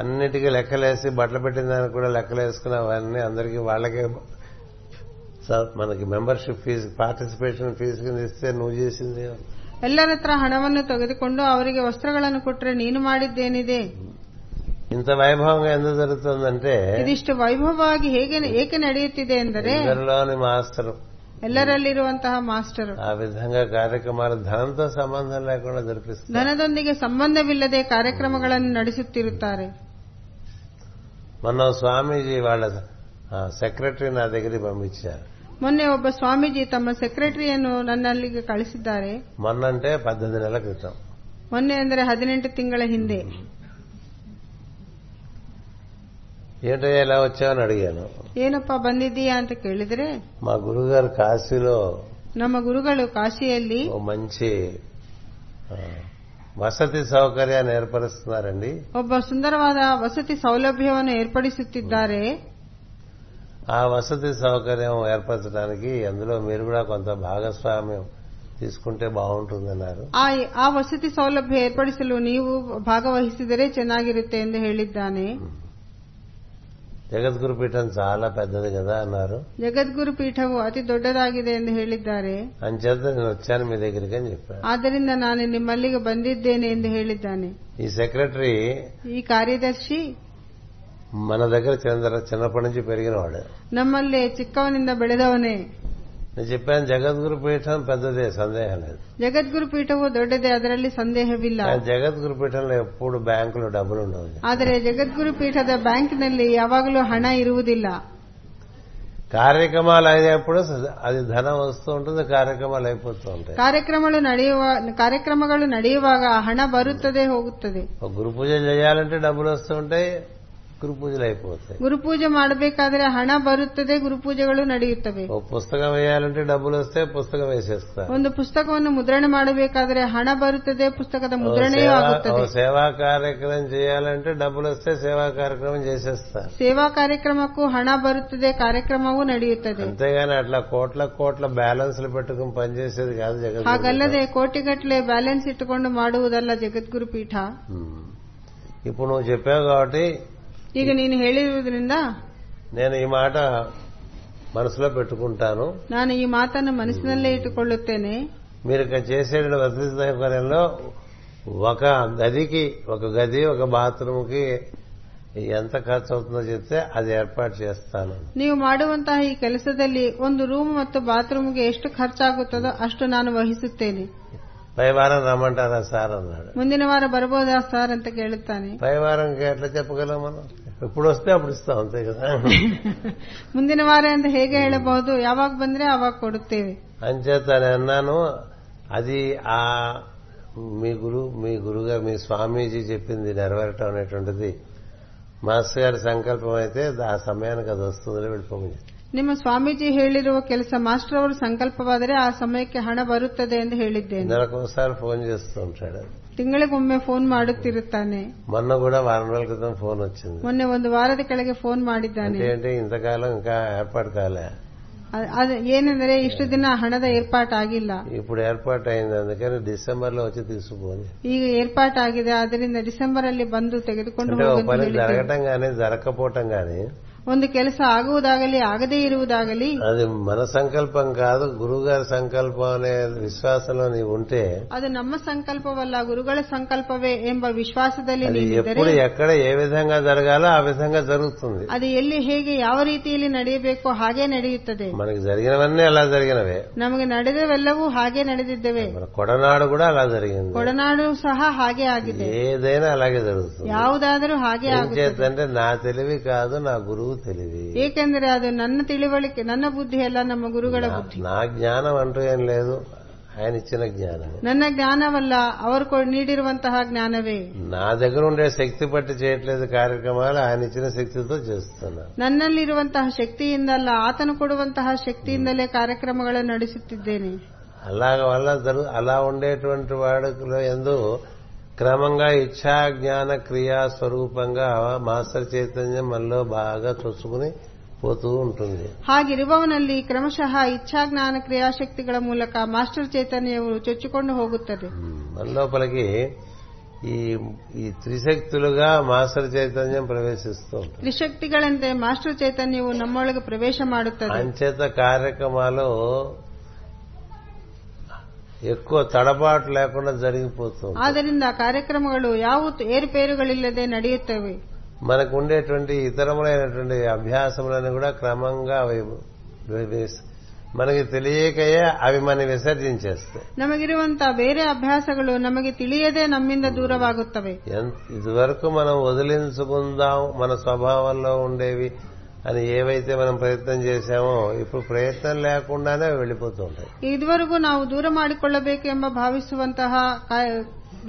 Speaker 1: అన్నిటికీ లెక్కలేసి బట్టలు పెట్టిన దానికి కూడా లెక్కలేసుకుని అవన్నీ అందరికీ వాళ్ళకే స- మనకి మెంబర్షిప్ ఫీజు పార్టిసిపేషన్ ఫీజు కింద ఇస్తే నువ్వు చేసింది
Speaker 2: ಎಲ್ಲರ ಹತ್ರ ಹಣವನ್ನು ತೆಗೆದುಕೊಂಡು ಅವರಿಗೆ ವಸ್ತ್ರಗಳನ್ನು ಕೊಟ್ರೆ ನೀನು ಮಾಡಿದ್ದೇನಿದೆ
Speaker 1: ఇంత వైభవంగా ఎందుకు జరుగుతుందంటే
Speaker 2: ಇದಿಷ್ಟು ವೈಭವವಾಗಿ ಹೇಗೆ ಏಕೆ ನಡೆಯುತ್ತಿದೆ ಎಂದರೆ
Speaker 1: ఇద్దరిలోని మాస్టర్
Speaker 2: ಎಲ್ಲರಲ್ಲಿರುವಂತಹ ಮಾಸ್ಟರು
Speaker 1: ఆ విధంగా కార్యక్రమాలు ధనంతో సంబంధం లేకుండా జరిపిస్తుంది
Speaker 2: ಧನದೊಂದಿಗೆ ಸಂಬಂಧವಿಲ್ಲದೆ ಕಾರ್ಯಕ್ರಮಗಳನ್ನು ನಡೆಸುತ್ತಿರುತ್ತಾರೆ
Speaker 1: మొన్న స్వామీజీ వాళ్ళ ఆ, సెక్రటరీ నా దగ్గరికి పంపించారు
Speaker 2: ಮೊನ್ನೆ ಒಬ್ಬ ಸ್ವಾಮೀಜಿ ತಮ್ಮ ಸೆಕ್ರೆಟರಿಯನ್ನು ನನ್ನಲ್ಲಿಗೆ ಕಳಿಸಿದ್ದಾರೆ
Speaker 1: మొన్నంటే పద్దెనిమిది నెలల క్రితం
Speaker 2: ಮೊನ್ನೆ ಅಂದರೆ ಹದಿನೆಂಟು ತಿಂಗಳ ಹಿಂದೆ
Speaker 1: ఏంటో ఎలా వచ్చావని అడిగాను
Speaker 2: ಏನಪ್ಪ ಬಂದಿದ್ದೀಯಾ ಅಂತ ಕೇಳಿದ್ರೆ
Speaker 1: మా గురుగారు కాశీలో
Speaker 2: ನಮ್ಮ ಗುರುಗಳು ಕಾಶಿಯಲ್ಲಿ
Speaker 1: ఓ మంచి ఆ, వసతి సౌకర్యాన్ని ఏర్పరుస్తున్నారండి
Speaker 2: ಒಬ್ಬ ಸುಂದರವಾದ ವಸತಿ ಸೌಲಭ್ಯವನ್ನು ಏರ್ಪಡಿಸುತ್ತಿದ್ದಾರೆ
Speaker 1: ఆ వసతి సౌకర్యం ఏర్పరచడానికి అందులో మీరు కూడా కొంత భాగస్వామ్యం తీసుకుంటే బాగుంటుందన్నారు
Speaker 2: ಆ ಆ ವಸತಿ ಸೌಲಭ್ಯ ಏರ್ಪಡಿಸಲು ನೀವು ಭಾಗವಹಿಸಿದರೆ ಚೆನ್ನಾಗಿರುತ್ತೆ ಎಂದು ಹೇಳಿದ್ದಾನೆ
Speaker 1: జగద్గురు పీఠం చాలా పెద్దది కదా అన్నారు
Speaker 2: ಜಗದ್ಗುರು ಪೀಠವು ಅತಿ ದೊಡ್ಡದಾಗಿದೆ ಎಂದು ಹೇಳಿದ್ದಾರೆ
Speaker 1: అంచేత నేను వచ్చాను మీ దగ్గరికి అని చెప్పాను
Speaker 2: ಆದ್ದರಿಂದ ನಾನು ನಿಮ್ಮಲ್ಲಿಗೆ ಬಂದಿದ್ದೇನೆ ಎಂದು ಹೇಳಿದ್ದಾನೆ
Speaker 1: ఈ సెక్రటరీ
Speaker 2: ಈ ಕಾರ್ಯದರ್ಶಿ
Speaker 1: మన దగ్గర చంద్ర చిన్నప్పటి నుంచి పెరిగినవాడు
Speaker 2: ನಮ್ಮಲ್ಲಿ ಚಿಕ್ಕವನಿಂದ ಬೆಳೆದವನೇ
Speaker 1: నేను చెప్పాను జగద్గురు పీఠం పెద్దదే సందేహం లేదు
Speaker 2: ಜಗದ್ಗುರು ಪೀಠವು ದೊಡ್ಡದೇ ಅದರಲ್ಲಿ ಸಂದೇಹವಿಲ್ಲ
Speaker 1: కానీ జగద్గురు పీఠంలో ఎప్పుడు బ్యాంకులో డబ్బులు ఉండవు
Speaker 2: ಆದರೆ ಜಗದ್ಗುರು ಪೀಠದ ಬ್ಯಾಂಕ್ನಲ್ಲಿ ಯಾವಾಗಲೂ ಹಣ ಇರುವುದಿಲ್ಲ
Speaker 1: కార్యక్రమాలు అయినప్పుడు అది ధనం వస్తూ ఉంటుంది కార్యక్రమాలు అయిపోతూ ఉంటాయి
Speaker 2: ಕಾರ್ಯಕ್ರಮಗಳು ನಡೆಯುವ ಕಾರ್ಯಕ್ರಮಗಳು ನಡೆಯುವಾಗ ಹಣ ಬರುತ್ತದೆ ಹೋಗುತ್ತದೆ
Speaker 1: ఒక గురు పూజ చేయాలంటే డబ్బులు వస్తూ ఉంటాయి గురు పూజలు అయిపోతాయి
Speaker 2: ಗುರುಪೂಜೆ ಮಾಡಬೇಕಾದ್ರೆ ಹಣ ಬರುತ್ತದೆ ಗುರುಪೂಜೆಗಳು ನಡೆಯುತ್ತವೆ
Speaker 1: ఓ పుస్తకం వేయాలంటే డబ్బులు వస్తే పుస్తకం వేసేస్తారు
Speaker 2: ಒಂದು ಪುಸ್ತಕವನ್ನು ಮುದ್ರಣ ಮಾಡಬೇಕಾದರೆ ಹಣ ಬರುತ್ತದೆ ಪುಸ್ತಕದ
Speaker 1: ఓ
Speaker 2: ಮುದ್ರಣೆಯೂ
Speaker 1: సేవా-
Speaker 2: ಆಗುತ್ತದೆ
Speaker 1: ఓ సేవా కార్యక్రమం చేయాలంటే డబ్బులు వస్తే సేవా కార్యక్రమం చేసేస్తారు
Speaker 2: ಸೇವಾ ಕಾರ್ಯಕ್ರಮಕ್ಕೂ ಹಣ ಬರುತ್ತದೆ ಕಾರ್ಯಕ್ರಮವೂ ನಡೆಯುತ್ತದೆ
Speaker 1: అంతేగాని అట్లా కోట్ల కోట్ల బ్యాలెన్స్లు పెట్టుకుని పనిచేసేది కాదు జగన్
Speaker 2: ಹಾಗಲ್ಲದೆ ಕೋಟಿಗಟ್ಟಲೆ ಬ್ಯಾಲೆನ್ಸ್ ಇಟ್ಟುಕೊಂಡು ಮಾಡುವುದಲ್ಲ ಜಗದ್ಗುರು ಪೀಠ
Speaker 1: మ్మ్. ఇప్పుడు నువ్వు చెప్పావు కాబట్టి
Speaker 2: ಈಗ ನೀನು ಹೇಳಿರುವುದರಿಂದ
Speaker 1: నేను ఈ మాట మనసులో పెట్టుకుంటాను
Speaker 2: ನಾನು ಈ ಮಾತನ್ನು ಮನಸ್ಸಿನಲ್ಲೇ ಇಟ್ಟುಕೊಳ್ಳುತ್ತೇನೆ
Speaker 1: మీరు ఇక్కడ చేసే వసతి సౌకర్యంలో ఒక గదికి ఒక గది ఒక బాత్రూమ్కి ఎంత ఖర్చు అవుతుందో చెప్తే అది ఏర్పాటు చేస్తాను
Speaker 2: ನೀವು ಮಾಡುವಂತಹ ಈ ಕೆಲಸದಲ್ಲಿ ಒಂದು ರೂಮ್ ಮತ್ತು ಬಾತ್ರೂಮ್ಗೆ ಎಷ್ಟು ಖರ್ಚಾಗುತ್ತದೋ ಅಷ್ಟು ನಾನು ವಹಿಸುತ್ತೇನೆ
Speaker 1: పై వారం రమ్మంటారా సార్ అన్నాడు
Speaker 2: ಮುಂದಿನ ವಾರ ಬರಬಹುದಾ ಸರ್ ಅಂತ ಕೇಳುತ್ತಾನೆ
Speaker 1: పై వారంకి ఎట్లా చెప్పగలం మనం ఇప్పుడు వస్తే అప్పుడు ఇస్తాం అంతే కదా
Speaker 2: ಮುಂದಿನ ವಾರ ಅಂತ ಹೇಗೆ ಹೇಳಬಹುದು ಯಾವಾಗ ಬಂದ್ರೆ ಆವಾಗ ಕೊಡುತ್ತೇವೆ
Speaker 1: అంచేత నేను అన్నాను అది ఆ మీ గురు మీ గురుగా మీ స్వామీజీ చెప్పింది నెరవేరటం అనేటువంటిది మాస్టర్ గారి సంకల్పం అయితే ఆ సమయానికి అది వస్తుందని వెళ్ళిపోయింది
Speaker 2: ನಿಮ್ಮ ಸ್ವಾಮೀಜಿ ಹೇಳಿರುವ ಕೆಲಸ ಮಾಸ್ಟರ್ ಅವರು ಸಂಕಲ್ಪವಾದರೆ ಆ ಸಮಯಕ್ಕೆ ಹಣ ಬರುತ್ತದೆ ಎಂದು ಹೇಳಿದ್ದೇನೆ
Speaker 1: నెలకు ఒకసారి ఫోన్ చేస్తూ ఉంటాడు
Speaker 2: ತಿಂಗಳಿಗೊಮ್ಮೆ ಫೋನ್ ಮಾಡುತ್ತಿರುತ್ತಾನೆ
Speaker 1: మొన్న కూడా వారం రోజుల క్రితం ఫోన్ వచ్చింది
Speaker 2: ಮೊನ್ನೆ ಒಂದು ವಾರದ ಕೆಳಗೆ ಫೋನ್
Speaker 1: అంటే
Speaker 2: ಮಾಡಿದ್ದಾನೆ
Speaker 1: ఏంటి ఇంతకాలం ఇంకా ఏర్పాటు కాలే
Speaker 2: ಅ- ಅದು ಏನೆಂದರೆ ಇಷ್ಟು ದಿನ ಹಣದ ಏರ್ಪಾಟಾಗಿಲ್ಲ
Speaker 1: ఇప్పుడు ఏర్పాటు అయింది అందుకని డిసెంబర్ లో వచ్చి తీసుకుపోయింది
Speaker 2: ಈಗ ಏರ್ಪಾಟಾಗಿದೆ ಆದ್ದರಿಂದ ಡಿಸೆಂಬರ್ ಅಲ್ಲಿ ಬಂದು ತೆಗೆದುಕೊಂಡು
Speaker 1: అంటే ఓ
Speaker 2: ಹೋಗು ಅಂತ
Speaker 1: పని
Speaker 2: ಹೇಳಿದ್ದೇನೆ.
Speaker 1: జరగటం గాని జరగకపోవటం గాని
Speaker 2: ಒಂದು ಕೆಲಸ ಆಗುವುದಾಗಲಿ ಆಗದೇ ಇರುವುದಾಗಲಿ
Speaker 1: అది మన సంకల్పం కాదు గురువు గారి సంకల్పం అనే విశ్వాసంలో నీవు ఉంటే
Speaker 2: ಅದು ನಮ್ಮ ಸಂಕಲ್ಪವಲ್ಲ ಗುರುಗಳ ಸಂಕಲ್ಪವೇ ಎಂಬ ವಿಶ್ವಾಸದಲ್ಲಿ
Speaker 1: అది
Speaker 2: ನೀವಿದ್ದರೆ
Speaker 1: ఎప్పుడు ఎక్కడ ఏ విధంగా జరగాలో ఆ విధంగా జరుగుతుంది
Speaker 2: ಅದು ಎಲ್ಲಿ ಹೇಗೆ ಯಾವ ರೀತಿಯಲ್ಲಿ ನಡೆಯಬೇಕೋ ಹಾಗೆ ನಡೆಯುತ್ತದೆ
Speaker 1: మనకి జరిగినవన్నీ అలా జరిగినవే
Speaker 2: ನಮಗೆ ನಡೆದವೆಲ್ಲವೂ ಹಾಗೆ ನಡೆದಿದ್ದೇವೆ
Speaker 1: మన కొడనాడు కూడా అలా జరిగింది
Speaker 2: ಕೊಡನಾಡು ಸಹ ಹಾಗೆ ಆಗಿದೆ
Speaker 1: ఏదైనా అలాగే జరుగుతుంది
Speaker 2: ಯಾವುದಾದರೂ ಹಾಗೆ
Speaker 1: ఏం
Speaker 2: ಆಗುತ್ತೆ
Speaker 1: చేద్దంటే నా తెలివి కాదు నా గురువు తెలివి
Speaker 2: ಏಕೆಂದರೆ ಅದು ನನ್ನ ತಿಳುವಳಿಕೆ ನನ್ನ ಬುದ್ಧಿ ಅಲ್ಲ ನಮ್ಮ ಗುರುಗಳ
Speaker 1: నా-
Speaker 2: ಬುದ್ಧಿ
Speaker 1: నా జ్ఞానం అంటూ ఏం లేదు ఆయన ఇచ్చిన జ్ఞానం
Speaker 2: ನನ್ನ ಜ್ಞಾನವಲ್ಲ ಅವರು ಕೊ- ನೀಡಿರುವಂತಹ ಜ್ಞಾನವೇ
Speaker 1: నా దగ్గర ఉండే శక్తి పట్టి చేయట్లేదు కార్యక్ರమాలు ఆయన ఇచ్చిన శక్తితో చేస్తున్నా
Speaker 2: ನನ್ನಲ್ಲಿರುವಂತಹ ಶಕ್ತಿಯಿಂದಲ್ಲ ಆತನು ಕೊಡುವಂತಹ ಶಕ್ತಿಯಿಂದಲೇ ಕಾರ್ಯಕ್ರಮಗಳನ್ನು ನಡೆಸುತ್ತಿದ್ದೇನೆ
Speaker 1: అలాగ వల్ల జరుగు అలా ఉండేటువంటి వాడుకలో ఎందు క్రమంగా ఇచ్ఛా జ్ఞాన క్రియా స్వరూపంగా మాస్టర్ చైతన్యం మనలో బాగా చొచ్చుకుని పోతూ ఉంటుంది
Speaker 2: ಹಾಗಿರುವವನಲ್ಲಿ ಕ್ರಮಶಃ ಇಚ್ಛಾಜ್ಞಾನ ಕ್ರಿಯಾಶಕ್ತಿಗಳ ಮೂಲಕ ಮಾಸ್ಟರ್ ಚೈತನ್ಯವರು ಚೊಚ್ಚಿಕೊಂಡು ಹೋಗುತ್ತದೆ
Speaker 1: మన లోపలికి ఈ ఈ త్రిశక్తులుగా మాస్టర్ చైతన్యం ప్రవేశిస్తూ ఉంటుంది
Speaker 2: ತ್ರಿಶಕ್ತಿಗಳಂತೆ ಮಾಸ್ಟರ್ ಚೈತನ್ಯವು ನಮ್ಮೊಳಗೆ ಪ್ರವೇಶ ಮಾಡುತ್ತದೆ
Speaker 1: అంచేత కార్యక్రమాలు ఎక్కువ తడబాటు లేకుండా జరిగిపోతుంది
Speaker 2: ಆದ್ದರಿಂದ ಕಾರ್ಯಕ್ರಮಗಳು ಯಾವ ಏರುಪೇರುಗಳಿಲ್ಲದೆ ನಡೆಯುತ್ತವೆ
Speaker 1: మనకు ఉండేటువంటి ఇతరములైనటువంటి అభ్యాసములను కూడా క్రమంగా అవి వివేస్- మనకి తెలియకయే అవి మనం విసర్జించేస్తాయి
Speaker 2: ನಮಗಿರುವಂತಹ ಬೇರೆ ಅಭ್ಯಾಸಗಳು ನಮಗೆ ತಿಳಿಯದೆ ನಮ್ಮಿಂದ ದೂರವಾಗುತ್ತವೆ
Speaker 1: ఎన్- ఇదివరకు మనం వదిలించుకుందాం మన స్వభావంలో ఉండేవి అని ఏవైతే మనం ప్రయత్నం చేశామో ఇప్పుడు ప్రయత్నం లేకుండానే అవి వెళ్ళిపోతూ ఉంటాయి
Speaker 2: ಇದುವರೆಗೂ ನಾವು ದೂರ ಮಾಡಿಕೊಳ್ಳಬೇಕೆಂಬ ಭಾವಿಸುವಂತಹ ಕಾ-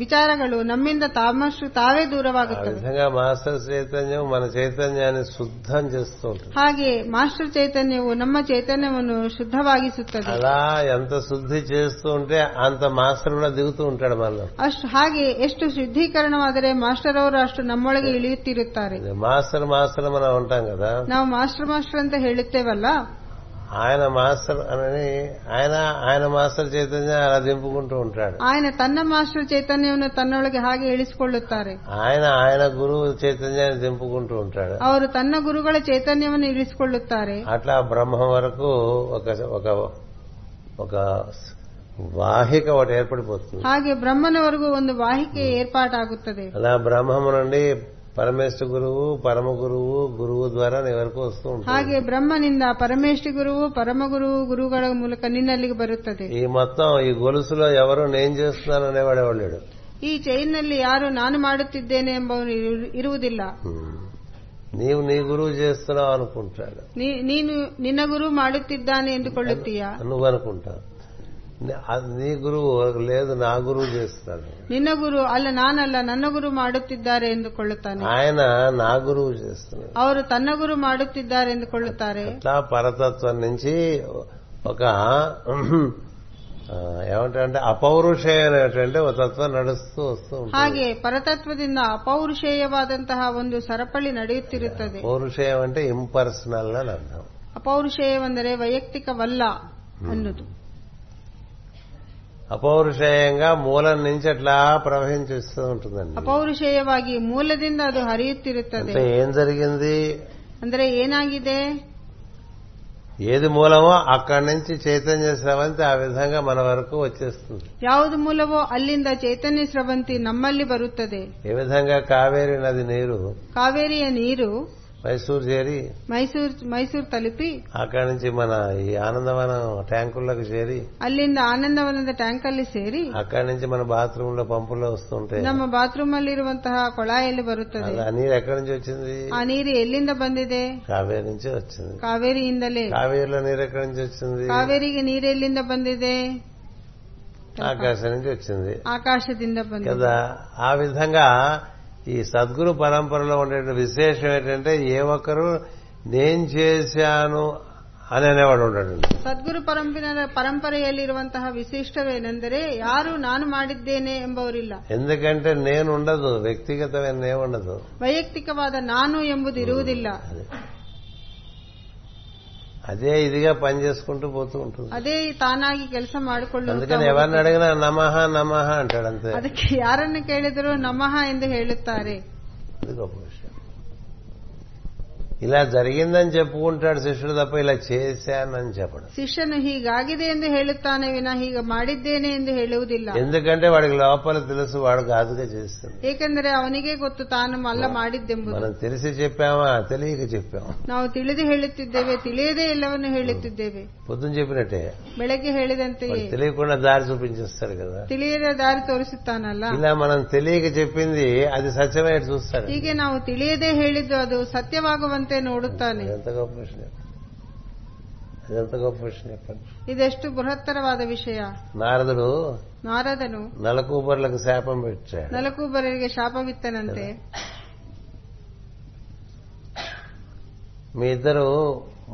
Speaker 2: ವಿಚಾರಗಳು ನಮ್ಮಿಂದ ತಾಮಷ್ಟು ತಾವೇ
Speaker 1: ఆ
Speaker 2: ದೂರವಾಗುತ್ತವೆ
Speaker 1: విధంగా మాస్టర్ చైతన్యం మన చైతన్యాన్ని శుద్ధం చేస్తూ ఉంటుంది
Speaker 2: ಹಾಗೆ ಮಾಸ್ಟರ್ ಚೈತನ್ಯವು ನಮ್ಮ ಚೈತನ್ಯವನ್ನು ಶುದ್ಧವಾಗಿಸುತ್ತದೆ
Speaker 1: అలా ఎంత శుద్ధి చేస్తూ ఉంటే అంత మాస్టర్ కూడా దిగుతూ ఉంటాడు మనలో
Speaker 2: ಅಷ್ಟು ಹಾಗೆ ಎಷ್ಟು ಶುದ್ಧೀಕರಣವಾದರೆ ಮಾಸ್ಟರ್ ಅವರು ಅಷ್ಟು ನಮ್ಮೊಳಗೆ ಇಳಿಯುತ್ತಿರುತ್ತಾರೆ
Speaker 1: ఇది మాస్టర్ మాస్టర్ మనం ఉంటాం కదా
Speaker 2: ನಾವು ಮಾಸ್ಟರ್ ಮಾಸ್ಟರ್ ಅಂತ ಹೇಳುತ್ತೇವಲ್ಲ
Speaker 1: ఆయన మాస్టర్ అని ఆయన ఆయన మాస్టర్ చైతన్యం అలా దింపుకుంటూ ఉంటాడు
Speaker 2: ఆయన ತನ್ನ ಮಾಸ್ಟರ್ ಚೈತನ್ಯವನ್ನು ತನ್ನೊಳಗೆ ಹಾಗೆ ಇಳಿಸಿಕೊಳ್ಳುತ್ತಾರೆ
Speaker 1: ఆయన ఆయన గురువు చైతన్యాన్ని దింపుకుంటూ ఉంటాడు
Speaker 2: ಅವರು ತನ್ನ ಗುರುಗಳ ಚೈತನ್ಯವನ್ನು ಇಳಿಸಿಕೊಳ್ಳುತ್ತಾರೆ
Speaker 1: అట్లా బ్రహ్మం వరకు ఒక ఒక ఒక వాహిక ఒకటి ఏర్పడిపోతుంది
Speaker 2: ಹಾಗೆ ಬ್ರಹ್ಮನವರೆಗೂ ಒಂದು ವಾಹಿಕೆ ಏರ್ಪಾಟಾಗುತ್ತದೆ
Speaker 1: అలా బ్రహ్మము నుండి పరమేశ్వర గురువు పరమ గురువు గురువు ద్వారా నీ వరకు వస్తూ ఉంటాడు
Speaker 2: ಹಾಗೆ ಬ್ರಹ್ಮನಿಂದ ಪರಮೇಶ್ವರಿ ಗುರುವು ಪರಮಗುರು ಗುರುಗಳ ಮೂಲಕ ನಿನ್ನಲ್ಲಿಗೆ ಬರುತ್ತದೆ
Speaker 1: ఈ మొత్తం ఈ గొలుసులో ఎవరు నేను చేస్తున్నాను అనేవాడు ఎవడు లేడు
Speaker 2: ಈ ಚೈನ್ನಲ್ಲಿ ಯಾರು ನಾನು ಮಾಡುತ್ತಿದ್ದೇನೆ ಎಂಬವನು ಇರು- ಇರುವುದಿಲ್ಲ
Speaker 1: నీవు నీ గురువు చేస్తున్నావు అనుకుంటాడు
Speaker 2: ನೀ- ನೀನು ನಿನ್ನ ಗುರು ಮಾಡುತ್ತಿದ್ದಾನೆ ಎಂದುಕೊಳ್ಳುತ್ತೀಯಾ
Speaker 1: నువ్వు అనుకుంటావు ನಿ- ಅದ್ ನೀ ಗುರುವು లేదు నా గురువు చేస్తున్నాడు
Speaker 2: ನಿನ್ನ ಗುರು ಅಲ್ಲ ನಾನಲ್ಲ ನನ್ನ ಗುರು ಮಾಡುತ್ತಿದ್ದಾರೆ ಎಂದುಕೊಳ್ಳುತ್ತಾನೆ
Speaker 1: ఆయన నా గురువు చేస్తున్నాడు
Speaker 2: ಅವರು ತನ್ನ ಗುರು ಮಾಡುತ್ತಿದ್ದಾರೆ ಎಂದುಕೊಳ್ಳುತ್ತಾರೆ
Speaker 1: అట్లా పరతత్వం నుంచి ఒక ఆ, ఏమంటారంటే అపౌరుషేయమైనటువంటి ఒక తత్వం నడుస్తూ వస్తూ ఉంటుంది
Speaker 2: ಹಾಗೆ ಪರತತ್ವದಿಂದ ಅಪೌರುಷೇಯವಾದಂತಹ ಒಂದು ಸರಪಳಿ ನಡೆಯುತ್ತಿರುತ್ತದೆ
Speaker 1: పౌరుషేయం అంటే ఇంపర్సనల్ అని అర్థం
Speaker 2: ಅಪೌರುಷೇಯವೆಂದರೆ ವೈಯಕ್ತಿಕವಲ್ಲ ಅನ್ನೋದು
Speaker 1: అపౌరుషేయంగా మూలం నుంచి అట్లా ప్రవహించిస్తూ ఉంటుందండి
Speaker 2: ಅಪೌರುಷೇಯವಾಗಿ ಮೂಲದಿಂದ ಅದು ಹರಿಯುತ್ತಿರುತ್ತದೆ
Speaker 1: అంటే ఏం జరిగింది
Speaker 2: ಅಂದರೆ ಏನಾಗಿದೆ
Speaker 1: ఏది మూలమో అక్కడి నుంచి చైతన్య స్రవంతి ఆ విధంగా మన వరకు వచ్చేస్తుంది
Speaker 2: ಯಾವುದು ಮೂಲವೋ ಅಲ್ಲಿಂದ ಚೈತನ್ಯ ಸ್ರವಂತಿ ನಮ್ಮಲ್ಲಿ ಬರುತ್ತದೆ
Speaker 1: ఏ విధంగా కావేరి నది నీరు
Speaker 2: ಕಾವೇರಿಯ ನೀರು
Speaker 1: మైసూరు చేరి
Speaker 2: ಮೈಸೂರು ಮೈಸೂರು ತಲುಪಿ
Speaker 1: అక్కడి నుంచి మన ఈ ఆనందవనం ట్యాంకుల్లోకి చేరి
Speaker 2: ಅಲ್ಲಿಂದ ಆನಂದವನದ ಟ್ಯಾಂಕ್ ಅಲ್ಲಿ ಸೇರಿ
Speaker 1: అక్కడి నుంచి మన బాత్రూంలో పంపుల్లో వస్తుంటే
Speaker 2: ನಮ್ಮ ಬಾತ್ರೂಮ್ ಅಲ್ಲಿರುವಂತಹ ಕೊಳಾಯಲ್ಲಿ ಬರುತ್ತದೆ
Speaker 1: అది ఆ ನೀరు ఎక్కడి నుంచి వచ్చింది
Speaker 2: ಆ ನೀರು ಎಲ್ಲಿಂದ ಬಂದಿದೆ
Speaker 1: కావేరి నుంచి వచ్చింది
Speaker 2: ಕಾವೇರಿಯಿಂದಲೇ
Speaker 1: కావేరిలో నీరు ఎక్కడి నుంచి వచ్చింది
Speaker 2: ಕಾವೇರಿಗೆ ನೀರು ಎಲ್ಲಿಂದ ಬಂದಿದೆ
Speaker 1: ఆకాశం నుంచి వచ్చింది
Speaker 2: ಆಕಾಶದಿಂದ ಬಂದಿದೆ
Speaker 1: కదా ఆ విధంగా ఈ సద్గురు పరంపరలో ఉండే విశేషం ఏంటంటే ఏ ఒక్కరు నేను చేశాను అని అనేవాడు ఉండడు
Speaker 2: ಸದ್ಗುರು ಪರಂಪರ ಪರಂಪರೆಯಲ್ಲಿರುವಂತಹ ವಿಶಿಷ್ಟವೇನೆಂದರೆ ಯಾರು ನಾನು ಮಾಡಿದ್ದೇನೆ ಎಂಬವರಿಲ್ಲ
Speaker 1: ఎందుకంటే నేను ఉండదు వ్యక్తిగతమైన నేను ఉండదు
Speaker 2: ವೈಯಕ್ತಿಕವಾದ ನಾನು ಎಂಬುದು ಇರುವುದಿಲ್ಲ
Speaker 1: అది అదే ఇదిగా పనిచేసుకుంటూ పోతూ ఉంటుంది
Speaker 2: ಅದೇ ತಾನಾಗಿ ಕೆಲಸ ಮಾಡಿಕೊಳ್ಳುವುದು
Speaker 1: అందుకని ఎవరిని అడిగినా నమః నమః అంటాడు అంతే
Speaker 2: ಅದಕ್ಕೆ ಯಾರನ್ನು ಕೇಳಿದರೂ ನಮಃ ಎಂದು ಹೇಳುತ್ತಾರೆ
Speaker 1: అది గొప్ప విషయం ఇలా జరిగిందని చెప్పుకుంటాడు శిష్యుడు తప్ప ఇలా చేశానని చెప్పడు
Speaker 2: ಶಿಷ್ಯನು ಹೀಗಾಗಿದೆ ಎಂದು ಹೇಳುತ್ತಾನೆ ವಿನ ಹೀಗೆ ಮಾಡಿದ್ದೇನೆ ಎಂದು ಹೇಳುವುದಿಲ್ಲ
Speaker 1: ఎందుకంటే వాడికి లోపల తెలుసు వాడు కాదుగా చేస్తుంది
Speaker 2: ಏಕೆಂದರೆ ಅವನಿಗೆ ಗೊತ್ತು ತಾನು ಅಲ್ಲ ಮಾಡಿದ್ದೆಂಬುದು
Speaker 1: మనం తెలిసి చెప్పామా తెలియక చెప్పాము
Speaker 2: ನಾವು ತಿಳಿದು ಹೇಳುತ್ತಿದ್ದೇವೆ ತಿಳಿಯದೇ ಎಲ್ಲವನ್ನು ಹೇಳುತ್ತಿದ್ದೇವೆ
Speaker 1: పొద్దున చెప్పినట్టే
Speaker 2: ಬೆಳಗ್ಗೆ
Speaker 1: వాడు
Speaker 2: ಹೇಳಿದಂತೆಯೇ
Speaker 1: తెలియకుండా దారి చూపించేస్తాడు కదా
Speaker 2: ತಿಳಿಯದ ದಾರಿ ತೋರಿಸುತ್ತಾನಲ್ಲ
Speaker 1: ఇలా మనం తెలియక చెప్పింది అది సత్యమే చూస్తాడు
Speaker 2: ಹೀಗೆ ನಾವು ತಿಳಿಯದೇ ಹೇಳಿದ್ದು ಅದು ಸತ್ಯವಾಗುವಂತೆ ನೋಡುತ್ತಾನೆ
Speaker 1: ఎంత గొప్ప విషయం చెప్పండి. అదెంత గొప్ప విషయం చెప్పండి
Speaker 2: ಇದೆಷ್ಟು ಬೃಹತ್ತರವಾದ ವಿಷಯ
Speaker 1: నారదుడు
Speaker 2: ನಾರದನು
Speaker 1: నలకూబర్లకు శాపం పెట్టాడు
Speaker 2: ನಲಕೂಬರರಿಗೆ ಶಾಪವಿತ್ತನಂತೆ
Speaker 1: మీ ఇద్దరు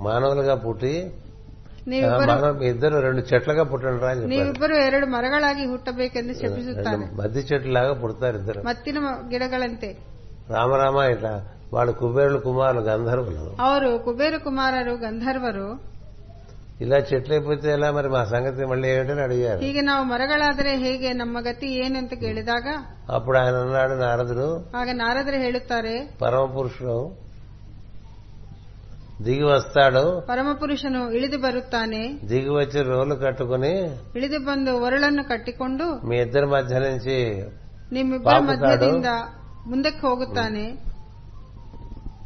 Speaker 1: మానవులుగా పుట్టి
Speaker 2: ನೀವಿಬ್ಬರು
Speaker 1: మానవ మీ ఇద్దరు రెండు చెట్లుగా పుట్టండి రా అని చెప్పాడు
Speaker 2: ನೀವಿಬ್ಬರು ಎರಡು ಮರಗಳಾಗಿ ಹುಟ್ಟಬೇಕೆಂದು ಶಪಿಸುತ್ತಾನೆ
Speaker 1: రెండు మద్ది చెట్టులాగా పుడతారు ఇద్దరు
Speaker 2: ಮತ್ತಿನ ಮ- ಗಿಡಗಳಂತೆ
Speaker 1: రామరామ ఇట్లా వాడు కుబేరుడు కుమారులు గంధర్వులు
Speaker 2: ಅವರು ಕುಬೇರ ಕುಮಾರರು ಗಂಧರ್ವರು
Speaker 1: ఇలా చెట్లు అయిపోతే ఎలా మరి మా సంగతి మళ్ళీ ఏమిటని అడిగారు
Speaker 2: ಹೀಗೆ ನಾವು ಮರಗಳಾದರೆ ಹೇಗೆ ನಮ್ಮ ಗತಿ ಏನು ಅಂತ ಕೇಳಿದಾಗ
Speaker 1: అప్పుడు ఆయన అన్నాడు నారదుడు
Speaker 2: ಆಗ ನಾರದರು ಹೇಳುತ್ತಾರೆ
Speaker 1: పరమ పురుషుడు దిగి వస్తాడు
Speaker 2: ಪರಮಪುರುಷನು ಇಳಿದು ಬರುತ್ತಾನೆ
Speaker 1: దిగి వచ్చి రోలు కట్టుకుని
Speaker 2: ಇಳಿದು ಬಂದು ಒರಳನ್ನು ಕಟ್ಟಿಕೊಂಡು
Speaker 1: మీ ಇద్దరి మధ్య నుంచి
Speaker 2: ನಿಮ್ಮಿಬ್ಬರ
Speaker 1: ಪಾಪುಗಾಡು.
Speaker 2: ಮಧ್ಯದಿಂದ ಮುಂದಕ್ಕೆ ಹೋಗುತ್ತಾನೆ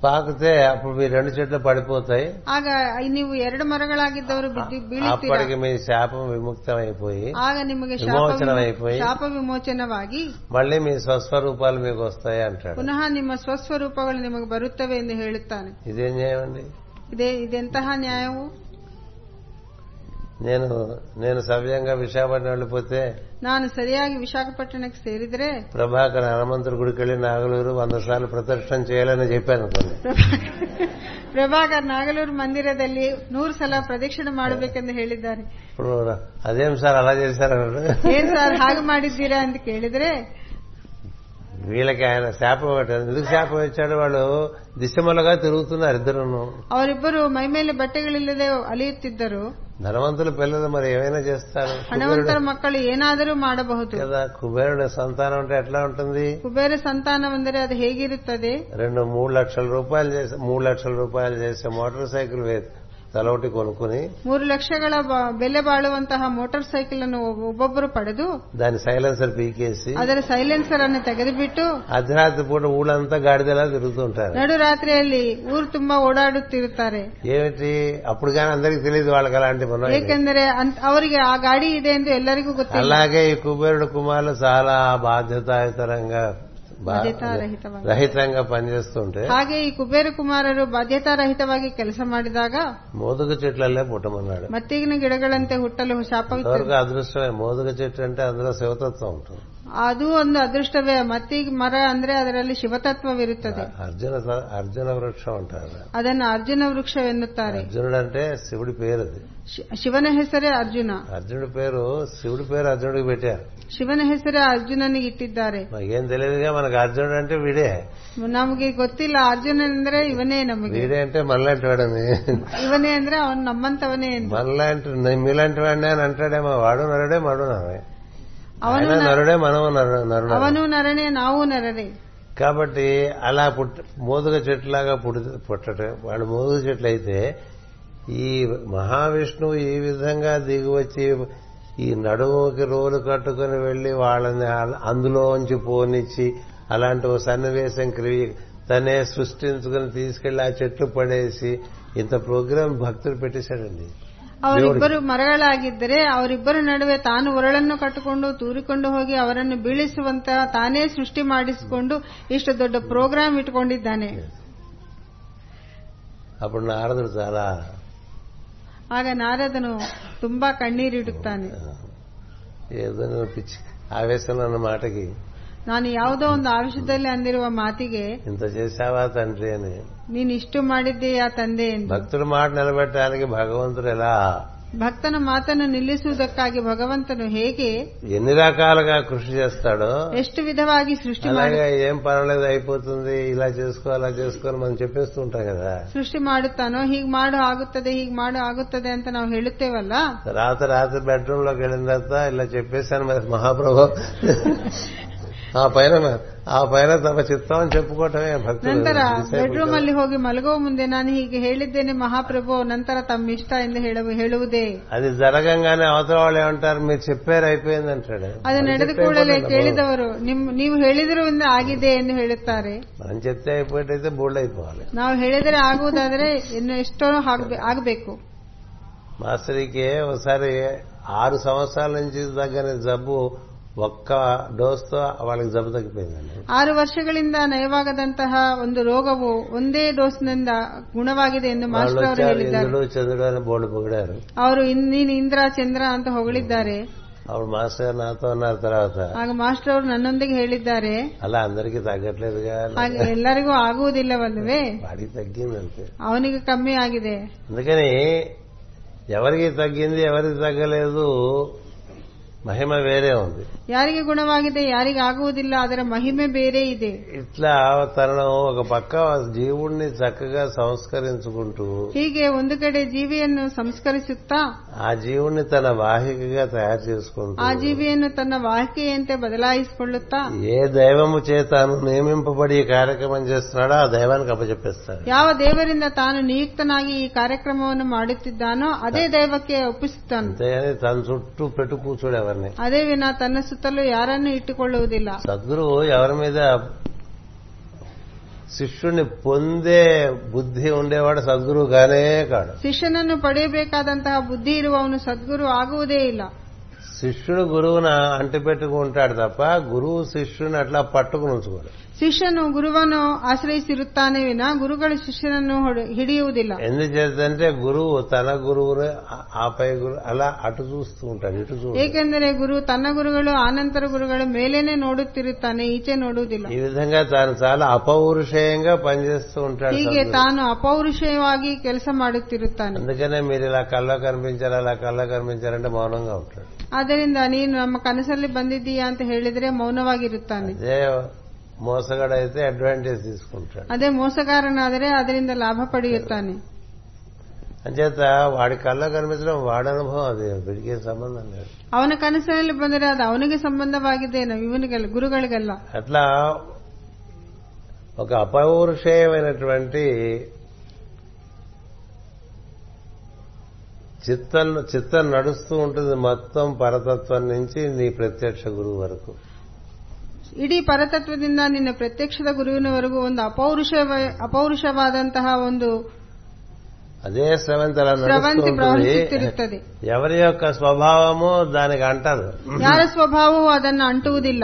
Speaker 1: పాకితే అప్పుడు మీ రెండు చెట్లు పడిపోతాయి
Speaker 2: ಆಗ ಐ- ನೀವು ಎರಡು ಮರಗಳಾಗಿದ್ದವರು ಬಿದ್ದು ಬೀಳುತ್ತೀರಾ
Speaker 1: అప్పటికి మీ శాపం విముక్తం అయిపోయి
Speaker 2: ಆಗ ನಿಮಗೆ ಶಾಪ
Speaker 1: విమోచనం
Speaker 2: ವಿಮೋ-
Speaker 1: అయిపోయి
Speaker 2: ಶಾಪ ವಿಮೋಚನವಾಗಿ
Speaker 1: మళ్ళీ మీ స్వస్వరూపాలు మీకు వస్తాయి అంటాడు
Speaker 2: ಪುನಃ ನಿಮ್ಮ ಸ್ವಸ್ವರೂಪಗಳು ನಿಮಗೆ ಬರುತ್ತವೆ ಎಂದು ಹೇಳುತ್ತಾನೆ
Speaker 1: ఇదేం చేయమండి
Speaker 2: ಇದೇ ಇದೆಂತಹ ನ್ಯಾಯವು
Speaker 1: నేను నేను సవ్యంగా విశాఖపట్నం వెళ్ళిపోతే
Speaker 2: ನಾನು ಸರಿಯಾಗಿ ವಿಶಾಖಪಟ್ಟಣಕ್ಕೆ ಸೇರಿದರೆ
Speaker 1: ప్రభాకర్ హనుమంతుడి గుడికి వెళ్ళి నాగలూరు వంద సార్లు ప్రదర్శన చేయాలని చెప్పాను అనుకోండి
Speaker 2: ಪ್ರಭಾಕರ್ ನಾಗಲೂರು ಮಂದಿರದಲ್ಲಿ ನೂರು ಸಲ ಪ್ರದಕ್ಷಿಣೆ ಮಾಡಬೇಕೆಂದು ಹೇಳಿದ್ದಾರೆ
Speaker 1: ఇప్పుడు అదేం సార్ అలా చేశారు అన్నాడు.
Speaker 2: ಏನ್ ಸರ್ ಹಾಗೆ ಮಾಡಿದ್ದೀರಾ ಅಂತ ಕೇಳಿದ್ರೆ
Speaker 1: వీళ్ళకి ఆయన శాపం పెట్టారు ఎందుకు శాపం ఇచ్చాడు వాళ్ళు దిశమలుగా తిరుగుతున్నారు ఇద్దరును
Speaker 2: ಅವರಿಬ್ಬರು ಮೈ ಮೇಲೆ ಬಟ್ಟೆಗಳಿಲ್ಲದೆ ಅಲಿಯುತ್ತಿದ್ದರು
Speaker 1: ధనవంతుల పిల్లలు మరి ఏమైనా చేస్తారు
Speaker 2: ಹಣವಂತರ
Speaker 1: కుబేరుడు
Speaker 2: ಮಕ್ಕಳು ಏನಾದರೂ ಮಾಡಬಹುದು
Speaker 1: కదా కుబేరుడు సంతానం అంటే ఎట్లా ఉంటుంది
Speaker 2: ಕುಬೇರ ಸಂತಾನವೆಂದರೆ ಅದು ಹೇಗಿರುತ್ತದೆ
Speaker 1: రెండు మూడు లక్షల రూపాయలు చేసే మూడు లక్షల రూపాయలు చేసే మోటార్ సైకిల్ వే- తలొకటి కొనుక్కుని
Speaker 2: ಮೂರು ಲಕ್ಷಗಳ ಬ- ಬೆಲೆ ಬಾಳುವಂತಹ ಮೋಟಾರ್ ಸೈಕಲ್ ಅನ್ನು ಒಬ್- ಒಬ್ಬೊಬ್ಬರು ಪಡೆದು
Speaker 1: దాని సైలెన్సర్ పీకేసి
Speaker 2: ಅದರ ಸೈಲೆನ್ಸರ್ ಅನ್ನು ತೆಗೆದುಬಿಟ್ಟು
Speaker 1: అర్ధరాత్రి పూట ఊళ్ళంతా గాడిదలా తిరుగుతుంటారు
Speaker 2: ನಡುರಾತ್ರಿಯಲ್ಲಿ ಊರು ತುಂಬಾ ಓಡಾಡುತ್ತಿರುತ್ತಾರೆ
Speaker 1: ఏమిటి అప్పుడు కానీ అందరికి తెలియదు వాళ్ళకి అలాంటి మనం
Speaker 2: ಏಕೆಂದರೆ ಅಂತ್- ಅವರಿಗೆ ಆ ಗಾಡಿ ಇದೆ ಎಂದು ಎಲ್ಲರಿಗೂ ಗೊತ್ತಿಲ್ಲ
Speaker 1: అలాగే ఈ కుబేరుడు కుమారులు చాలా బాధ్యతాయుతరంగా ಬಾ-
Speaker 2: ಬಾಧ್ಯತಾರಹಿತವಾಗಿ.
Speaker 1: ರಹಿತರಂಗ ಪನಿచేస్తుంటే
Speaker 2: ಹಾಗೆ ಈ ಕುಬೇರ ಕುಮಾರರು ಬಾಧ್ಯತಾರಹಿತವಾಗಿ ಕೆಲಸ ಮಾಡಿದಾಗ
Speaker 1: మోదుగ చెట్లల్లే పుట్టమన్నాడు
Speaker 2: ಮತ್ತಿಗಿನ ಗಿಡಗಳಂತೆ ಹುಟ್ಟಲು ಶಾಪವಿತ್ತು
Speaker 1: ఎవరికి అదృష్టమే మోదుగ చెట్టు అంటే అందులో శివతత్వం ఉంటుంది
Speaker 2: ಅದು ಒಂದು ಅದೃಷ್ಟವೇ ಮತ್ತಿಗೆ ಮರ ಅಂದ್ರೆ ಅದರಲ್ಲಿ ಶಿವತತ್ವವಿರುತ್ತದೆ
Speaker 1: అర్జున అర్జున వృక్షం అంటారు
Speaker 2: ಅದನ್ನು ಅರ್ಜುನ ವೃಕ್ಷವೆನ್ನುತ್ತಾರೆ
Speaker 1: అర్జునుడు అంటే శివుడి పేరు అది
Speaker 2: ಶಿ- ಶಿವನ ಹೆಸರೇ ಅರ್ಜುನ
Speaker 1: అర్జునుడి పేరు శివుడి పేరు అర్జునుడికి పెట్టారు
Speaker 2: ಶಿವನ ಹೆಸರೇ ಅರ್ಜುನನಿಗೆ ಇಟ್ಟಿದ್ದಾರೆ
Speaker 1: మనకేం తెలియదుగా మనకు అర్జునుడు అంటే వీడే
Speaker 2: ನಮಗೆ ಗೊತ್ತಿಲ್ಲ ಅರ್ಜುನ ಅಂದ್ರೆ ಇವನೇ ನಮಗೆ
Speaker 1: వీడే అంటే మనలాంటి వాడని
Speaker 2: ಇವನೇ ಅಂದ್ರೆ ಅವನು ನಮ್ಮಂತವನೇ ಎಂದು
Speaker 1: మనలాంటి మీలాంటి వాడిని అని అంటాడేమో వాడు నరుడే మడు నరుడే
Speaker 2: ಅವನು
Speaker 1: ఆయన
Speaker 2: ನ-
Speaker 1: నరుడే మనము నరు నరుడు
Speaker 2: ಅವನು ನರನೇ ನಾವು ನರನೇ
Speaker 1: కాబట్టి అలా పుట్ మోదుగ చెట్టులాగా పుడి పుట్టడం వాళ్ళు మోదుగ చెట్లు అయితే ఈ మహావిష్ణువు ఈ విధంగా దిగివచ్చి ఈ నడుముకి రోలు కట్టుకుని వెళ్లి వాళ్ళని అల- అందులోంచి పోనిచ్చి అలాంటి ఓ సన్నివేశం క్రియ తనే సృష్టించుకుని తీసుకెళ్లి ఆ చెట్లు పడేసి ఇంత ప్రోగ్రాం భక్తులు పెట్టేశాడండి
Speaker 2: ಅವರಿಬ್ಬರು ಮರಗಳಾಗಿದ್ದರೆ ಅವರಿಬ್ಬರ ನಡುವೆ ತಾನು ಒರಳನ್ನು ಕಟ್ಟಿಕೊಂಡು ತೂರಿಕೊಂಡು ಹೋಗಿ ಅವರನ್ನು ಬೀಳಿಸುವಂತ ತಾನೇ ಸೃಷ್ಟಿ ಮಾಡಿಸಿಕೊಂಡು ಇಷ್ಟು ದೊಡ್ಡ ಪ್ರೋಗ್ರಾಂ ಇಟ್ಕೊಂಡಿದ್ದಾನೆ
Speaker 1: అప్పుడు నారదుడు చాలా
Speaker 2: ಆಗ ನಾರದನು ತುಂಬಾ ಕಣ್ಣೀರಿಡುತ್ತಾನೆ
Speaker 1: ఆ, ఏదో నేను పిచ్చి ఆవేశంలో ఉన్న మాటకి
Speaker 2: ನಾನು ಯಾವುದೋ ಒಂದು ಆವಿಷದಲ್ಲಿ ಅಂದಿರುವ ಮಾತಿಗೆ
Speaker 1: ఇంత చేశావా తండ్రి అని
Speaker 2: ನೀನು ಇಷ್ಟು ಮಾಡಿದ್ದೀಯಾ ತಂದೆ ಎಂದು
Speaker 1: భక్తుల మాట నిలబెట్టడానికి భగవంతుడు ఎలా
Speaker 2: ಭಕ್ತನ ಮಾತನ್ನು ನಿಲ್ಲಿಸುವುದಕ್ಕಾಗಿ ಭಗವಂತನು ಹೇಗೆ
Speaker 1: ఎన్ని రకాలుగా కృషి చేస్తాడో
Speaker 2: ಎಷ್ಟು ವಿಧವಾಗಿ ಸೃಷ್ಟಿ ಮಾಡು-
Speaker 1: అలాగే ఏం పర్వాలేదు అయిపోతుంది ఇలా చేసుకో అలా చేసుకో అని మనం చెప్పేస్తూ ఉంటాం కదా
Speaker 2: ಸೃಷ್ಟಿ ಮಾಡುತ್ತಾನೋ ಹೀಗ್ ಮಾಡು ಆಗುತ್ತದೆ ಹೀಗ್ ಮಾಡು ಆಗುತ್ತದೆ ಅಂತ ನಾವು ಹೇಳುತ್ತೇವಲ್ಲ
Speaker 1: రాత్రి రాత్రి బెడ్రూమ్ లోకి వెళ్ళిన తర్వాత ఇలా చెప్పేశాను మరి మహాప్రభు ఆ పైన ఆ పైన తమ చిత్తం అని చెప్పుకోవటమే భక్తులు
Speaker 2: ನಂತರ
Speaker 1: ఎంతసేపు
Speaker 2: ಬೆಡ್ರೂಮ್ ಅಲ್ಲಿ ಹೋಗಿ ಮಲಗೋ ಮುಂದೆ ನಾನು ಹೀಗೆ ಹೇಳಿದ್ದೇನೆ ಮಹಾಪ್ರಭು ನಂತರ ತಮ್ಮ ಇಷ್ಟ ಎಂದು ಹೇಳ- ಹೇಳುವುದೇ
Speaker 1: అది జరగంగానే అవతల వాళ్ళు ఏమంటారు మీరు చెప్పారు అయిపోయింది అంటాడు
Speaker 2: ಅದು
Speaker 1: మనం
Speaker 2: ನಡೆದ
Speaker 1: చెప్తే
Speaker 2: ಕೂಡಲೇ
Speaker 1: అయిపోతుందా?
Speaker 2: ಕೇಳಿದವರು ನಿಮ್ ನೀವು ಹೇಳಿದ್ರಿಂದ ಆಗಿದೆ ಎಂದು ಹೇಳುತ್ತಾರೆ
Speaker 1: మనం చెప్తే అయిపోయేటైతే బోల్డ్ అయిపోవాలి
Speaker 2: ನಾವು ಹೇಳಿದರೆ ಆಗುವುದಾದರೆ ಇನ್ನು ಎಷ್ಟೋ ಆಗ್ಬೆ- ಆಗ್ಬೇಕು
Speaker 1: మాస్టర్కి ఒకసారి ఆరు సంవత్సరాల నుంచి తగ్గని జబ్బు ఒక్క డోస్తో వాళ్ళకి జబ్బు తగ్గిపోయిందండి
Speaker 2: ಆರು ವರ್ಷಗಳಿಂದ ನಯವಾಗದಂತಹ ಒಂದು ರೋಗವು ಒಂದೇ ಡೋಸ್ನಿಂದ ಗುಣವಾಗಿದೆ ಎಂದು
Speaker 1: వాళ్ళు
Speaker 2: ಮಾಸ್ಟರ್ ಅವರು
Speaker 1: వచ్చారు
Speaker 2: ಹೇಳಿದ್ದಾರೆ
Speaker 1: ఇంద్రుడు చంద్రుడు అని బోర్డు పొగిడారు
Speaker 2: ಅವರು ಇನ್- ನೀನು ಇಂದ್ರ ಚಂದ್ರ ಅಂತ ಹೊಗಳಿದ್ದಾರೆ
Speaker 1: అప్పుడు మాస్టర్ గారు నాతో అన్నారు తర్వాత
Speaker 2: ಆಗ ಮಾಸ್ಟರ್ ಅವರು ನನ್ನೊಂದಿಗೆ ಹೇಳಿದ್ದಾರೆ
Speaker 1: అలా అందరికీ తగ్గట్లేదుగా
Speaker 2: ಹಾಗೆ ಎಲ್ಲರಿಗೂ ಆಗುವುದಿಲ್ಲವಲ್ಲವೇ
Speaker 1: వాడికి తగ్గింది అంతే
Speaker 2: ಅವನಿಗೆ ಕಮ್ಮಿ ಆಗಿದೆ
Speaker 1: అందుకని ఎవరికి తగ్గింది ఎవరికి తగ్గలేదు మహిమ వేరే ఉంది
Speaker 2: ಯಾರಿಗೆ ಗುಣವಾಗಿದೆ ಯಾರಿಗೆ ಆಗುವುದಿಲ್ಲ ಅದರ ಮಹಿಮೆ ಬೇರೆ ಇದೆ
Speaker 1: ఇట్లా తనను ఒక పక్క జీవుణ్ణి చక్కగా సంస్కరించుకుంటూ
Speaker 2: ಹೀಗೆ ಒಂದು ಕಡೆ ಜೀವಿಯನ್ನು ಸಂಸ್ಕರಿಸುತ್ತಾ
Speaker 1: ఆ జీవుణ్ణి తన వాహికగా తయారు చేసుకుంటూ
Speaker 2: ಆ ಜೀವಿಯನ್ನು ತನ್ನ ವಾಹಿಕೆಯಂತೆ ಬದಲಾಯಿಸಿಕೊಳ್ಳುತ್ತಾ
Speaker 1: ఏ దైవము చేతాను నియమింపబడి ఈ కార్యక్రమం చేస్తున్నాడో ఆ దైవానికి అప్పచెప్పేస్తాడు
Speaker 2: ಯಾವ ದೇವರಿಂದ ತಾನು ನಿಯುಕ್ತನಾಗಿ ಈ ಕಾರ್ಯಕ್ರಮವನ್ನು ಮಾಡುತ್ತಿದ್ದಾನೋ ಅದೇ ದೈವಕ್ಕೆ ಒಪ್ಪಿಸುತ್ತಾನೆ
Speaker 1: అంతేగాని తన చుట్టూ పెట్టు కూర్చోడు ఎవరిని
Speaker 2: ಅದೇ ವಿನ ತನ್ನ ಸುತ್ತಲೂ ಯಾರನ್ನು ಇಟ್ಟುಕೊಳ್ಳುವುದಿಲ್ಲ
Speaker 1: సద్గురువు ఎవరి మీద శిష్యుణ్ణి పొందే బుద్ధి ఉండేవాడు సద్గురువు కానే కాడు
Speaker 2: ಶಿಷ್ಯನನ್ನು ಪಡೆಯಬೇಕಾದಂತಹ ಬುದ್ಧಿ ಇರುವವನು ಸದ್ಗುರು ಆಗುವುದೇ ಇಲ್ಲ
Speaker 1: శిష్యుడు గురువును అంటిపెట్టుకుంటాడు తప్ప గురువు శిష్యుని అట్లా పట్టుకుని ఉంచుకోడు
Speaker 2: ಶಿಷ್ಯನು ಗುರುವನ್ನು ಆಶ್ರಯಿಸಿರುತ್ತಾನೆ ವಿನ ಗುರುಗಳು ಶಿಷ್ಯನನ್ನು ಹೊಡೆ- ಹಿಡಿಯುವುದಿಲ್ಲ
Speaker 1: ఎందుచేతంటే గురువు తన గురువుని ఆ- ఆపై గురు అలా అటు చూస్తూ ఉంటాడు ఇటు చూడు
Speaker 2: ಏಕೆಂದರೆ ಗುರು ತನ್ನ ಗುರುಗಳು ಆನಂತರ ಗುರುಗಳು ಮೇಲೇನೆ ನೋಡುತ್ತಿರುತ್ತಾನೆ ಈಚೆ ನೋಡುವುದಿಲ್ಲ
Speaker 1: ఈ విధంగా తాను చాలా అపౌరుషేయంగా పనిచేస్తూ ఉంటాడు
Speaker 2: ಹೀಗೆ
Speaker 1: సద్గురువు.
Speaker 2: ತಾನು ಅಪೌರುಷವಾಗಿ ಕೆಲಸ ಮಾಡುತ್ತಿರುತ್ತಾನೆ
Speaker 1: అందుకనే మీరు ఇలా కల్లో కనిపించారు అలా కల్లో కనిపించారంటే మౌనంగా ఉంటాడు
Speaker 2: ಆದ್ದರಿಂದ ನೀನು ನಮ್ಮ ಕನಸಲ್ಲಿ ಬಂದಿದ್ದೀಯಾ ಅಂತ ಹೇಳಿದ್ರೆ ಮೌನವಾಗಿರುತ್ತಾನೆ
Speaker 1: అదే మోసగాడైతే అడ్వాంటేజ్ తీసుకుంటాడు
Speaker 2: ಅದೇ ಮೋಸಗಾರನಾದರೆ ಅದರಿಂದ ಲಾಭ ಪಡೆಯುತ್ತಾನೆ
Speaker 1: అంచేత వాడి కల్లో కనిపించడం వాడి అనుభవం అది వీడికి సంబంధం లేదు
Speaker 2: ಅವನ ಕನಸಿನಲ್ಲಿ ಬಂದರೆ ಅದು ಅವನಿಗೆ ಸಂಬಂಧವಾಗಿದೆ ನಾವು ಇವನಿಗೆಲ್ಲ ಗುರುಗಳಿಗೆಲ್ಲ
Speaker 1: అట్లా ఒక అపౌరుషేయమైనటువంటి చిత్తం చిత్తం నడుస్తూ ఉంటుంది మొత్తం పరతత్వం నుంచి నీ ప్రత్యక్ష గురువు వరకు
Speaker 2: ಇಡೀ ಪರತತ್ವದಿಂದ ನಿನ್ನ ಪ್ರತ್ಯಕ್ಷದ ಗುರುವಿನವರೆಗೂ ಒಂದು ಅಪೌರುಷ ಅಪೌರುಷವಾದಂತಹ ಒಂದು
Speaker 1: అదే స్రవంతి అలా నడుస్తూ
Speaker 2: ಸ್ರವಂತಿ
Speaker 1: ఉంటుంది
Speaker 2: ಪ್ರವಹಿಸುತ್ತಿರುತ್ತದೆ
Speaker 1: ఎవరి యొక్క స్వభావము దానికి అంటారు
Speaker 2: ಯಾರ ಸ್ವಭಾವವೂ ಅದನ್ನು ಅಂಟುವುದಿಲ್ಲ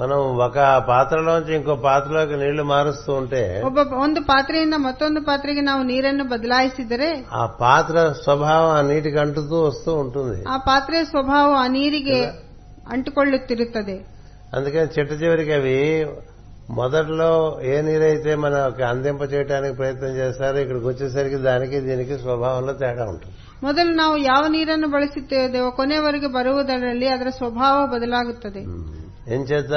Speaker 1: మనం ఒక పాత్రలోంచి ఇంకో పాత్రలోకి నీళ్లు మారుస్తూ ఉంటే
Speaker 2: ಒಬ್ಬ ಒಂದು ಪಾತ್ರೆಯಿಂದ ಮತ್ತೊಂದು ಪಾತ್ರೆಗೆ ನಾವು ನೀರನ್ನು ಬದಲಾಯಿಸಿದರೆ
Speaker 1: ఆ పాత్ర స్వభావం ఆ నీటికి అంటుతూ వస్తూ ఉంటుంది
Speaker 2: ಆ ಪಾತ್ರೆಯ ಸ್ವಭಾವ ಆ ನೀರಿಗೆ ಅಂಟಿಕೊಳ್ಳುತ್ತಿರುತ್ತದೆ
Speaker 1: అందుకని చిట్ట చివరికి అవి మొదట్లో ఏ నీరైతే మనకి అందింప చేయడానికి ప్రయత్నం చేస్తారో ఇక్కడికి వచ్చేసరికి దానికి దీనికి స్వభావంలో తేడా ఉంటుంది
Speaker 2: ಮೊದಲು ನಾವು ಯಾವ ನೀರನ್ನು ಬಳಸುತ್ತೇವೆಯೋ ಕೊನೆಯವರೆಗೆ ಬರುವುದರಲ್ಲಿ ಅದರ ಸ್ವಭಾವ ಬದಲಾಗುತ್ತದೆ
Speaker 1: ఎంచేత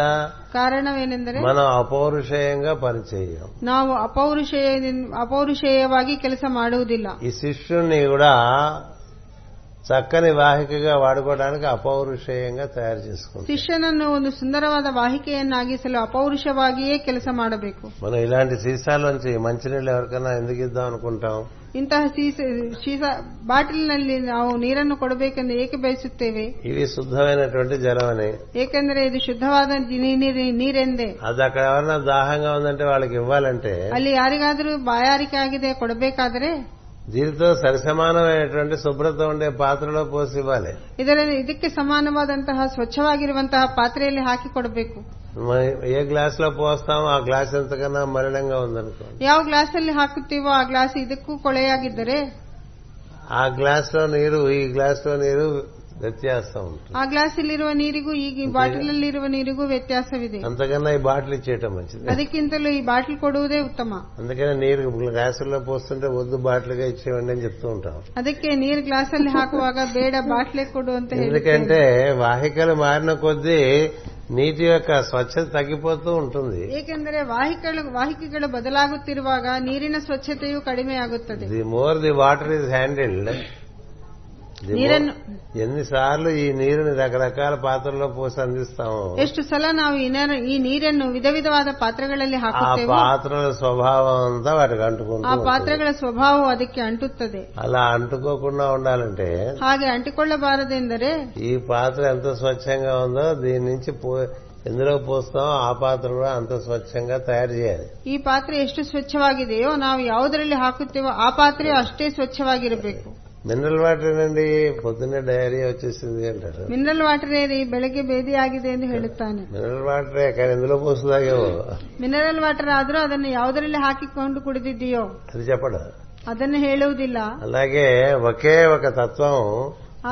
Speaker 2: ಕಾರಣವೇನೆಂದರೆ
Speaker 1: మనం అపౌరుషేయంగా పనిచేయం
Speaker 2: ನಾವು ಅಪೌರುಷೇಯ ಅಪೌರುಷೇಯವಾಗಿ ಕೆಲಸ ಮಾಡುವುದಿಲ್ಲ
Speaker 1: ఈ శిష్యుణ్ణి కూడా చక్కని వాహికగా వాడుకోవడానికి అపౌరుషేయంగా తయారు చేసుకుంటాం
Speaker 2: ಶಿಷ್ಯನನ್ನು ಒಂದು ಸುಂದರವಾದ ವಾಹಿಕೆಯನ್ನಾಗಿಸಲು ಅಪೌರುಷವಾಗಿಯೇ ಕೆಲಸ ಮಾಡಬೇಕು
Speaker 1: మనం ఇలాంటి సీసాలోంచి మంచినీళ్ళు ఎవరికైనా ఎందుకు ఇద్దాం అనుకుంటాం
Speaker 2: ಇಂತಹ ಸೀಸ- ಸೀಸ ಬಾಟಲಿನಲ್ಲಿ ನಾವು ನೀರನ್ನು ಕೊಡಬೇಕೆಂದು ಏಕೆ ಬಯಸುತ್ತೇವೆ
Speaker 1: ఇది శుద్ధమైనటువంటి జలం అని
Speaker 2: ಏಕೆಂದರೆ ಇದು ಶುದ್ಧವಾದ ನೀ- ನೀರಿ- ನೀರೆಂದೇ
Speaker 1: అది అక్కడ ఎవరైనా దాహంగా ఉందంటే వాళ్ళకి ఇవ్వాలంటే
Speaker 2: ಅಲ್ಲಿ ಯಾರಿಗಾದರೂ ಬಾಯಾರಿಕೆ ಆಗಿದೆ ಕೊಡಬೇಕಾದರೆ
Speaker 1: దీనితో సరిసమానమైనటువంటి శుభ్రత ఉండే పాత్రలో పోసి ఇవ్వాలి
Speaker 2: ಇದರ ಇದಕ್ಕೆ ಸಮಾನವಾದಂತಹ ಸ್ವಚ್ಛವಾಗಿರುವಂತಹ ಪಾತ್ರೆಯಲ್ಲಿ ಹಾಕಿ ಕೊಡಬೇಕು
Speaker 1: మ- ఏ గ్లాస్ లో పోస్తామో ఆ గ్లాస్ ఎంతకన్నా మలినంగా ఉందనుకో
Speaker 2: ಯಾವ ಗ್ಲಾಸಲ್ಲಿ ಹಾಕುತ್ತೀವೋ ಆ ಗ್ಲಾಸ್ ಇದಕ್ಕೂ ಕೊಳೆಯಾಗಿದ್ದರೆ
Speaker 1: ఆ గ్లాస్ లో నీరు ఈ గ్లాస్ లో నీరు వ్యత్యాసం ఉంటుంది
Speaker 2: ಆ ಗ್ಲಾಸಲ್ಲಿರುವ ನೀರಿಗೂ ಈಗ ಬಾಟಲಲ್ಲಿರುವ ನೀರಿಗೂ ವ್ಯತ್ಯಾಸವಿದೆ
Speaker 1: అంతకన్నా ఈ బాటిల్ ఇచ్చేయటం మంచిది
Speaker 2: ಅದಕ್ಕಿಂತಲೂ ಈ ಬಾಟಲ್ ಕೊಡುವುದೇ ಉತ್ತಮ
Speaker 1: అందుకని నీరు గ్లాసుల్లో పోస్తుంటే వద్దు బాటిల్గా ఇచ్చేయండి అని చెప్తూ ఉంటాం
Speaker 2: ಅದಕ್ಕೆ ನೀರು ಗ್ಲಾಸಲ್ಲಿ ಹಾಕುವಾಗ ಬೇಡ ಬಾಟ್ಲೆ ಕೊಡು ಅಂತ ಹೇಳಿ
Speaker 1: ఎందుకంటే వాహికలు మారిన కొద్దీ నీటి యొక్క స్వచ్ఛత తగ్గిపోతూ ఉంటుంది
Speaker 2: ಏಕೆಂದರೆ ವಾಹಿಕಗಳು ವಾಹಿಕೆಗಳು ಬದಲಾಗುತ್ತಿರುವಾಗ ನೀರಿನ ಸ್ವಚ್ಛತೆಯು ಕಡಿಮೆಯಾಗುತ್ತದೆ
Speaker 1: the more the water is handled
Speaker 2: నీరన్ను-
Speaker 1: ఎన్నిసార్లు ఈ నీరుని రకరకాల పాత్రల్లో పోసి అందిస్తాము
Speaker 2: ಎಷ್ಟು ಸಲ ನಾವು ಈ ನೀರ- ಈ ನೀರನ್ನು ವಿಧ ವಿಧವಾದ ಪಾತ್ರೆಗಳಲ್ಲಿ
Speaker 1: ఆ
Speaker 2: ಹಾಕುತ್ತೇವೋ
Speaker 1: పాత్రల స్వభావం అంతా వాటికి
Speaker 2: ಆ
Speaker 1: అంటుకుంటూ ఉంటుంది.
Speaker 2: ಪಾತ್ರೆಗಳ ಸ್ವಭಾವವು ಅದಕ್ಕೆ ಅಂಟುತ್ತದೆ
Speaker 1: అలా అంటుకోకుండా ఉండాలంటే
Speaker 2: ಹಾಗೆ ಅಂಟಿಕೊಳ್ಳಬಾರದೆಂದರೆ
Speaker 1: ఈ పాత్ర ఎంత స్వచ్ఛంగా ఉందో దీని నుంచి పో- ఎందులో పోస్తామో ఆ పాత్ర కూడా అంత స్వచ్ఛంగా తయారు చేయాలి
Speaker 2: ಈ ಪಾತ್ರೆ ಎಷ್ಟು ಸ್ವಚ್ಛವಾಗಿದೆಯೋ ನಾವು ಯಾವುದರಲ್ಲಿ ಹಾಕುತ್ತೇವೋ ಆ ಪಾತ್ರೆ ಅಷ್ಟೇ ಸ್ವಚ್ಛವಾಗಿರಬೇಕು
Speaker 1: మినరల్ వాటర్ ఏనండి పొద్దున్నే డైరియా వచ్చేసింది అంటారు
Speaker 2: ಮಿನರಲ್ ವಾಟರ್ ಏರಿ ಬೆಳಗ್ಗೆ ಬೇದಿಯಾಗಿದೆ ಎಂದು ಹೇಳುತ್ತಾನೆ
Speaker 1: మినరల్ వాటరే కానీ ఎందులో పోసి తాగేవో
Speaker 2: ಮಿನರಲ್ ವಾಟರ್ ಆದರೂ ಅದನ್ನು ಯಾವುದರಲ್ಲಿ ಹಾಕಿಕೊಂಡು ಕುಡಿದಿದ್ದೀಯೋ
Speaker 1: అది చెప్పడం
Speaker 2: ಅದನ್ನು ಹೇಳುವುದಿಲ್ಲ
Speaker 1: అలాగే ఒకే ఒక తత్వం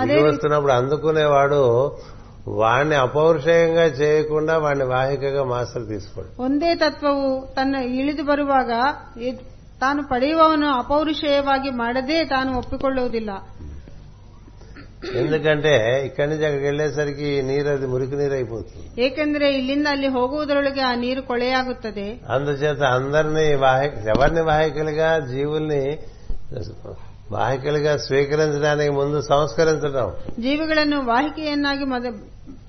Speaker 2: అదే
Speaker 1: దిగి వస్తున్నప్పుడు అందుకునేవాడు వాణ్ణి అపౌరుషేయంగా చేయకుండా వాణ్ణి వాహికగా మాస్టర్ తీసుకోడు
Speaker 2: ಒಂದೇ ತತ್ವವು ತನ್ನ ಇಳಿದು ಬರುವಾಗ ಇ- ತಾನು ಪಡೆಯುವವನು ಅಪೌರುಷೇಯವಾಗಿ ಮಾಡದೇ ತಾನು ಒಪ್ಪಿಕೊಳ್ಳುವುದಿಲ್ಲ
Speaker 1: ఎందుకంటే ఇక్కడి నుంచి అక్కడికి వెళ్లేసరికి ఈ నీరు అది మురికి నీరు అయిపోతుంది
Speaker 2: ಏಕೆಂದರೆ ಇಲ್ಲಿಂದ ಅಲ್ಲಿ ಹೋಗುವುದರೊಳಗೆ ಆ ನೀರು ಕೊಳೆಯಾಗುತ್ತದೆ
Speaker 1: అందుచేత అందరినీ వాహి- ఎవరిని వాహికలుగా జీవుల్ని వాహికలుగా స్వీకరించడానికి ముందు సంస్కరించడం
Speaker 2: ಜೀವಿಗಳನ್ನು ವಾಹಿಕೆಯನ್ನಾಗಿ ಮೊದ-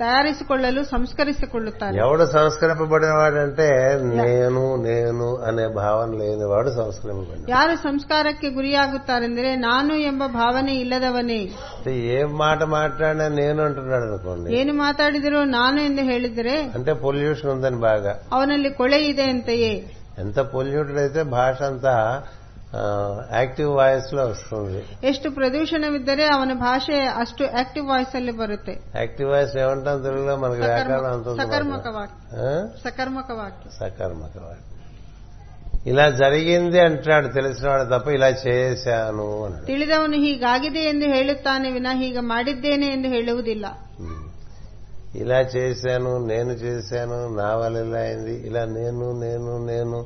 Speaker 2: ತಯಾರಿಸಿಕೊಳ್ಳಲು ಸಂಸ್ಕರಿಸಿಕೊಳ್ಳುತ್ತಾರೆ
Speaker 1: ఎవడు సంస్కరింపబడిన వాడంటే నేను నేను అనే భావన లేనివాడు సంస్కరింపబడిన
Speaker 2: ಯಾರು ಸಂಸ್ಕಾರಕ್ಕೆ ಗುರಿಯಾಗುತ್ತಾರೆಂದರೆ ನಾನು ಎಂಬ ಭಾವನೆ ಇಲ್ಲದವನೇ
Speaker 1: అంటే ఏం మాట మాట్లాడినా నేను అంటున్నాడు అనుకోండి
Speaker 2: ಏನು ಮಾತಾಡಿದರೂ ನಾನು ಎಂದು ಹೇಳಿದರೆ
Speaker 1: అంటే పొల్యూషన్ ఉందని బాగా
Speaker 2: ಅವನಲ್ಲಿ ಕೊಳೆ ಇದೆ ಅಂತೆಯೇ
Speaker 1: ఎంత పొల్యూటెడ్ అయితే భాష అంతా ఆ, యాక్టివ్ వాయిస్ లో వస్తుంది
Speaker 2: ಎಷ್ಟು ಪ್ರದೂಷಣವಿದ್ದರೆ ಅವನ ಭಾಷೆ ಅಷ್ಟು ಆಕ್ಟಿವ್ ವಾಯ್ಸ್ ಅಲ್ಲಿ ಬರುತ್ತೆ
Speaker 1: యాక్టివ్ వాయిస్ ఏమంటాం తెలుగులో మనకి
Speaker 2: సకర్మ-
Speaker 1: వ్యాకరణం అంత ఉంది
Speaker 2: సకర్మక
Speaker 1: మనకి.
Speaker 2: వాక్యం.
Speaker 1: ఆ?
Speaker 2: ಸಕರ್ಮಕ ವಾಕ್ಯ
Speaker 1: సకర్మక వాక్యం. ఇలా జరిగింది అంటాడు తెలిసినవాడు తప్ప ఇలా చేశాను అన్నాడు
Speaker 2: ತಿಳಿದವನು ಹೀಗಾಗಿದೆ ಎಂದು ಹೇಳುತ್ತಾನೆ ವಿನಾ ಹೀಗ ಮಾಡಿದ್ದೇನೆ ಎಂದು ಹೇಳುವುದಿಲ್ಲ
Speaker 1: ఇలా చేశాను నేను చేశాను నా వల్ల ఇలా అయింది ఇలా నేను నేను నేను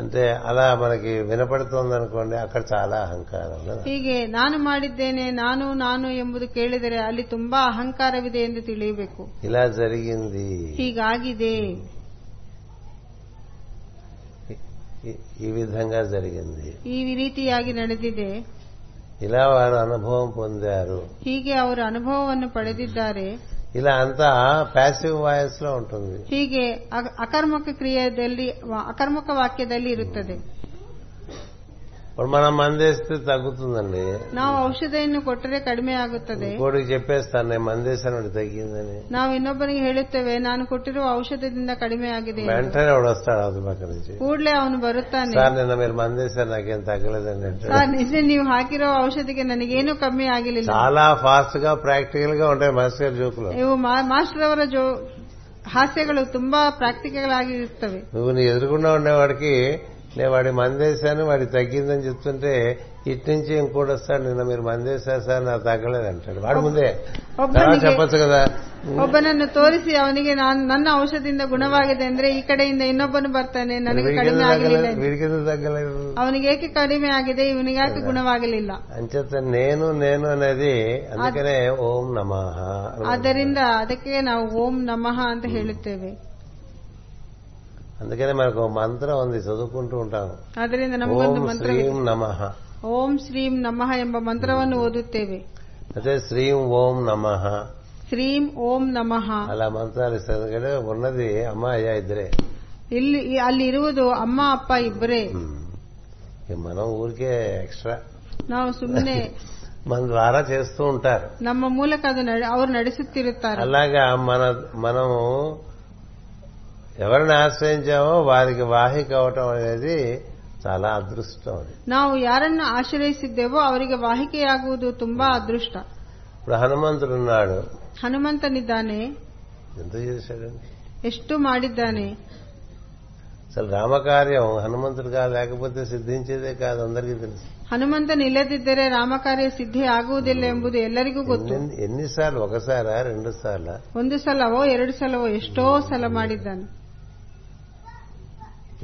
Speaker 1: అంటే అలా మనకి వినపడుతోంది అనుకోండి అక్కడ చాలా అహంకారం ఉందని
Speaker 2: ಹೀಗೆ ನಾನು ಮಾಡಿದ್ದೇನೆ ನಾನು ನಾನು ಎಂಬುದು ಕೇಳಿದರೆ ಅಲ್ಲಿ ತುಂಬಾ ಅಹಂಕಾರವಿದೆ ಎಂದು ತಿಳಿಯಬೇಕು
Speaker 1: ఇలా జరిగింది
Speaker 2: ಹೀಗಾಗಿದೆ
Speaker 1: ఈ- ఈ విధంగా జరిగింది
Speaker 2: ಈ ರೀತಿಯಾಗಿ ನಡೆದಿದೆ
Speaker 1: ఇలా వారు అనుభవం పొందారు
Speaker 2: ಹೀಗೆ ಅವರು ಅನುಭವವನ್ನು ಪಡೆದಿದ್ದಾರೆ
Speaker 1: ఇలా అంతా ప్యాసివ్ వాయిస్ లో ఉంటుంది
Speaker 2: ಹೀಗೆ ಅ- ಅಕರ್ಮಕ ಕ್ರಿಯೆಯಲ್ಲಿ ವ- ಅಕರ್ಮಕ ವಾಕ್ಯದಲ್ಲಿ ಇರುತ್ತದೆ
Speaker 1: ఇప్పుడు మనం మందేస్తే తగ్గుతుందండి
Speaker 2: ನಾವು ಔಷಧಿಯನ್ನು ಕೊಟ್ಟರೆ ಕಡಿಮೆ ಆಗುತ್ತದೆ
Speaker 1: ఇంకోటికి చెప్పేస్తాను నేను మందేశాను వాడు తగ్గిందని
Speaker 2: ನಾವು ಇನ್ನೊಬ್ಬನಿಗೆ ಹೇಳುತ್ತೇವೆ ನಾನು ಕೊಟ್ಟಿರುವ ಔಷಧದಿಂದ ಕಡಿಮೆ ಆಗಿದೆ ಎಂದು.
Speaker 1: వెంటనే వాడు వస్తాడు అవతల పక్క నుంచి
Speaker 2: ಕೂಡ್ಲೆ ಅವನು ಬರುತ್ತಾನೆ
Speaker 1: సార్ నిన్న మీరు మందేశారు నాకేం తగ్గలేదండి అంటాడు.
Speaker 2: ಸರ್ ನಿನ್ನೆ ನೀವು ಹಾಕಿರೋ ಔಷಧಿಗೆ ನನಗೇನು ಕಮ್ಮಿ ಆಗಲಿಲ್ಲ
Speaker 1: చాలా ఫాస్ట్ గా ప్రాక్టికల్ గా ఉంటాయి మాస్టర్ గారి జోకులు
Speaker 2: ಇವು ಮಾ- ಮಾಸ್ಟರ್ ಅವರ ಜೋ ಹಾಸ್ಯಗಳು ತುಂಬಾ ಪ್ರಾಕ್ಟಿಕಗಳಾಗಿರ್ತವೆ
Speaker 1: నువ్వు నీ ఎదురుకుండా ఉండేవాడికి నేను వాడి మందేశాను వాడి తగ్గిందని చెప్తుంటే ఇటు నుంచి ఇంకోటి వస్తాడు నిన్న మీరు మందేశారు సార్ నాకు తగ్గలేదు అంటాడు వాడు ముందే
Speaker 2: ಒಬ್ಬನಿಗೆ-
Speaker 1: తర్వాత చెప్పొచ్చు కదా
Speaker 2: ಒಬ್ಬನನ್ನು ತೋರಿಸಿ ಅವನಿಗೆ ನಾನ್- ನನ್ನ ಔಷಧಿಯಿಂದ ಗುಣವಾಗಿದೆ ಅಂದ್ರೆ ಈ ಕಡೆಯಿಂದ ಇನ್ನೊಬ್ಬನು ಬರ್ತಾನೆ ನನಗೆ ಕಡಿಮೆ
Speaker 1: వీడికింద
Speaker 2: ಆಗಲಿಲ್ಲ
Speaker 1: తగ్గలేదు వీడికింద తగ్గలేదు
Speaker 2: ಅವನಿಗೆ ಏಕೆ ಕಡಿಮೆ ಆಗಿದೆ ಇವನಿಗೆ ಯಾಕೆ ಗುಣವಾಗಲಿಲ್ಲ
Speaker 1: అంచేత నేను నేను అనేది అందుకనే ఓం నమః
Speaker 2: ಆದ್ದರಿಂದ ಅದಕ್ಕೆ ನಾವು ಓಂ ನಮಃ ಅಂತ ಹೇಳುತ್ತೇವೆ
Speaker 1: అందుకనే మనకు ఓ మంత్రం ఉంది చదువుకుంటూ ఉంటాం
Speaker 2: ಆದ್ದರಿಂದ ನಮಗೊಂದು
Speaker 1: ఓం
Speaker 2: ಮಂತ್ರ
Speaker 1: శ్రీం నమః
Speaker 2: ಓಂ ಶ್ರೀಂ ನಮಃ ಎಂಬ ಮಂತ್ರವನ್ನು ಓದುತ್ತೇವೆ
Speaker 1: అదే శ్రీం ఓం నమః
Speaker 2: ಶ್ರೀಂ ಓಂ ನಮಃ
Speaker 1: అలా మంత్రాలు ఇస్తారు ఎందుకంటే ఉన్నది అమ్మ అయ్యా ఇద్దరే
Speaker 2: ಇಲ್ಲಿ ಅಲ್ಲಿ ಇರುವುದು ಅಮ್ಮ ಅಪ್ಪ ಇಬ್ಬರೇ
Speaker 1: ఉమ్. ఇక మనం ఊరికే ఎక్స్ట్రా
Speaker 2: ನಾವು ಸುಮ್ಮನೆ
Speaker 1: మన ద్వారా చేస్తూ ఉంటారు
Speaker 2: ನಮ್ಮ ಮೂಲಕ ಅದು ನಡೆ- ಅವರು ನಡೆಸುತ್ತಿರುತ್ತಾರೆ
Speaker 1: అలాగా మన మనము ఎవరిని ఆశ్రయించామో వారికి వాహిక అవటం అనేది చాలా అదృష్టం అది
Speaker 2: ನಾವು ಯಾರನ್ನು ಆಶ್ರಯಿಸಿದ್ದೇವೋ ಅವರಿಗೆ ವಾಹಿಕೆಯಾಗುವುದು ತುಂಬಾ ಅದೃಷ್ಟ
Speaker 1: ఇప్పుడు హనుమంతుడు ఉన్నాడు
Speaker 2: ಹನುಮಂತನಿದ್ದಾನೆ
Speaker 1: ఎంత చేశాడండి
Speaker 2: ಎಷ್ಟು ಮಾಡಿದ್ದಾನೆ
Speaker 1: అసలు రామకార్యం హనుమంతుడు కాదు లేకపోతే సిద్ధించేదే కాదు అందరికీ తెలుసు
Speaker 2: ಹನುಮಂತನಿಲ್ಲದಿದ್ದರೆ ರಾಮಕಾರ್ಯ ಸಿದ್ಧಿ ಆಗುವುದಿಲ್ಲ ಎಂಬುದು ಎಲ್ಲರಿಗೂ ಗೊತ್ತು
Speaker 1: ఎన్ని- ఎన్నిసార్లు ఒకసారా రెండు సార్లా
Speaker 2: ಒಂದು ಸಲವೋ ಎರಡು ಸಲವೋ ಎಷ್ಟೋ ಸಲ ಮಾಡಿದ್ದಾನೆ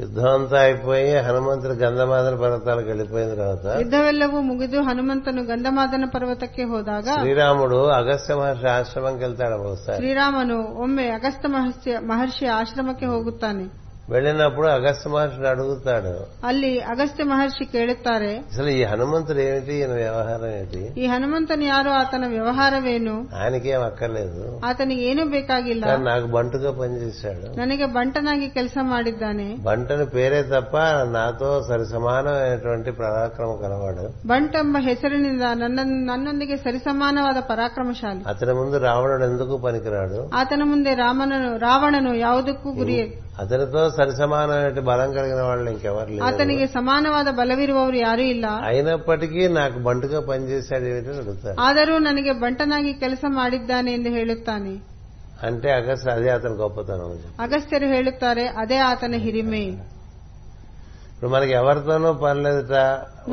Speaker 1: యుద్ధం అంతా అయిపోయి హనుమంతుడు గంధమాదన పర్వతాలకు వెళ్ళిపోయిన తర్వాత
Speaker 2: ಯುದ್ಧವೆಲ್ಲವೂ ಮುಗಿದು ಹನುಮಂತನು ಗಂಧಮಾದನ ಪರ್ವತಕ್ಕೆ ಹೋದಾಗ
Speaker 1: శ్రీరాముడు అగస్త్య మహర్షి ఆశ్రమంకి వెళ్తాడు ఒకసారి
Speaker 2: ಶ್ರೀರಾಮನು ಒಮ್ಮೆ ಅಗಸ್ತ ಮಹರ್ಷಿ- ಮಹರ್ಷಿಯ ಆಶ್ರಮಕ್ಕೆ ಹೋಗುತ್ತಾನೆ
Speaker 1: వెళ్ళినప్పుడు అగస్త్య మహర్షిని అడుగుతాడు
Speaker 2: ಅಲ್ಲಿ ಅಗಸ್ತ್ಯ మహರ್ಷಿ ಕೇಳುತ್ತಾರೆ
Speaker 1: అసలు ఈ హనుమంతుడు ఏమిటి ఈయన వ్యవహారం ఏంటి
Speaker 2: ಈ ಹನುಮಂತನು ಯಾರು ಆತನ ವ್ಯವಹಾರವೇನು
Speaker 1: ఆయనకేం ಅక్కర్లేదు
Speaker 2: ಆತನಿಗೆ ಏನೂ ಬೇಕಾಗಿಲ್ಲ
Speaker 1: కానీ నాకు బంటుగా పనిచేశాడు
Speaker 2: ನನಗೆ ಬಂಟನಾಗಿ ಕೆಲಸ ಮಾಡಿದ್ದಾನೆ
Speaker 1: బంటని పేరే తప్ప నాతో సరి సమానమైనటువంటి పరాక్రమం కలవాడు
Speaker 2: ಬಂಟ್ ಎಂಬ ಹೆಸರಿನಿಂದ ನನ್ನ ನನ್ನೊಂದಿಗೆ ಸರಿಸಮಾನವಾದ ಪರಾಕ್ರಮಶಾಲಿ
Speaker 1: అతని ముందు రావణుడు ఎందుకు పనికిరాడు
Speaker 2: ಆತನ ಮುಂದೆ ರಾಮನನು ರಾವಣನು ಯಾವುದಕ್ಕೂ ಗುರಿ
Speaker 1: అతనితో సరి సమానమైన బలం కలిగిన వాళ్ళు ఇంకెవరు లేరు
Speaker 2: ಆತನಿಗೆ ಸಮಾನವಾದ ಬಲವಿರುವವರು ಯಾರೂ ಇಲ್ಲ
Speaker 1: అయినప్పటికీ నాకు బంటుగా పనిచేశాడు ఏమిటి అని అడుగుతాడు
Speaker 2: ಆದರೂ ನನಗೆ ಬಂಟನಾಗಿ ಕೆಲಸ ಮಾಡಿದ್ದಾನೆ ಎಂದು ಹೇಳುತ್ತಾನೆ
Speaker 1: అంటే అగస్త్య అదే అతని గొప్పతనం అని చెప్పాడు.
Speaker 2: ಅಗಸ್ತ್ಯರು ಹೇಳುತ್ತಾರೆ ಅದೇ ಆತನ ಹಿರಿಮೆ
Speaker 1: ఇప్పుడు మనకి ఎవరితోనూ పని లేదుట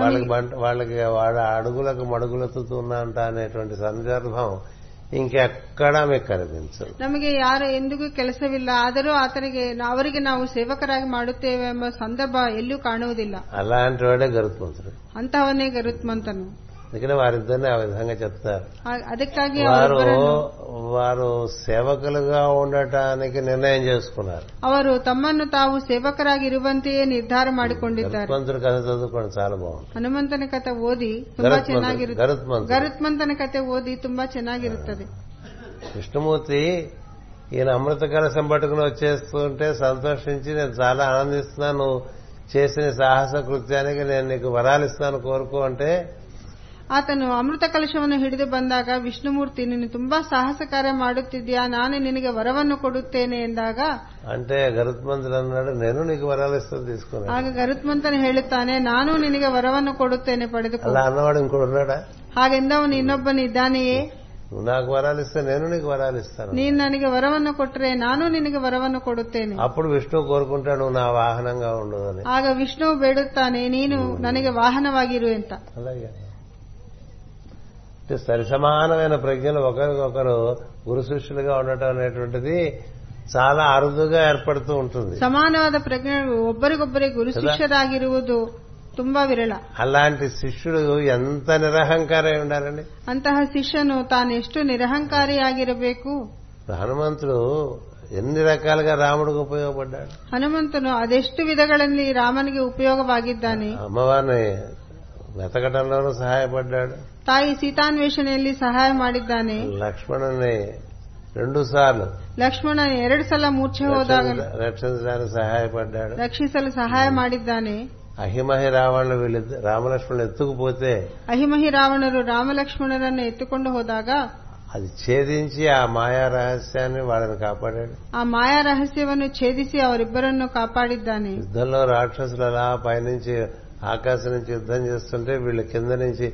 Speaker 1: వాళ్ళకి బంట- వాళ్ళకి వాళ్ళ అడుగులకు మడుగులెత్తుతున్నా అంట అనేటువంటి సందర్భం ఇంకెక్కడా మీకు కనిపించదు
Speaker 2: ನಮಗೆ ಯಾರು ಎಂದಿಗೂ ಕೆಲಸವಿಲ್ಲ ಆದರೂ ಆತನಿಗೆ ಅವರಿಗೆ ನಾವು ಸೇವಕರಾಗಿ ಮಾಡುತ್ತೇವೆ ಎಂಬ ಸಂದರ್ಭ ಎಲ್ಲೂ ಕಾಣುವುದಿಲ್ಲ
Speaker 1: అలాంటి వాడే గరుత్మంతుడు
Speaker 2: ಅಂತಹವನೇ ಗರುತ್ಮಂತನು
Speaker 1: అందుకనే వారిద్దరిని ఆ విధంగా చెప్తారు
Speaker 2: ಆ- ಅದಕ್ಕಾಗಿ
Speaker 1: వారు
Speaker 2: ಅವರಿಬ್ಬರನ್ನು
Speaker 1: వారు సేవకులుగా ఉండటానికి నిర్ణయం చేసుకున్నారు
Speaker 2: ಅವರು ತಮ್ಮನ್ನು ತಾವು ಸೇವಕರಾಗಿರುವಂತೆಯೇ ನಿರ್ಧಾರ ಮಾಡಿಕೊಂಡಿದ್ದಾರೆ
Speaker 1: గరుత్మంతుడు కథ చదువుకోండి చాలా బాగుంది
Speaker 2: ಹನುಮಂತನ ಕಥೆ ಓದಿ ತುಂಬಾ
Speaker 1: గరుత్మంతుడు
Speaker 2: ಚೆನ್ನಾಗಿರುತ್ತೆ
Speaker 1: గరుత్మంతుడు
Speaker 2: ಗರುತ್ಮಂತನ ಕಥೆ ಓದಿ ತುಂಬಾ ಚೆನ್ನಾಗಿರುತ್ತದೆ
Speaker 1: కృష్ణమూర్తి ఈయన అమృత కలశం పట్టుకుని వచ్చేస్తుంటే సంతోషించి నేను చాలా ఆనందిస్తున్నాను నువ్వు చేసిన సాహస కృత్యానికి నేను నీకు వరాలు ఇస్తాను కోరుకో అంటే
Speaker 2: ಆತನು ಅಮೃತ ಕಲಶವನ್ನು ಹಿಡಿದು ಬಂದಾಗ ವಿಷ್ಣುಮೂರ್ತಿ ನೀನು ತುಂಬಾ ಸಾಹಸ ಕಾರ್ಯ ಮಾಡುತ್ತಿದ್ಯಾ ನಾನು ನಿನಗೆ ವರವನ್ನು ಕೊಡುತ್ತೇನೆ ಎಂದಾಗ
Speaker 1: అంటే గరుత్మంతుడు అన్నాడు నేను నీకు వరాలు ఇస్తాను తీసుకున్నాను
Speaker 2: ಆಗ ಗರುತ್ಮಂತನು ಹೇಳುತ್ತಾನೆ ನಾನು ನಿನಗೆ ವರವನ್ನು ಕೊಡುತ್ತೇನೆ ಪಡೆದುಕೊ
Speaker 1: అలా అన్నవాడు ఇంకోడు ఉన్నాడా
Speaker 2: ಹಾಗೆಂದವನು ಇನ್ನೊಬ್ಬನಿದ್ದಾನೆಯೇ
Speaker 1: నువ్వు నాకు వరాలు ఇస్తే నేను నీకు వరాలు ఇస్తాను
Speaker 2: ನೀನು ನನಗೆ ವರವನ್ನು ಕೊಟ್ಟರೆ ನಾನು ನಿನಗೆ ವರವನ್ನು ಕೊಡುತ್ತೇನೆ
Speaker 1: అప్పుడు విష్ణువు కోరుకుంటాడు "నువ్వు నా వాహనంగా ఉండదని
Speaker 2: ಆಗ ವಿಷ್ಣು ಬೇಡುತ್ತಾನೆ ನೀನು ನನಗೆ ವಾಹನವಾಗಿರು ಅಂತ
Speaker 1: అలాగే అంటే సరి సమానమైన ప్రజ్ఞలు ఒకరికొకరు గురు శిష్యులుగా ఉండటం అనేటువంటిది చాలా అరుదుగా ఏర్పడుతూ ఉంటుంది
Speaker 2: ಸಮಾನವಾದ ಪ್ರಜ್ಞೆ ಒಬ್ಬರಿಗೊಬ್ಬರಿಗೆ ಗುರು ಶಿಷ್ಯರಾಗಿರುವುದು ತುಂಬಾ ವಿರಳ
Speaker 1: అలాంటి శిష్యుడు ఎంత నిరహంకారై ఉండాలండి
Speaker 2: ಅಂತಹ ಶಿಷ್ಯನು ತಾನೆಷ್ಟು ನಿರಹಂಕಾರಿಯಾಗಿರಬೇಕು
Speaker 1: ఇప్పుడు హనుమంతుడు ఎన్ని రకాలుగా ರಾముడికి ఉపయోగపడ్డాడు
Speaker 2: ಹನುಮಂತನು ಅದೆಷ್ಟು ವಿಧಗಳಲ್ಲಿ ರಾಮನಿಗೆ ಉಪಯೋಗವಾಗಿದ್ದಾನೆ
Speaker 1: అమ్మవారిని వెతకటంలోనూ సహాయపడ్డాడు
Speaker 2: ತಾಯಿ ಸೀತಾನ್ವೇಷಣೆಯಲ್ಲಿ ಸಹಾಯ ಮಾಡಿದ್ದಾನೆ
Speaker 1: లక్ష్మణుని రెండు సార్లు
Speaker 2: ಲಕ್ಷ್ಮಣ ಎರಡು ಸಲ ಮೂರ್ಛೆ ಹೋದಾಗ
Speaker 1: రక్షించడానికి సహాయపడ్డాడు
Speaker 2: ರಕ್ಷಿಸಲು ಸಹಾಯ ಮಾಡಿದ್ದಾನೆ
Speaker 1: అహిమహి రావణులు వీళ్ళిద్ద రామలక్ష్మణులు ఎత్తుకుపోతే
Speaker 2: ಅಹಿಮಹಿ ರಾವಣರು ರಾಮಲಕ್ಷ್ಮಣರನ್ನು ಎತ್ತುಕೊಂಡು ಹೋದಾಗ
Speaker 1: అది ఛేదించి ఆ మాయా రహస్యాన్ని వాళ్ళని కాపాడాడు
Speaker 2: ಆ ಮಾಯಾ ರಹಸ್ಯವನ್ನು ಛೇದಿಸಿ ಅವರಿಬ್ಬರನ್ನು ಕಾಪಾಡಿದ್ದಾನೆ
Speaker 1: యుద్ధంలో రాక్షసులు అలా పైనుంచి ఆకాశం నుంచి యుద్ధం చేస్తుంటే వీళ్ళు కింద నుంచి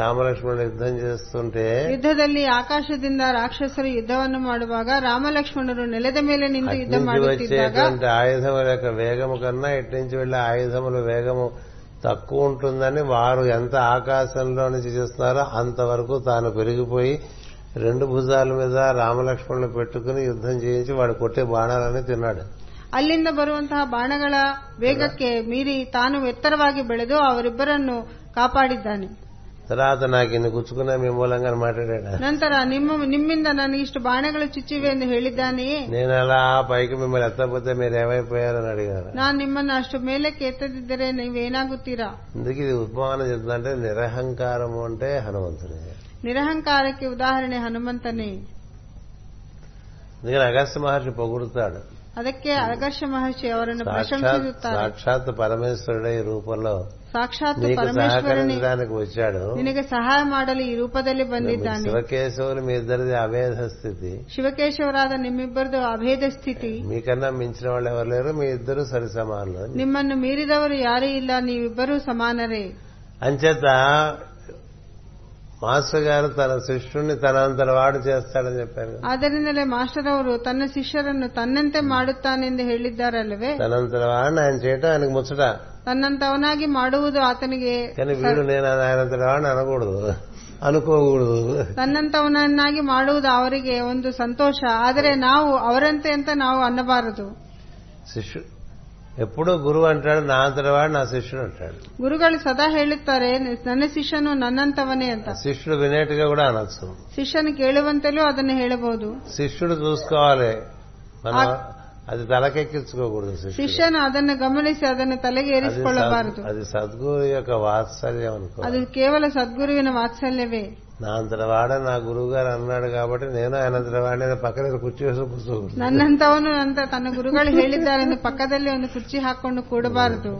Speaker 1: రామలక్ష్మణుడు యుద్ధం చేస్తుంటే
Speaker 2: ಯುದ್ಧದಲ್ಲಿ ಆಕಾಶದಿಂದ ರಾಕ್ಷಸರು ಯುದ್ಧವನ್ನು ಮಾಡುವಾಗ ರಾಮಲಕ್ಷ್ಮಣರು ನೆಲದ ಮೇಲೆ ನಿಂತು ಯುದ್ಧ
Speaker 1: అట్నుంచి
Speaker 2: ಮಾಡುತ್ತಿದ್ದಾಗ
Speaker 1: వచ్చేటువంటి ఆయుధముల యొక్క వేగము కన్నా ఇటు నుంచి వెళ్ళే ఆయుధముల వేగము తక్కువ ఉంటుందని వారు ఎంత ఆకాశంలో నుంచి చేస్తున్నారో అంతవరకు తాను పెరిగిపోయి రెండు భుజాల మీద రామలక్ష్మణులు పెట్టుకుని యుద్ధం చేయించి వాడు కొట్టే బాణాలని తిన్నాడు
Speaker 2: ಅಲ್ಲಿಂದ ಬರುವಂತಹ ಬಾಣಗಳ ವೇಗಕ್ಕೆ ಮೀರಿ ತಾನು ಎತ್ತರವಾಗಿ ಬೆಳೆದು ಅವರಿಬ್ಬರನ್ನು ಕಾಪಾಡಿದ್ದಾನೆ
Speaker 1: తర్వాత నాకు ఇన్ని గుచ్చుకున్నా మీ మూలంగా మాట్లాడాడు
Speaker 2: ನಂತರ ನಿಮ್ಮ ನಿಮ್ಮಿಂದ ನನಗೆ ಇಷ್ಟು ಬಾಣಗಳು ಚುಚ್ಚಿವೆ ಎಂದು ಹೇಳಿದ್ದಾನೆಯೇ
Speaker 1: నేను అలా పైకి మిమ్మల్ని ఎత్తకపోతే మీరు ఏమైపోయారని అడిగారు
Speaker 2: ನಾನು ನಿಮ್ಮನ್ನು ಅಷ್ಟು ಮೇಲಕ್ಕೆ ಎತ್ತದಿದ್ದರೆ ನೀವೇನಾಗುತ್ತೀರಾ
Speaker 1: అందుకే ఇది ఉపమానం చెప్తుందంటే నిరహంకారము అంటే హనుమంతుడే
Speaker 2: ನಿರಹಂಕಾರಕ್ಕೆ ಉದಾಹರಣೆ ಹನುಮಂತನೇ
Speaker 1: అందుకని అగస్త మహర్షి పొగుడుతాడు
Speaker 2: ಅದಕ್ಕೆ ಅಗರ್ಷ ಮಹರ್ಷಿ ಅವರನ್ನು
Speaker 1: సాక్షాత్
Speaker 2: ಪ್ರಶಂಸಿಸುತ್ತಾರೆ
Speaker 1: సాక్షాత్ పరమేశ్వరుడే ఈ రూపంలో
Speaker 2: ಸಾಕ್ಷಾತ್
Speaker 1: నీకు
Speaker 2: ಪರಮೇಶ್ವರನೇ
Speaker 1: సహకరించడానికి వచ్చాడు
Speaker 2: ನಿನಗೆ ಸಹಾಯ ಮಾಡಲು ಈ ರೂಪದಲ್ಲಿ ಬಂದಿದ್ದಾನೆ
Speaker 1: శివకేశవులు మీ ఇద్దరిది అభేధ స్థితి
Speaker 2: ಶಿವಕೇಶವರಾದ ನಿಮ್ಮಿಬ್ಬರದು ಅಭೇದ ಸ್ಥಿತಿ
Speaker 1: మీకన్నా మించిన వాళ్ళు ఎవరు లేరు మీ ఇద్దరు సరి సమానులు
Speaker 2: ನಿಮ್ಮನ್ನು ಮೀರಿದವರು ಯಾರೂ ಇಲ್ಲ ನೀವಿಬ್ಬರೂ ಸಮಾನರೇ
Speaker 1: అంచేత మాస్టర్ గారు తన శిష్యుణ్ణి తనంతట వాడు చేస్తాడని చెప్పారు
Speaker 2: ಆದ್ದರಿಂದಲೇ ಮಾಸ್ಟರ್ ಅವರು ತನ್ನ ಶಿಷ್ಯರನ್ನು ತನ್ನಂತೆ ಮಾಡುತ್ತಾನೆಂದು ಹೇಳಿದ್ದಾರಲ್ಲವೇ
Speaker 1: తనంతట వాడిని ఆయన చేయటం ఆయనకు ముచ్చట
Speaker 2: ತನ್ನಂತವನಾಗಿ ಮಾಡುವುದು ಆತನಿಗೆ
Speaker 1: కానీ వీడు నేను ఆయనంతట వాడిని అనకూడదు అనుకోకూడదు
Speaker 2: ತನ್ನಂತವನನ್ನಾಗಿ ಮಾಡುವುದು ಅವರಿಗೆ ಒಂದು ಸಂತೋಷ ಆದರೆ ನಾವು ಅವರಂತೆ ಅಂತ ನಾವು ಅನ್ನಬಾರದು
Speaker 1: శిష్యుడు ఎప్పుడూ గురువు అంటాడు నా అంతట వాడు నా శిష్యుడు అంటాడు
Speaker 2: ಗುರುಗಳು ಸದಾ ಹೇಳುತ್ತಾರೆ ನನ್ನ ಶಿಷ್ಯನು ನನ್ನಂತವನೇ ಅಂತ
Speaker 1: శిష్యుడు వినేట్టుగా కూడా అనొచ్చు
Speaker 2: ಶಿಷ್ಯನು ಕೇಳುವಂತಲೂ ಅದನ್ನು ಹೇಳಬಹುದು
Speaker 1: శిష్యుడు చూసుకోవాలి మనం అది తలకెక్కించుకోకూడదు శిష్యుడు
Speaker 2: ಶಿಷ್ಯನು ಅದನ್ನು ಗಮನಿಸಿ ಅದನ್ನು ತಲೆಗೆ
Speaker 1: అది సద్-
Speaker 2: ಏರಿಸಿಕೊಳ್ಳಬಾರದು
Speaker 1: అది సద్గురు యొక్క వాత్సల్యం అనుకో
Speaker 2: ಅದು ಕೇವಲ ಸದ್ಗುರುವಿನ ವಾತ್ಸಲ್ಯವೇ
Speaker 1: నా అంతటి వాడ నా గురువు గారు అన్నాడు కాబట్టి నేను ఆయన అంతటి వాడిని పక్కన కుర్చీ వేసి కూర్చోకూడదు
Speaker 2: ನನ್ನಂತವನು ಅಂತ ತನ್ನ ಗುರುಗಳು ಹೇಳಿದ್ದಾರೆಂದು ಪಕ್ಕದಲ್ಲಿ ಒಂದು ಕುರ್ಚಿ ಹಾಕೊಂಡು ಕೂಡಬಾರದು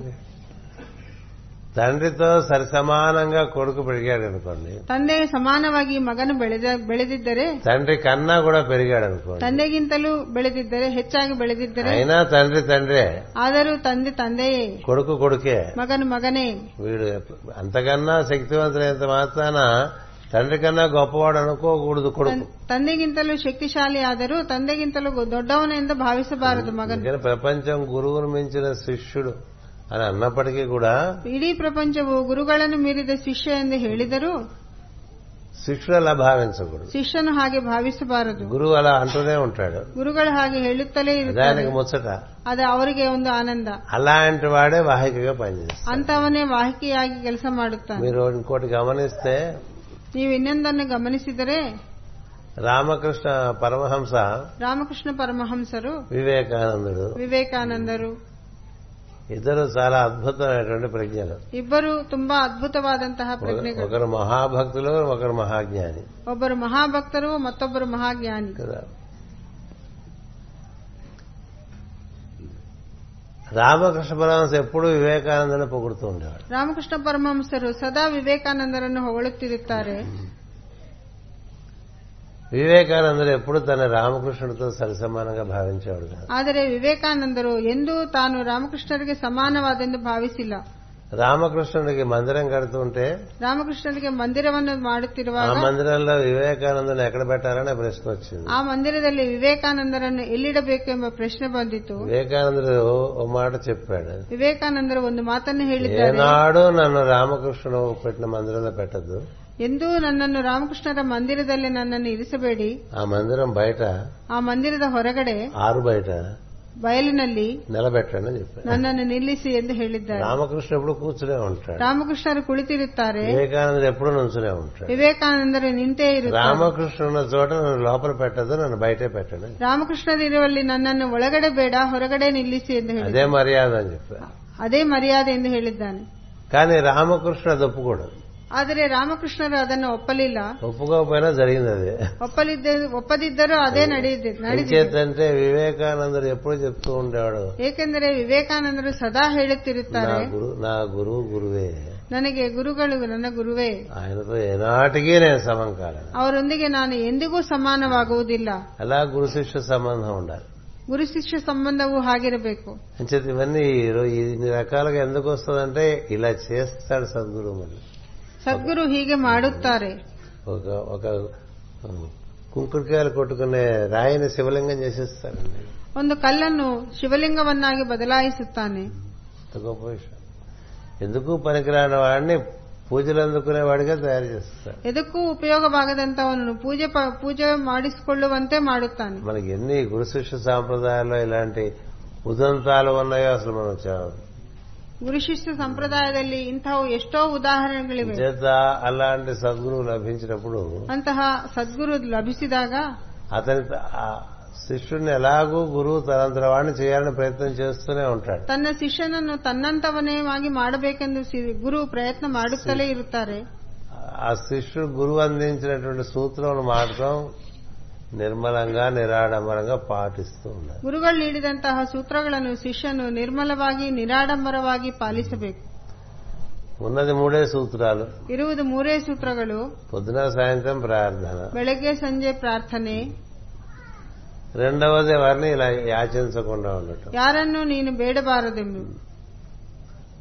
Speaker 1: తండ్రితో సరి సమానంగా కొడుకు పెరిగాడు అనుకోండి
Speaker 2: ತಂದೆ ಸಮಾನವಾಗಿ ಮಗನು ಬೆಳೆದ ಬೆಳೆದಿದ್ದರೆ
Speaker 1: తండ్రి కన్నా కూడా పెరిగాడు అనుకోండి
Speaker 2: ತಂದೆಗಿಂತಲೂ ಬೆಳೆದಿದ್ದರೆ ಹೆಚ್ಚಾಗಿ ಬೆಳೆದಿದ್ದರೆ
Speaker 1: అయినా తండ్రి తండ్రే
Speaker 2: ಆದರೂ ತಂದೆ ತಂದೆಯೇ
Speaker 1: కొడుకు కొడుకే
Speaker 2: ಮಗನು ಮಗನೇ
Speaker 1: వీడు ఎప్ప- అంతకన్నా శక్తివంతులైనంత మాత్రాన తండ్రి కన్నా గొప్పవాడు అనుకోకూడదు కొడుకు
Speaker 2: ತನ್- ತಂದೆಗಿಂತಲೂ ಶಕ್ತಿಶಾಲಿ ಆದರೂ ತಂದೆಗಿಂತಲೂ ದೊಡ್ಡವನೆಂದು ಭಾವಿಸಬಾರದು ಮಗನು
Speaker 1: అందుకని ప్రపంచం గురువును మించిన శిష్యుడు అని అన్నప్పటికీ కూడా
Speaker 2: ಇಡೀ ಪ್ರಪಂಚವು ಗುರುಗಳನ್ನು ಮೀರಿದ ಶಿಷ್ಯ ಎಂದು ಹೇಳಿದರೂ
Speaker 1: శిష్యుడు అలా భావించకూడదు
Speaker 2: ಶಿಷ್ಯನು ಹಾಗೆ ಭಾವಿಸಬಾರದು
Speaker 1: గురువు అలా అంటూనే ఉంటాడు
Speaker 2: ಗುರುಗಳು ಹಾಗೆ ಹೇಳುತ್ತಲೇ ಇರುತ್ತಾರೆ
Speaker 1: నిజానికి ముచ్చట
Speaker 2: ಅದು ಅವರಿಗೆ ಒಂದು ఆనంద
Speaker 1: అలాంటి వాడే వాహికగా పనిచేస్తాడు
Speaker 2: ಅಂತವನೇ ವಾಹಿಕೆಯಾಗಿ ಕೆಲಸ ಮಾಡುತ್ತಾನೆ
Speaker 1: మీరు ఇంకోటి గమనిస్తే
Speaker 2: ನೀವು ಇನ್ನೊಂದನ್ನು ಗಮನಿಸಿದರೆ
Speaker 1: రామకృష్ణ పరమహంస
Speaker 2: ರಾಮಕೃಷ್ಣ ಪರಮಹಂಸರು
Speaker 1: వివేకానందుడు
Speaker 2: ವಿವೇಕಾನಂದರು
Speaker 1: ఇద్దరు చాలా అద్భుతమైనటువంటి ప్రజ్ఞలు
Speaker 2: ಇಬ್ಬರು ತುಂಬಾ ಅದ್ಭುತವಾದಂತಹ ಪ್ರಜ್ಞೆಗಳು
Speaker 1: ఒకరు మహాభక్తులు ఒకరు మహాజ్ఞాని
Speaker 2: ಒಬ್ಬರು ಮಹಾಭಕ್ತರು ಮತ್ತೊಬ್ಬರು ಮಹಾಜ್ಞಾನಿ
Speaker 1: కదా రామకృష్ణ పరమహంస ఎప్పుడూ వివేకానందని పొగుడుతూ ఉండేవాడు
Speaker 2: ರಾಮಕೃಷ್ಣ ಪರಮಹಂಸರು ಸದಾ ವಿವೇಕಾನಂದರನ್ನು ಹೊಗಳುತ್ತಿರುತ್ತಾರೆ
Speaker 1: వివేకానందుడు ఎప్పుడు తన రామకృష్ణుడితో సరిసమానంగా భావించేవాడు కాదు
Speaker 2: ಆದರೆ ವಿವೇಕಾನಂದರು ಎಂದೂ ತಾನು ರಾಮಕೃಷ್ಣರಿಗೆ ಸಮಾನವಾದೆಂದು ಭಾವಿಸಿಲ್ಲ
Speaker 1: రామకృష్ణుడికి మందిరం కడుతుంటే
Speaker 2: ರಾಮಕೃಷ್ಣರಿಗೆ ಮಂದಿರವನ್ನು
Speaker 1: ఆ
Speaker 2: ಮಾಡುತ್ತಿರುವಾಗ
Speaker 1: మందిరంలో వివేకానందుని ఎక్కడ పెట్టాలనే ప్రశ్న వచ్చింది
Speaker 2: ಆ ಮಂದಿರದಲ್ಲಿ ವಿವೇಕಾನಂದರನ್ನು ಎಲ್ಲಿಡಬೇಕು ಎಂಬ ಪ್ರಶ್ನೆ ಬಂದಿತು
Speaker 1: వివేకానందుడు ఓ మాట చెప్పాడు
Speaker 2: ವಿವೇಕಾನಂದರು ಒಂದು ಮಾತನ್ನು ಹೇಳಿದ್ದಾರೆ
Speaker 1: ఏనాడు నన్ను రామకృష్ణుడు పెట్టిన మందిరంలో పెట్టద్దు
Speaker 2: ಎಂದೂ ನನ್ನನ್ನು ರಾಮಕೃಷ್ಣರ ಮಂದಿರದಲ್ಲಿ ನನ್ನನ್ನು ಇರಿಸಬೇಡಿ
Speaker 1: ఆ మందిరం బయట
Speaker 2: ಆ ಮಂದಿರದ ಹೊರಗಡೆ
Speaker 1: ఆరు బయట
Speaker 2: ಬಯಲಿನಲ್ಲಿ
Speaker 1: నిలబెట్టండి అని చెప్పాడు
Speaker 2: ನನ್ನನ್ನು ನಿಲ್ಲಿಸಿ ಎಂದು ಹೇಳಿದ್ದಾರೆ
Speaker 1: రామకృష్ణ ఎప్పుడు కూర్చునే ఉంటాడు
Speaker 2: ರಾಮಕೃಷ್ಣರು ಕುಳಿತಿರುತ್ತಾರೆ
Speaker 1: వివేకానందుడు ఎప్పుడు నుంచునే ఉంటాడు
Speaker 2: ವಿವೇಕಾನಂದರು ನಿಂತೇ ಇರುತ್ತಾರೆ
Speaker 1: రామకృష్ణ ఉన్న చోట నన్ను లోపల పెట్టద్దు నన్ను బయటే పెట్టండి
Speaker 2: ರಾಮಕೃಷ್ಣರಿರುವಲ್ಲಿ ನನ್ನನ್ನು ಒಳಗಡೆ ಬೇಡ ಹೊರಗಡೆ ನಿಲ್ಲಿಸಿ ಎಂದು ಹೇಳಿ
Speaker 1: అదే మర్యాద అని చెప్పారు
Speaker 2: ಅದೇ ಮರ್ಯಾದೆ ಎಂದು ಹೇಳಿದ್ದಾನೆ
Speaker 1: కానీ రామకృష్ణ అది ఒప్పుకోడు
Speaker 2: ಆದರೆ ರಾಮಕೃಷ್ಣರು ಅದನ್ನು ಒಪ್ಪಲಿಲ್ಲ
Speaker 1: ఒప్పుకోకపోయినా జరిగింది అదే
Speaker 2: ಒಪ್ಪಲಿದ್ದ ಒಪ್ಪದಿದ್ದರೂ ಅದೇ ನಡೆಯಿದೆ ನಡೆದಿದೆ
Speaker 1: ఇంకేతంటే వివేకానందుడు ఎప్పుడు చెప్తూ ఉండేవాడు
Speaker 2: ಏಕೆಂದರೆ ವಿವೇಕಾನಂದರು ಸದಾ
Speaker 1: నా
Speaker 2: ಹೇಳುತ್ತಿರುತ್ತಾರೆ
Speaker 1: గురు నా గురువు గురువే
Speaker 2: ನನಗೆ ಗುರುಗಳು ನನ್ನ ಗುರುವೇ
Speaker 1: ఆయనతో ఏనాటికి నేను సమం కాలేదు
Speaker 2: ಅವರೊಂದಿಗೆ ನಾನು ಎಂದಿಗೂ ಸಮಾನವಾಗುವುದಿಲ್ಲ
Speaker 1: అలా గురు శిష్య సంబంధం ఉండాలి
Speaker 2: ಗುರು ಶಿಷ್ಯ ಸಂಬಂಧವೂ ಹಾಗಿರಬೇಕು
Speaker 1: అంచేత ఇవన్నీ ఈ రో- ఇన్ని రకాలుగా ఎందుకు వస్తుందంటే ఇలా చేస్తాడు సద్గురు మళ్ళీ
Speaker 2: ಸದ್ಗುರು ಹೀಗೆ ಮಾಡುತ್ತಾರೆ
Speaker 1: ఒక ఒక కుంకుడుకాయలు కొట్టుకునే రాయిని శివలింగం చేసేస్తారండి
Speaker 2: ಒಂದು ಕಲ್ಲನ್ನು ಶಿವಲಿಂಗವನ್ನಾಗಿ ಬದಲಾಯಿಸುತ್ತಾನೆ
Speaker 1: ఎంత గొప్ప విషయం ఎందుకు పనికిరాని వాడిని పూజలు అందుకునేవాడిగా తయారు చేస్తారు
Speaker 2: ಎದಕ್ಕೂ ಉಪಯೋಗವಾಗದಂತವನನ್ನು ಪೂಜೆ ಪ- ಪೂಜೆ ಮಾಡಿಸಿಕೊಳ್ಳುವಂತೆ ಮಾಡುತ್ತಾನೆ
Speaker 1: మనకి ఎన్ని గురు శిష్య సాంప్రదాయాల్లో ఇలాంటి ఉదంతాలు ఉన్నాయో అసలు మనం చ-
Speaker 2: ಗುರುಶಿಷ್ಯ ಸಂಪ್ರದಾಯದಲ್ಲಿ ಇಂತಹ ಎಷ್ಟೋ ಉದಾಹರಣೆಗಳಿವೆ
Speaker 1: చేత అలాంటి సద్గురువు లభించినప్పుడు
Speaker 2: ಅಂತಹ ಸದ್ಗುರು ಲಭಿಸಿದಾಗ
Speaker 1: అతని త- ఆ శిష్యుడిని ఎలాగూ గురువు తనంతర వాడిని చేయాలని ప్రయత్నం చేస్తూనే ఉంటాడు
Speaker 2: ತನ್ನ ಶಿಷ್ಯನನ್ನು ತನ್ನಂತವನೇ ಆಗಿ ಮಾಡಬೇಕೆಂದು ಸಿ- ಗುರು ಪ್ರಯತ್ನ ಮಾಡುತ್ತಲೇ ಇರುತ್ತಾರೆ
Speaker 1: ఆ శిష్యుడు గురువు అందించినటువంటి సూత్రములు మాత్రం నిర్మలంగా నిరాడంబరంగా పాటిస్తూ ఉన్నారు
Speaker 2: ಗುರುಗಳು ನೀಡಿದಂತಹ ಸೂತ್ರಗಳನ್ನು ಶಿಷ್ಯನು ನಿರ್ಮಲವಾಗಿ ನಿರಾಡಂಬರವಾಗಿ ಪಾಲಿಸಬೇಕು
Speaker 1: ఉన్నది మూడే సూత్రాలు
Speaker 2: ಇರುವುದು ಮೂರೇ ಸೂತ್ರಗಳು
Speaker 1: పొద్దున సాయంత్రం ప్రార్థన
Speaker 2: ಬೆಳಗ್ಗೆ ಸಂಜೆ ಪ್ರಾರ್ಥನೆ
Speaker 1: రెండవది ఎవరిని ఇలా యాచించకుండా ఉండటం
Speaker 2: ಯಾರನ್ನು ನೀನು ಬೇಡಬಾರದೆಂಬು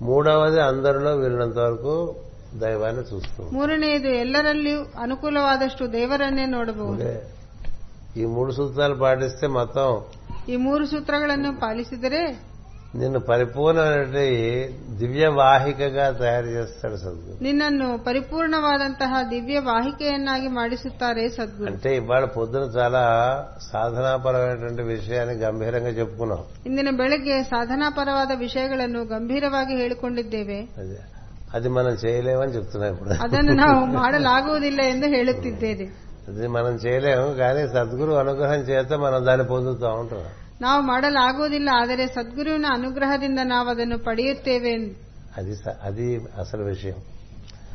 Speaker 1: మూడవది అందరిలో వీళ్ళంత వరకు దైవాన్ని చూస్తూ ఉంటాం.
Speaker 2: ಮೂರನೆಯದು ಎಲ್ಲರಲ್ಲಿಯೂ ಅನುಕೂಲವಾದಷ್ಟು ದೇವರನ್ನೇ ನೋಡಬಹುದು
Speaker 1: అంటే ఈ మూడు సూత్రాలు పాటిస్తే మొత్తం
Speaker 2: ಈ ಮೂರು ಸೂತ್ರಗಳನ್ನು ಪಾಲಿಸಿದರೆ
Speaker 1: నిన్ను పరిపూర్ణమైనటువంటి దివ్య వాహికగా తయారు చేస్తాడు సద్గురు
Speaker 2: ನಿನ್ನನ್ನು ಪರಿಪೂರ್ಣವಾದಂತಹ ದಿವ್ಯ ವಾಹಿಕೆಯನ್ನಾಗಿ ಮಾಡಿಸುತ್ತಾರೆ ಸದ್ಗುರು
Speaker 1: అంటే ఇవాళ పొద్దున చాలా సాధనాపరమైనటువంటి విషయాన్ని గంభీరంగా చెప్పుకున్నాం
Speaker 2: ಇಂದಿನ ಬೆಳಗ್ಗೆ ಸಾಧನಾಪರವಾದ ವಿಷಯಗಳನ್ನು ಗಂಭೀರವಾಗಿ ಹೇಳಿಕೊಂಡಿದ್ದೇವೆ
Speaker 1: అది అది మనం చేయలేమని చెప్తున్నాం ఇప్పుడు
Speaker 2: ಅದನ್ನು ನಾವು ಮಾಡಲಾಗುವುದಿಲ್ಲ ಎಂದು ಹೇಳುತ್ತಿದ್ದೇನೆ
Speaker 1: అది మనం చేయలేము కానీ సద్గురు అనుగ్రహం చేత మనం దాన్ని పొందుతూ ఉంటాం
Speaker 2: ನಾವು ಮಾಡಲಾಗುವುದಿಲ್ಲ ಆದರೆ ಸದ್ಗುರುವಿನ ಅನುಗ್ರಹದಿಂದ ನಾವು ಅದನ್ನು ಪಡೆಯುತ್ತೇವೆ ಎಂದು.
Speaker 1: అది స- అది అసలు విషయం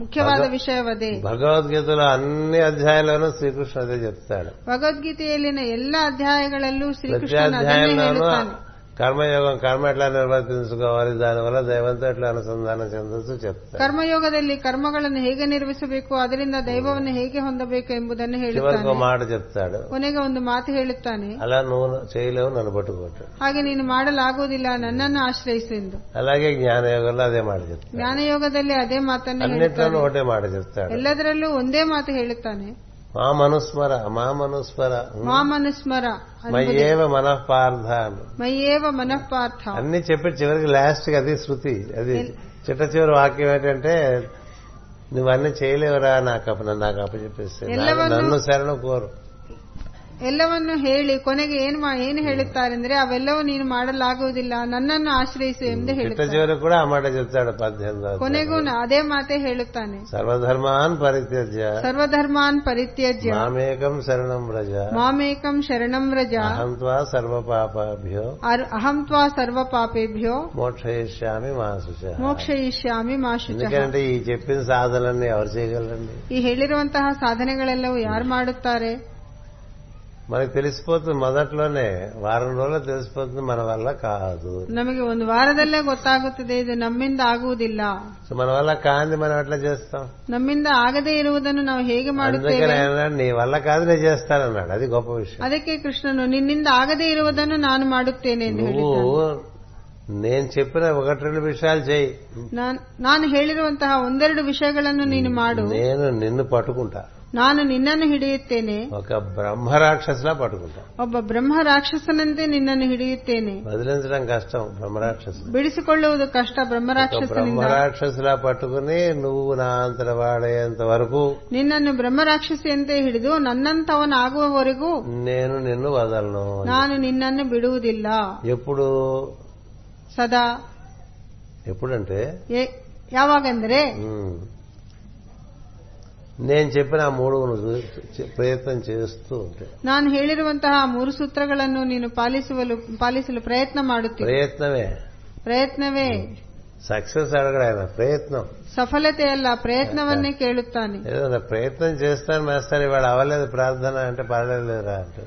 Speaker 2: ಮುಖ್ಯವಾದ
Speaker 1: ಭಗ-
Speaker 2: ವಿಷಯವದೇ
Speaker 1: భగవద్గీతలో అన్ని అధ్యాయాల్లోనూ శ్రీకృష్ణుడు అదే చెప్తాడు
Speaker 2: ಭಗವದ್ಗೀತೆಯಲ್ಲಿನ ಎಲ್ಲ ಅಧ್ಯಾಯಗಳಲ್ಲೂ
Speaker 1: ప్రతి
Speaker 2: ಶ್ರೀಕೃಷ್ಣನ ಅದನ್ನೇ
Speaker 1: అధ్యాయంలోనూ
Speaker 2: ಹೇಳುತ್ತಾನೆ
Speaker 1: కర్మయోగం కర్మ ఎట్లా నిర్వర్తించుకోవాలి దానివల్ల దైవంతో ఎట్లా అనుసంధానం చెందొచ్చు చెప్తాడు
Speaker 2: ಕರ್ಮಯೋಗದಲ್ಲಿ ಕರ್ಮಗಳನ್ನು ಹೇಗೆ ನಿರ್ವಹಿಸಬೇಕು ಅದರಿಂದ ದೈವವನ್ನು ಹೇಗೆ ಹೊಂದಬೇಕು ಎಂಬುದನ್ನು
Speaker 1: చివరికి
Speaker 2: ಹೇಳುತ್ತಾನೆ
Speaker 1: ఒక మాట చెప్తాడు
Speaker 2: ಕೊನೆಗೆ ಒಂದು ಮಾತು ಹೇಳುತ್ತಾನೆ
Speaker 1: అలా నువ్వు చేయలేవు నన్ను పట్టుకుంటాడు
Speaker 2: ಹಾಗೆ ನೀನು ಮಾಡಲಾಗುವುದಿಲ್ಲ ನನ್ನನ್ನು ಆಶ್ರಯಿಸು ಎಂದು
Speaker 1: అలాగే జ్ఞానయోగంలో అదే మాట చెప్తాడు
Speaker 2: ಜ್ಞಾನಯೋಗದಲ್ಲಿ ಅದೇ ಮಾತನ್ನು
Speaker 1: అన్నిట్లోనూ
Speaker 2: ಹೇಳುತ್ತಾನೆ
Speaker 1: ఒకటే మాట చెప్తాడు
Speaker 2: ಎಲ್ಲದರಲ್ಲೂ ಒಂದೇ ಮಾತು ಹೇಳುತ್ತಾನೆ
Speaker 1: మా మనుస్మర మా మనుస్మర
Speaker 2: ಮಾಮನುಸ್ಮರ ಅನ್ಬುದೇ.
Speaker 1: మయ్యేవ మనః పార్థ అను.
Speaker 2: ಮಯ್ಯೇವ ಮನಃಪಾರ್ಥ
Speaker 1: అన్ని చెప్పి చివరికి లాస్ట్ అది శృతి అది చిట్ట చివరి వాక్యం ఏంటంటే నువ్వన్నీ చేయలేవురా నాకు అప్ప నాకు అప్పచెప్పేస్తే నాకు-
Speaker 2: ఎల్లవన్నూ-
Speaker 1: నన్ను శరణు కోరు
Speaker 2: ಎಲ್ಲವನ್ನು ಹೇಳಿ ಕೊನೆಗೆ ಏನ್ ಮಾ- ಏನು ಹೇಳುತ್ತಾರೆಂದ್ರೆ ಅವೆಲ್ಲವೂ ನೀನು ಮಾಡಲಾಗುವುದಿಲ್ಲ ನನ್ನನ್ನು ಆಶ್ರಯಿಸು ಎಂದು
Speaker 1: చిట్ట
Speaker 2: ಹೇಳುತ್ತಾನೆ
Speaker 1: చివరి కూడా ఆ మాట చెప్తాడు పద్దెనిమిది
Speaker 2: ಕೊನೆಗೂ ನ- ಅದೇ ಮಾತೇ ಹೇಳುತ್ತಾನೆ
Speaker 1: సర్వధర్మాన్ పరిత్యజ్య
Speaker 2: ಸರ್ವಧರ್ಮಾನ್ ಪರಿತ್ಯಜ್ಯ
Speaker 1: మామేకం శరణం రజ
Speaker 2: ಮಾಮೇಕಂ ಶರಣಂ ರಜ
Speaker 1: అహం త్వా సర్వ పాపాభ్యో
Speaker 2: ಅರ್- ಅಹಂ ತ್ವಾ ಸರ್ವ ಪಾಪೇಭ್ಯೋ
Speaker 1: మోక్షయిష్యామి మా శుచ
Speaker 2: ಮೋಕ್ಷಯಿಷ್ಯಾಮಿ ಮಾಶುಚಃ
Speaker 1: ఎందుకంటే ఈ చెప్పిన సాధనలన్నీ ఎవరు చేయగలరండి
Speaker 2: ಈ ಹೇಳಿರುವಂತಹ ಸಾಧನೆಗಳೆಲ್ಲವೂ ಯಾರು ಮಾಡುತ್ತಾರೆ
Speaker 1: మనకు తెలిసిపోతుంది మొదట్లోనే వారం రోజులు తెలిసిపోతుంది మన వల్ల కాదు
Speaker 2: ನಮಗೆ ಒಂದು ವಾರದಲ್ಲೇ ಗೊತ್ತಾಗುತ್ತದೆ ಇದು ನಮ್ಮಿಂದ ಆಗುವುದಿಲ್ಲ
Speaker 1: సో మన వల్ల కాంది మనం ఎట్లా చేస్తాం
Speaker 2: ನಮ್ಮಿಂದ ಆಗದೇ ಇರುವುದನ್ನು ನಾವು ಹೇಗೆ
Speaker 1: అందుకని
Speaker 2: ಮಾಡುತ್ತೇವೆ
Speaker 1: ఆయన అన్నాడు, నీ వల్ల కాదు నేను చేస్తానన్నాడు అది గొప్ప విషయం
Speaker 2: ಅದಕ್ಕೆ ಕೃಷ್ಣನು ನಿನ್ನಿಂದ ಆಗದೇ ಇರುವುದನ್ನು ನಾನು ಮಾಡುತ್ತೇನೆ ಎಂದು
Speaker 1: నువ్వు
Speaker 2: ಹೇಳಿದ್ದಾನೆ
Speaker 1: నేను చెప్పిన ఒకటి రెండు విషయాలు చేయి
Speaker 2: ನಾನ್- ನಾನು ಹೇಳಿರುವಂತಹ ಒಂದೆರಡು ವಿಷಯಗಳನ್ನು ನೀನು ಮಾಡು
Speaker 1: నేను నిన్ను పట్టుకుంటా
Speaker 2: ನಾನು ನಿನ್ನನ್ನು ಹಿಡಿಯುತ್ತೇನೆ
Speaker 1: ఒక బ్రహ్మ రాక్షసులా పట్టుకుంటా
Speaker 2: ಒಬ್ಬ ಬ್ರಹ್ಮ ರಾಕ್ಷಸನಂತೆ ನಿನ್ನನ್ನು ಹಿಡಿಯುತ್ತೇನೆ
Speaker 1: వదిలించడం కష్టం బ్రహ్మ రాక్షసులు
Speaker 2: ಬಿಡಿಸಿಕೊಳ್ಳುವುದು ಕಷ್ಟ ಬ್ರಹ್ಮ
Speaker 1: ఒక బ్రహ్మ
Speaker 2: ರಾಕ್ಷಸನಿಂದ
Speaker 1: రాక్షసులా పట్టుకుని నువ్వు నా అంతట వాడేంత వరకు
Speaker 2: ನಿನ್ನನ್ನು ಬ್ರಹ್ಮ ರಾಕ್ಷಸಿಯಂತೆ ಹಿಡಿದು ನನ್ನಂತವನಾಗುವವರೆಗೂ
Speaker 1: నేను నిన్ను వదలను
Speaker 2: ನಾನು ನಿನ್ನನ್ನು ಬಿಡುವುದಿಲ್ಲ
Speaker 1: ఎప్పుడు
Speaker 2: ಸದಾ
Speaker 1: ఎప్పుడంటే
Speaker 2: ಏ- ಯಾವಾಗೆಂದರೆ
Speaker 1: ఉమ్, నేను చెప్పిన ఆ మూడు నువ్వు చే- ప్రయత్నం చేస్తూ ఉంటే
Speaker 2: ನಾನು ಹೇಳಿರುವಂತಹ ಮೂರು ಸೂತ್ರಗಳನ್ನು ನೀನು ಪಾಲಿಸುವಲು ಪಾಲಿಸಲು ಪ್ರಯತ್ನ ಮಾಡುತ್ತೀನಿ
Speaker 1: ప్రయత్నమే
Speaker 2: ಪ್ರಯತ್ನವೇ
Speaker 1: సక్సెస్ అడగడు ఆయన ప్రయత్నం
Speaker 2: ಸಫಲತೆಯಲ್ಲ ಪ್ರಯತ್ನವನ್ನೇ ಕೇಳುತ್ತಾನೆ
Speaker 1: ఏదో నా ప్రయత్నం చేస్తాను మేస్తారు ఇవాళ అవ్వలేదు ప్రార్థన అంటే పర్వాలేదురా అంటే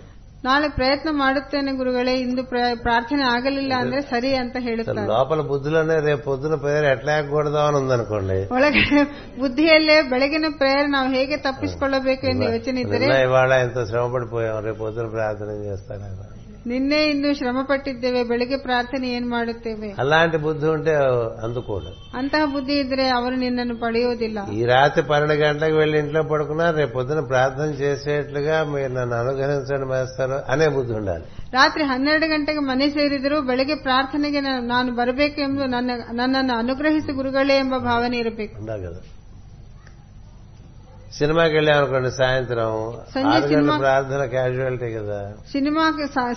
Speaker 2: ನಾಳೆ ಪ್ರಯತ್ನ ಮಾಡುತ್ತೇನೆ ಗುರುಗಳೇ ಇಂದು ಪ್ರ- ಪ್ರಾರ್ಥನೆ ಆಗಲಿಲ್ಲ ಅಂದ್ರೆ ಸರಿ ಅಂತ ಹೇಳುತ್ತಾನೆ
Speaker 1: లోపల బుద్ధిలోనే రేపు పొద్దున పేరు ఎట్లా ఎక్కకూడదామని ఉందనుకోండి
Speaker 2: ಒಳಗಡೆ ಬುದ್ಧಿಯಲ್ಲೇ ಬೆಳಗಿನ ಪ್ರೇಯರ್ ನಾವು ಹೇಗೆ ತಪ್ಪಿಸಿಕೊಳ್ಳಬೇಕು ಎಂದು ಯೋಚನೆ ಇದ್ದರೆ
Speaker 1: నిన్న ఇవాళ ఎంత శ్రమ పడిపోయాం రేపు పొద్దున ప్రార్థన చేస్తాను ఆయన.
Speaker 2: ನಿನ್ನೆ ಇನ್ನು ಶ್ರಮ ಪಟ್ಟಿದ್ದೇವೆ ಬೆಳಿಗ್ಗೆ ಪ್ರಾರ್ಥನೆ ಏನ್ ಮಾಡುತ್ತೇವೆ
Speaker 1: అలాంటి బుద్ధి ఉంటే అందుకోడు
Speaker 2: ಅಂತಹ ಬುದ್ಧಿ ಇದ್ರೆ ಅವರು ನಿನ್ನನ್ನು ಪಡೆಯೋದಿಲ್ಲ
Speaker 1: ఈ రాత్రి పన్నెండు గంటలకు వెళ్ళి ఇంట్లో పడుకున్నా రేపు పొద్దున ప్రార్థన చేసేట్లుగా మీరు నన్ను అనుగ్రహించండి మేస్తారు అనే బుద్ధి ఉండాలి
Speaker 2: ರಾತ್ರಿ ಹನ್ನೆರಡು ಗಂಟೆಗೆ ಮನೆ ಸೇರಿದರೂ ಬೆಳಗ್ಗೆ ಪ್ರಾರ್ಥನೆಗೆ ನಾ- ನಾನು ಬರಬೇಕೆಂದು ನನ್ನ ನನ್ನನ್ನು ಅನುಗ್ರಹಿಸಿ ಗುರುಗಳೇ ಎಂಬ ಭಾವನೆ ಇರಬೇಕು
Speaker 1: ఉండాలి కదా సినిమాకి వెళ్ళామనుకోండి సాయంత్రం
Speaker 2: సంధ్య
Speaker 1: ఆరు గంటల
Speaker 2: సినిమా-
Speaker 1: ప్రార్థన క్యాజువాలిటీ కదా
Speaker 2: ಸಿನಿಮಾ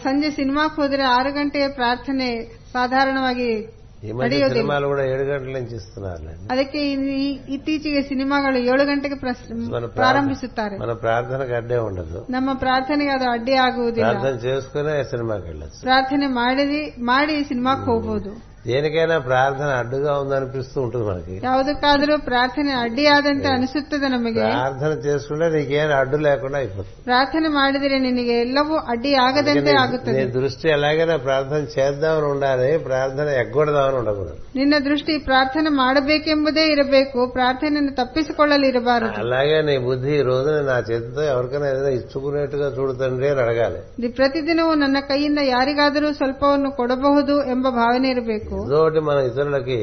Speaker 2: ಸಂಜೆ ಸಿನಿಮಾಕ್ಕೆ ಹೋದ್ರೆ ಆರು ಗಂಟೆಯ ಪ್ರಾರ್ಥನೆ ಸಾಧಾರಣವಾಗಿ
Speaker 1: ఈ మధ్య
Speaker 2: ನಡೆಯೋದಿಲ್ಲ
Speaker 1: సినిమాలు కూడా ఏడు గంటల నుంచి ఇస్తున్నారులేండి
Speaker 2: ಅದಕ್ಕೆ ಈ- ಈ- ಇತ್ತೀಚೆಗೆ ಸಿನಿಮಾಗಳು ಏಳು ಗಂಟೆಗೆ ಪ್ರಸ್-
Speaker 1: మన ప్రార్థన-
Speaker 2: ಪ್ರಾರಂಭಿಸುತ್ತಾರೆ
Speaker 1: మన ಪ್ರಾರ್ಥನకు ಅಡ್డే ఉండదు
Speaker 2: ನಮ್ಮ ಪ್ರಾರ್ಥನೆಗೆ ಅದು ಅಡ್ಡಿ ಆಗುವುದಿಲ್ಲ
Speaker 1: ప్రార్థన చేసుకునే సినిమాకి వెళ్ళచ్చు
Speaker 2: ಪ್ರಾರ್ಥನೆ ಮಾಡಿ ಮಾಡಿ ಸಿನಿಮಾಕ್ಕೆ ಹೋಗಬಹುದು
Speaker 1: దేనికైనా ప్రార్థన అడ్డుగా ఉందనిపిస్తూ ఉంటుంది మనకి
Speaker 2: ಯಾವುದಕ್ಕಾದರೂ ಪ್ರಾರ್ಥನೆ ಅಡ್ಡಿಯಾದಂತೆ ಅನಿಸುತ್ತದೆ ನಮಗೆ
Speaker 1: ప్రార్థన చేసుకుంటే నీకేం అడ్డు లేకుండా అయిపోతుంది
Speaker 2: ಪ್ರಾರ್ಥನೆ ಮಾಡಿದರೆ ನಿನಗೆ ಎಲ್ಲವೂ ಅಡ್ಡಿ ಆಗದಂತೆ ಆಗುತ್ತದೆ
Speaker 1: నీ దృష్టి ఎలాగైనా ప్రార్థన చేద్దామని ఉండాలి ప్రార్థన ఎగ్గొడదామని ఉండకూడదు
Speaker 2: ನಿನ್ನ ದೃಷ್ಟಿ ಪ್ರಾರ್ಥನೆ ಮಾಡಬೇಕೆಂಬುದೇ ಇರಬೇಕು ಪ್ರಾರ್ಥನೆಯನ್ನು ತಪ್ಪಿಸಿಕೊಳ್ಳಲು ಇರಬಾರದು
Speaker 1: అలాగే నీ బుద్ధి ఈ రోజున నా చేతితో ఎవరికైనా ఏదైనా ఇచ్చుకునేట్టుగా చూడుతండి అని అడగాలి
Speaker 2: ದಿ- ಪ್ರತಿದಿನವೂ ನನ್ನ ಕೈಯಿಂದ ಯಾರಿಗಾದರೂ ಸ್ವಲ್ಪವನ್ನು ಕೊಡಬಹುದು ಎಂಬ ಭಾವನೆ ಇರಬೇಕು
Speaker 1: ఇదోటి మనం ఇతరులకి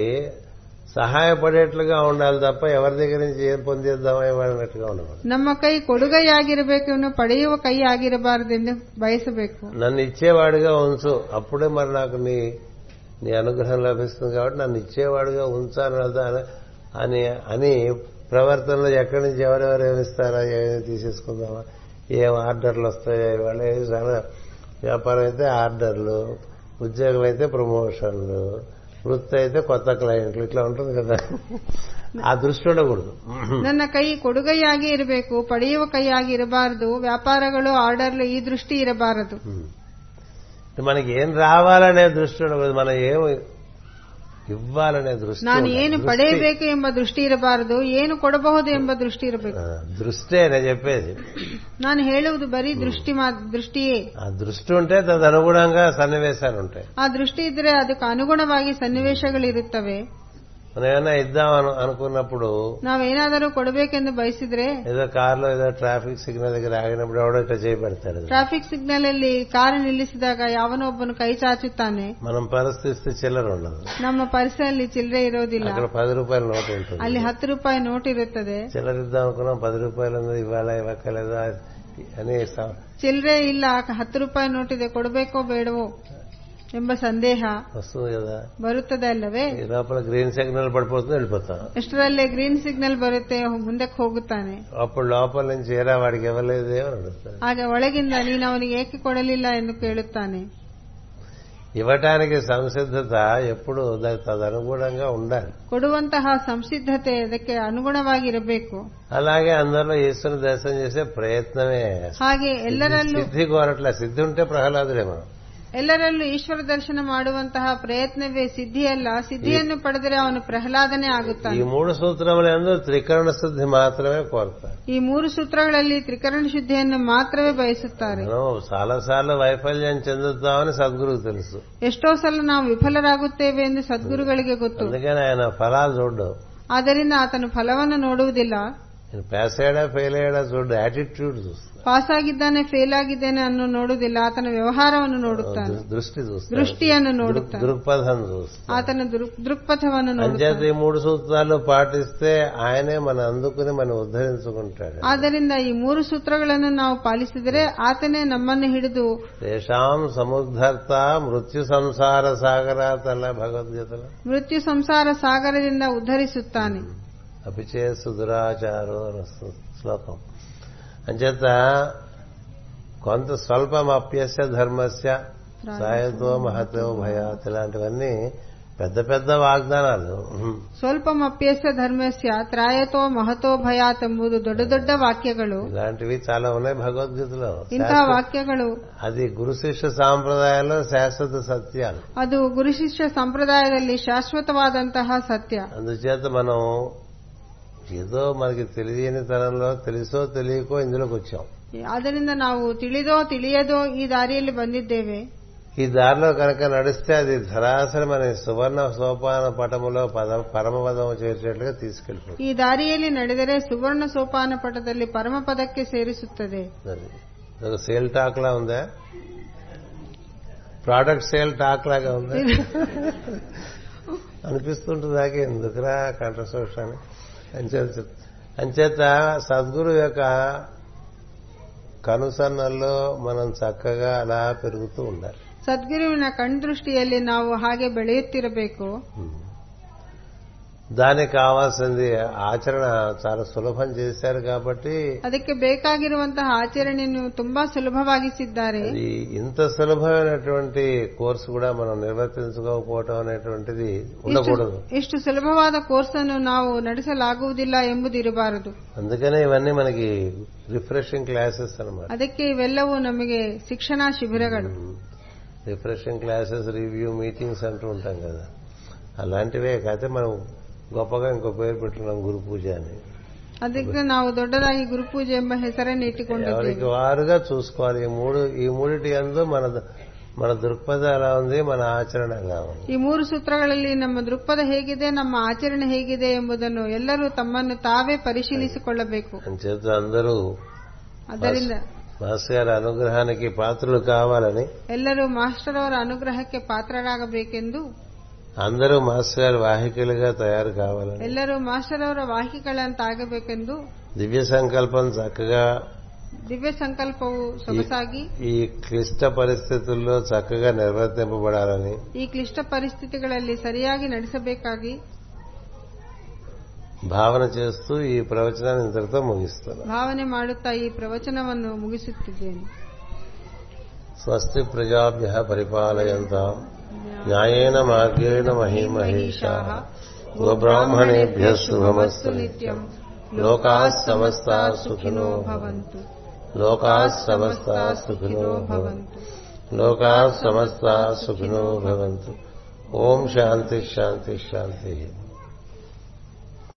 Speaker 1: సహాయపడేట్లుగా ఉండాలి తప్ప ఎవరి దగ్గర నుంచి ఏం పొందేద్దామా అన్నట్టుగా ఉండకూడదు
Speaker 2: ನಮ್ಮ ಕೈ ಕೊಡುಗೈಯಾಗಿರಬೇಕು ಇನ್ನು ಪಡೆಯುವ ಕೈಯಾಗಿರಬಾರದೆಂದು ಬಯಸಬೇಕು
Speaker 1: నన్ను ఇచ్చేవాడిగా ఉంచు అప్పుడే మరి నాకు నీ నీ అనుగ్రహం లభిస్తుంది కాబట్టి నన్ను ఇచ్చేవాడిగా ఉంచాను కదా అని అని ప్రవర్తనలో ఎక్కడి నుంచి ఎవరెవరు ఏమి ఇస్తారా ఏమి తీసేసుకుందామా ఏం ఆర్డర్లు వస్తాయో ఇవాళ ఏం చాలా వ్యాపారం అయితే ఆర్డర్లు ఉద్యోగం అయితే ప్రమోషన్లు వృత్తి అయితే కొత్త క్లయింట్లు ఇట్లా ఉంటుంది కదా ఆ దృష్టి ఉండకూడదు
Speaker 2: ನನ್ನ ಕೈ ಕೊಡುಗೈಯಾಗಿ ಇರಬೇಕು ಪಡೆಯುವ ಕೈಯಾಗಿ ಇರಬಾರದು ವ್ಯಾಪಾರಗಳು ಆರ್ಡರ್ಗಳು ಈ ದೃಷ್ಟಿ ಇರಬಾರದು
Speaker 1: మనకి ఏం రావాలనే దృష్టి ఉండకూడదు మనం ఏం ఇవ్వాలనే దృష్టి
Speaker 2: ನಾನು
Speaker 1: ఉండాలి.
Speaker 2: ಏನು
Speaker 1: దృష్టి.
Speaker 2: ಪಡೆಯಬೇಕು ಎಂಬ ದೃಷ್ಟಿ ಇರಬಾರದು ಏನು ಕೊಡಬಹುದು ಎಂಬ ದೃಷ್ಟಿ ಇರಬೇಕು
Speaker 1: ఆ, దృష్టే నేను చెప్పేది
Speaker 2: ನಾನು ಹೇಳುವುದು ಬರೀ ದೃಷ್ಟಿ ಮಾ- ದೃಷ್ಟಿಯೇ
Speaker 1: ఆ దృష్టి ఉంటే తదనుగుణంగా సన్నివేశాలు ఉంటాయి
Speaker 2: ಆ ದೃಷ್ಟಿ ಇದ್ರೆ ಅದಕ್ಕೆ ಅನುಗುಣವಾಗಿ ಸನ್ನಿವೇಶಗಳಿರುತ್ತವೆ
Speaker 1: మనం ఏమైనా ఇద్దాం అను- అనుకున్నప్పుడు
Speaker 2: ನಾವೇನಾದರೂ ಕೊಡಬೇಕೆಂದು ಬಯಸಿದ್ರೆ
Speaker 1: ఏదో కారులో ఏదో ట్రాఫిక్ సిగ్నల్ దగ్గర ఆగినప్పుడు ఎవడో ఇట్లా చేయబెడతాడు
Speaker 2: ಟ್ರಾಫಿಕ್ ಸಿಗ್ನಲ್ ಅಲ್ಲಿ ಕಾರು ನಿಲ್ಲಿಸಿದಾಗ ಯಾವನೋ ಒಬ್ಬನು ಕೈ ಚಾಚುತ್ತಾನೆ
Speaker 1: మనం పరిస్థితి చిల్లర ఉండదు
Speaker 2: ನಮ್ಮ ಪರಿಸರಲ್ಲಿ ಚಿಲ್ಲರೆ ಇರೋದಿಲ್ಲ
Speaker 1: అక్కడ పది రూపాయల నోటు ఉంటుంది
Speaker 2: ಅಲ್ಲಿ ಹತ್ತು ರೂಪಾಯಿ ನೋಟ್ ಇರುತ್ತದೆ
Speaker 1: చిల్లర ఇద్దాం అనుకున్నాం పది రూపాయలు ఉంది ఇవ్వాలా ఇవ్వక్కలేదా అని స-
Speaker 2: ಚಿಲ್ಲರೆ ಇಲ್ಲ ಹತ್ತು ರೂಪಾಯಿ ನೋಟ್ ಇದೆ ಕೊಡಬೇಕೋ ಬೇಡವೋ ಎಂಬ ಸಂದೇಹ
Speaker 1: వస్తుంది కదా
Speaker 2: ಬರುತ್ತದೆ ಅಲ್ಲವೇ
Speaker 1: ఈ లోపల గ్రీన్ సిగ్నల్ పడిపోతుంది వెళ్ళిపోతాం
Speaker 2: ಎಷ್ಟರಲ್ಲೇ ಗ್ರೀನ್ ಸಿಗ್ನಲ್ ಬರುತ್ತೆ ಮುಂದಕ್ಕೆ ಹೋಗುತ್ತಾನೆ
Speaker 1: అప్పుడు లోపల నుంచి ఏరా వాడికి ఇవ్వలేదే అని అడుగుతాడు
Speaker 2: ಆಗ ಒಳಗಿಂದ ನೀನು ಅವನಿಗೆ ಏಕೆ ಕೊಡಲಿಲ್ಲ ಎಂದು ಕೇಳುತ್ತಾನೆ
Speaker 1: ఇవ్వటానికి సంసిద్ధత ఎప్పుడు ద- తదనుగుణంగా ఉండాలి
Speaker 2: ಕೊಡುವಂತಹ ಸಂಸಿದ್ಧತೆ ಅದಕ್ಕೆ ಅನುಗುಣವಾಗಿರಬೇಕು
Speaker 1: అలాగే అందరిలో ఈశ్వరుని దర్శనం చేసే ప్రయత్నమే
Speaker 2: ಹಾಗೆ ಎಲ್ಲರಲ್ಲೂ
Speaker 1: సిద్ధి కోరట్లా సిద్ధి ఉంటే ప్రహ్లాదులే మనం
Speaker 2: ಎಲ್ಲರಲ್ಲೂ ಈಶ್ವರ ದರ್ಶನ ಮಾಡುವಂತಹ ಪ್ರಯತ್ನವೇ ಸಿದ್ಧಿಯಲ್ಲ ಸಿದ್ಧಿಯನ್ನು ಪಡೆದರೆ ಅವನು ಪ್ರಹ್ಲಾದನೆ
Speaker 1: ఈ
Speaker 2: ಆಗುತ್ತಾನೆ
Speaker 1: మూడు సూత్రములందు త్రికరణ శుద్ధి మాత్రమే కోరతారు
Speaker 2: ಈ ಮೂರು ಸೂತ್ರಗಳಲ್ಲಿ ತ್ರಿಕರಣ ಶುದ್ಧಿಯನ್ನು ಮಾತ್ರವೇ ಬಯಸುತ್ತಾರೆ
Speaker 1: మనం చాలాసార్లు వైఫల్యం చెందుతామని సద్గురువు తెలుసు
Speaker 2: ಎಷ್ಟೋ ಸಲ ನಾವು ವಿಫಲರಾಗುತ್ತೇವೆ ಎಂದು ಸದ್ಗುರುಗಳಿಗೆ ಗೊತ್ತು
Speaker 1: అందుకని ఆయన ఫలాలు చూడడం
Speaker 2: ಆದ್ದರಿಂದ ಆತನು ಫಲವನ್ನು ನೋಡುವುದಿಲ್ಲ
Speaker 1: నేను పాస్ అయ్యాడా ఫెయిల్ అయ్యాడా చూడు యాటిట్యూడ్ చూస్తాను
Speaker 2: ಪಾಸ್ ಆಗಿದ್ದಾನೆ ಫೇಲ್ ಆಗಿದ್ದೇನೆ ಅನ್ನೋ ನೋಡುವುದಿಲ್ಲ ಆತನ ವ್ಯವಹಾರವನ್ನು ನೋಡುತ್ತಾನೆ
Speaker 1: దృ- దృష్టి చూస్తాను
Speaker 2: ದೃಷ್ಟಿಯನ್ನು
Speaker 1: దృక్-
Speaker 2: ನೋಡುತ್ತಾನೆ
Speaker 1: దృక్పథం చూస్తాను
Speaker 2: ಆತನ ದೃಕ್- ದೃಕ್ಪಥವನ್ನು ನೋಡುತ್ತಾನೆ
Speaker 1: అంచేత ఈ మూడు సూత్రాలు పాటిస్తే ఆయనే మన అందుకుని మనం ఉద్ధరించుకుంటాడు
Speaker 2: ಆದ್ದರಿಂದ ಈ ಮೂರು ಸೂತ್ರಗಳನ್ನು ನಾವು ಪಾಲಿಸಿದರೆ ಆತನೇ ನಮ್ಮನ್ನು ಹಿಡಿದು
Speaker 1: తేషాం సముద్ధర్త మృత్యు సంసార సాగరాతల భగవద్గీతలో
Speaker 2: ಮೃತ್ಯು ಸಂಸಾರ ಸಾಗರದಿಂದ ಉದ್ಧರಿಸುತ್ತಾನೆ
Speaker 1: అపిచే సుదురాచారు అని వస్తుంది శ్లోకం అంచేత కొంత స్వల్పం అప్యస్య ధర్మస్య సాయతో మహతో భయాత్ ఇలాంటివన్నీ పెద్ద పెద్ద వాగ్దానాలు
Speaker 2: ಸ್ವಲ್ಪ ಮಪ್ಯಸ್ಯ ಧರ್ಮಸ್ಯ ತ್ರಾಯತೋ ಮಹತೋ ಭಯಾತ್ ಎಂಬುದು ದೊಡ್ಡ ದೊಡ್ಡ ವಾಕ್ಯಗಳು
Speaker 1: ఇలాంటివి చాలా ఉన్నాయి భగవద్గీతలో
Speaker 2: ಇಂತಹ ವಾಕ್ಯಗಳು
Speaker 1: అది గురు శిష్య సాంప్రదాయంలో శాశ్వత సత్యాలు
Speaker 2: ಅದು ಗುರುಶಿಷ್ಯ ಸಂಪ್ರದಾಯದಲ್ಲಿ ಶಾಶ್ವತವಾದಂತಹ ಸತ್ಯ
Speaker 1: అందుచేత మనం ఏదో మనకి తెలియని తరంలో తెలుసో తెలియకో ఇందులోకి వచ్చాం
Speaker 2: ಆದ್ದರಿಂದ ನಾವು ತಿಳಿದೋ ತಿಳಿಯದೋ ಈ ದಾರಿಯಲ್ಲಿ ಬಂದಿದ್ದೇವೆ
Speaker 1: ఈ దారిలో కనుక నడిస్తే అది ధరాసరి మన సువర్ణ సోపాన పటములో పద పరమపదము చేర్చేట్లుగా తీసుకెళ్ళిపోతుంది
Speaker 2: ಈ ದಾರಿಯಲ್ಲಿ ನಡೆದರೆ ಸುವರ್ಣ ಸೋಪಾನ ಪಟದಲ್ಲಿ ಪರಮಪದಕ್ಕೆ ಸೇರಿಸುತ್ತದೆ
Speaker 1: అది. ఇది ఒక సేల్ టాక్ లా ఉందా ప్రోడక్ట్ సేల్ టాక్ లాగా ఉంది అనిపిస్తుంటుంది నాకే ఎందుకురా కంఠశోష అని అంచేత చెప్- అంచేత సద్గురు యొక్క కనుసన్నల్లో మనం చక్కగా అలా పెరుగుతూ ఉండాలి
Speaker 2: ಸದ್ಗುರುವಿನ ಕಣ್ದೃಷ್ಟಿಯಲ್ಲಿ ನಾವು ಹಾಗೆ ಬೆಳೆಯುತ್ತಿರಬೇಕು
Speaker 1: దానికి కావాల్సింది ఆచరణ చాలా సులభం చేశారు కాబట్టి
Speaker 2: ಅದಕ್ಕೆ ಬೇಕಾಗಿರುವಂತಹ ಆಚರಣೆಯನ್ನು ತುಂಬಾ ಸುಲಭವಾಗಿಸಿದ್ದಾರೆ
Speaker 1: అది ఇంత సులభమైనటువంటి కోర్సు కూడా మనం నిర్వర్తించుకోకపోవటం అనేటువంటిది
Speaker 2: ಇಷ್ಟು-
Speaker 1: ఉండకూడదు
Speaker 2: ಇಷ್ಟು ಸುಲಭವಾದ ಕೋರ್ಸ್ ಅನ್ನು ನಾವು ನಡೆಸಲಾಗುವುದಿಲ್ಲ ಎಂಬುದು ಇರಬಾರದು
Speaker 1: అందుకనే ఇవన్నీ మనకి రిఫ్రెషింగ్ క్లాసెస్ అన్నమాట
Speaker 2: ಅದಕ್ಕೆ ಇವೆಲ್ಲವೂ ನಮಗೆ ಶಿಕ್ಷಣ ಶಿಬಿರಗಳು
Speaker 1: రిఫ్రెషింగ్ క్లాసెస్ రివ్యూ మీటింగ్స్ అంటూ ఉంటాం కదా అలాంటివే కాకపోతే మనం గొప్పగా ఇంకో పేరు పెట్టుకున్నాం గురు పూజ అని
Speaker 2: ಅದಕ್ಕೆ ನಾವು ದೊಡ್ಡದಾಗಿ ಗುರುಪೂಜೆ ಎಂಬ ಹೆಸರನ್ನು
Speaker 1: ఎవరికి
Speaker 2: ಇಟ್ಟುಕೊಂಡಿದ್ದೇವೆ
Speaker 1: వారుగా చూసుకోవాలి ఈ మూడు ఈ మూడిటి అందు మన మన దృక్పథం ఎలా ఉంది మన ఆచరణ ఎలా ఉంది
Speaker 2: ಈ ಮೂರು ಸೂತ್ರಗಳಲ್ಲಿ ನಮ್ಮ ದೃಕ್ಪಥ ಹೇಗಿದೆ ನಮ್ಮ ಆಚರಣೆ ಹೇಗಿದೆ ಎಂಬುದನ್ನು ಎಲ್ಲರೂ ತಮ್ಮನ್ನು ತಾವೇ ಪರಿಶೀಲಿಸಿಕೊಳ್ಳಬೇಕು
Speaker 1: అంచేత అందరూ
Speaker 2: ಅದರಿಂದ
Speaker 1: మాస్ గారి అనుగ్రహానికి పాత్రలు కావాలని
Speaker 2: ಎಲ್ಲರೂ ಮಾಸ್ಟರ್ ಅವರ ಅನುಗ್ರಹಕ್ಕೆ ಪಾತ್ರರಾಗಬೇಕೆಂದು
Speaker 1: అందరూ మాస్ గారి వాహికలుగా తయారు కావాలని
Speaker 2: ಎಲ್ಲರೂ ಮಾಸ್ಟರ್ ಅವರ ವಾಹಿಗಳಂತಾಗಬೇಕೆಂದು
Speaker 1: దివ్య సంకల్పం చక్కగా
Speaker 2: ದಿವ್ಯ ಸಂಕಲ್ಪವು ಸೊಗಸಾಗಿ
Speaker 1: ఈ క్లిష్ట పరిస్థితుల్లో చక్కగా నిర్వర్తింపబడాలని
Speaker 2: ಈ ಕ್ಲಿಷ್ಟ ಪರಿಸ್ಥಿತಿಗಳಲ್ಲಿ ಸರಿಯಾಗಿ ನಡೆಸಬೇಕಾಗಿ
Speaker 1: భావన చేస్తూ ఈ ప్రవచనాన్ని ఇంతటితో ముగిస్తున్నాం
Speaker 2: ಭಾವನೆ ಮಾಡುತ್ತಾ ಈ ಪ್ರವಚನವನ್ನು ಮುಗಿಸುತ್ತಿದ್ದೇನೆ
Speaker 1: స్వస్తి ప్రజాభ్య పరిపాలయంతాం న్యాయేన మార్గేణ మహిమహేషా గోబ్రాహ్మణేభ్య శుభమస్తు నిత్యం లోకా సమస్త సుఖినో భవంతు లోకా సమస్త సుఖినో భవంతు లోకా సమస్త సుఖినో భవంతు ఓం శాంతి శాంతి శాంతి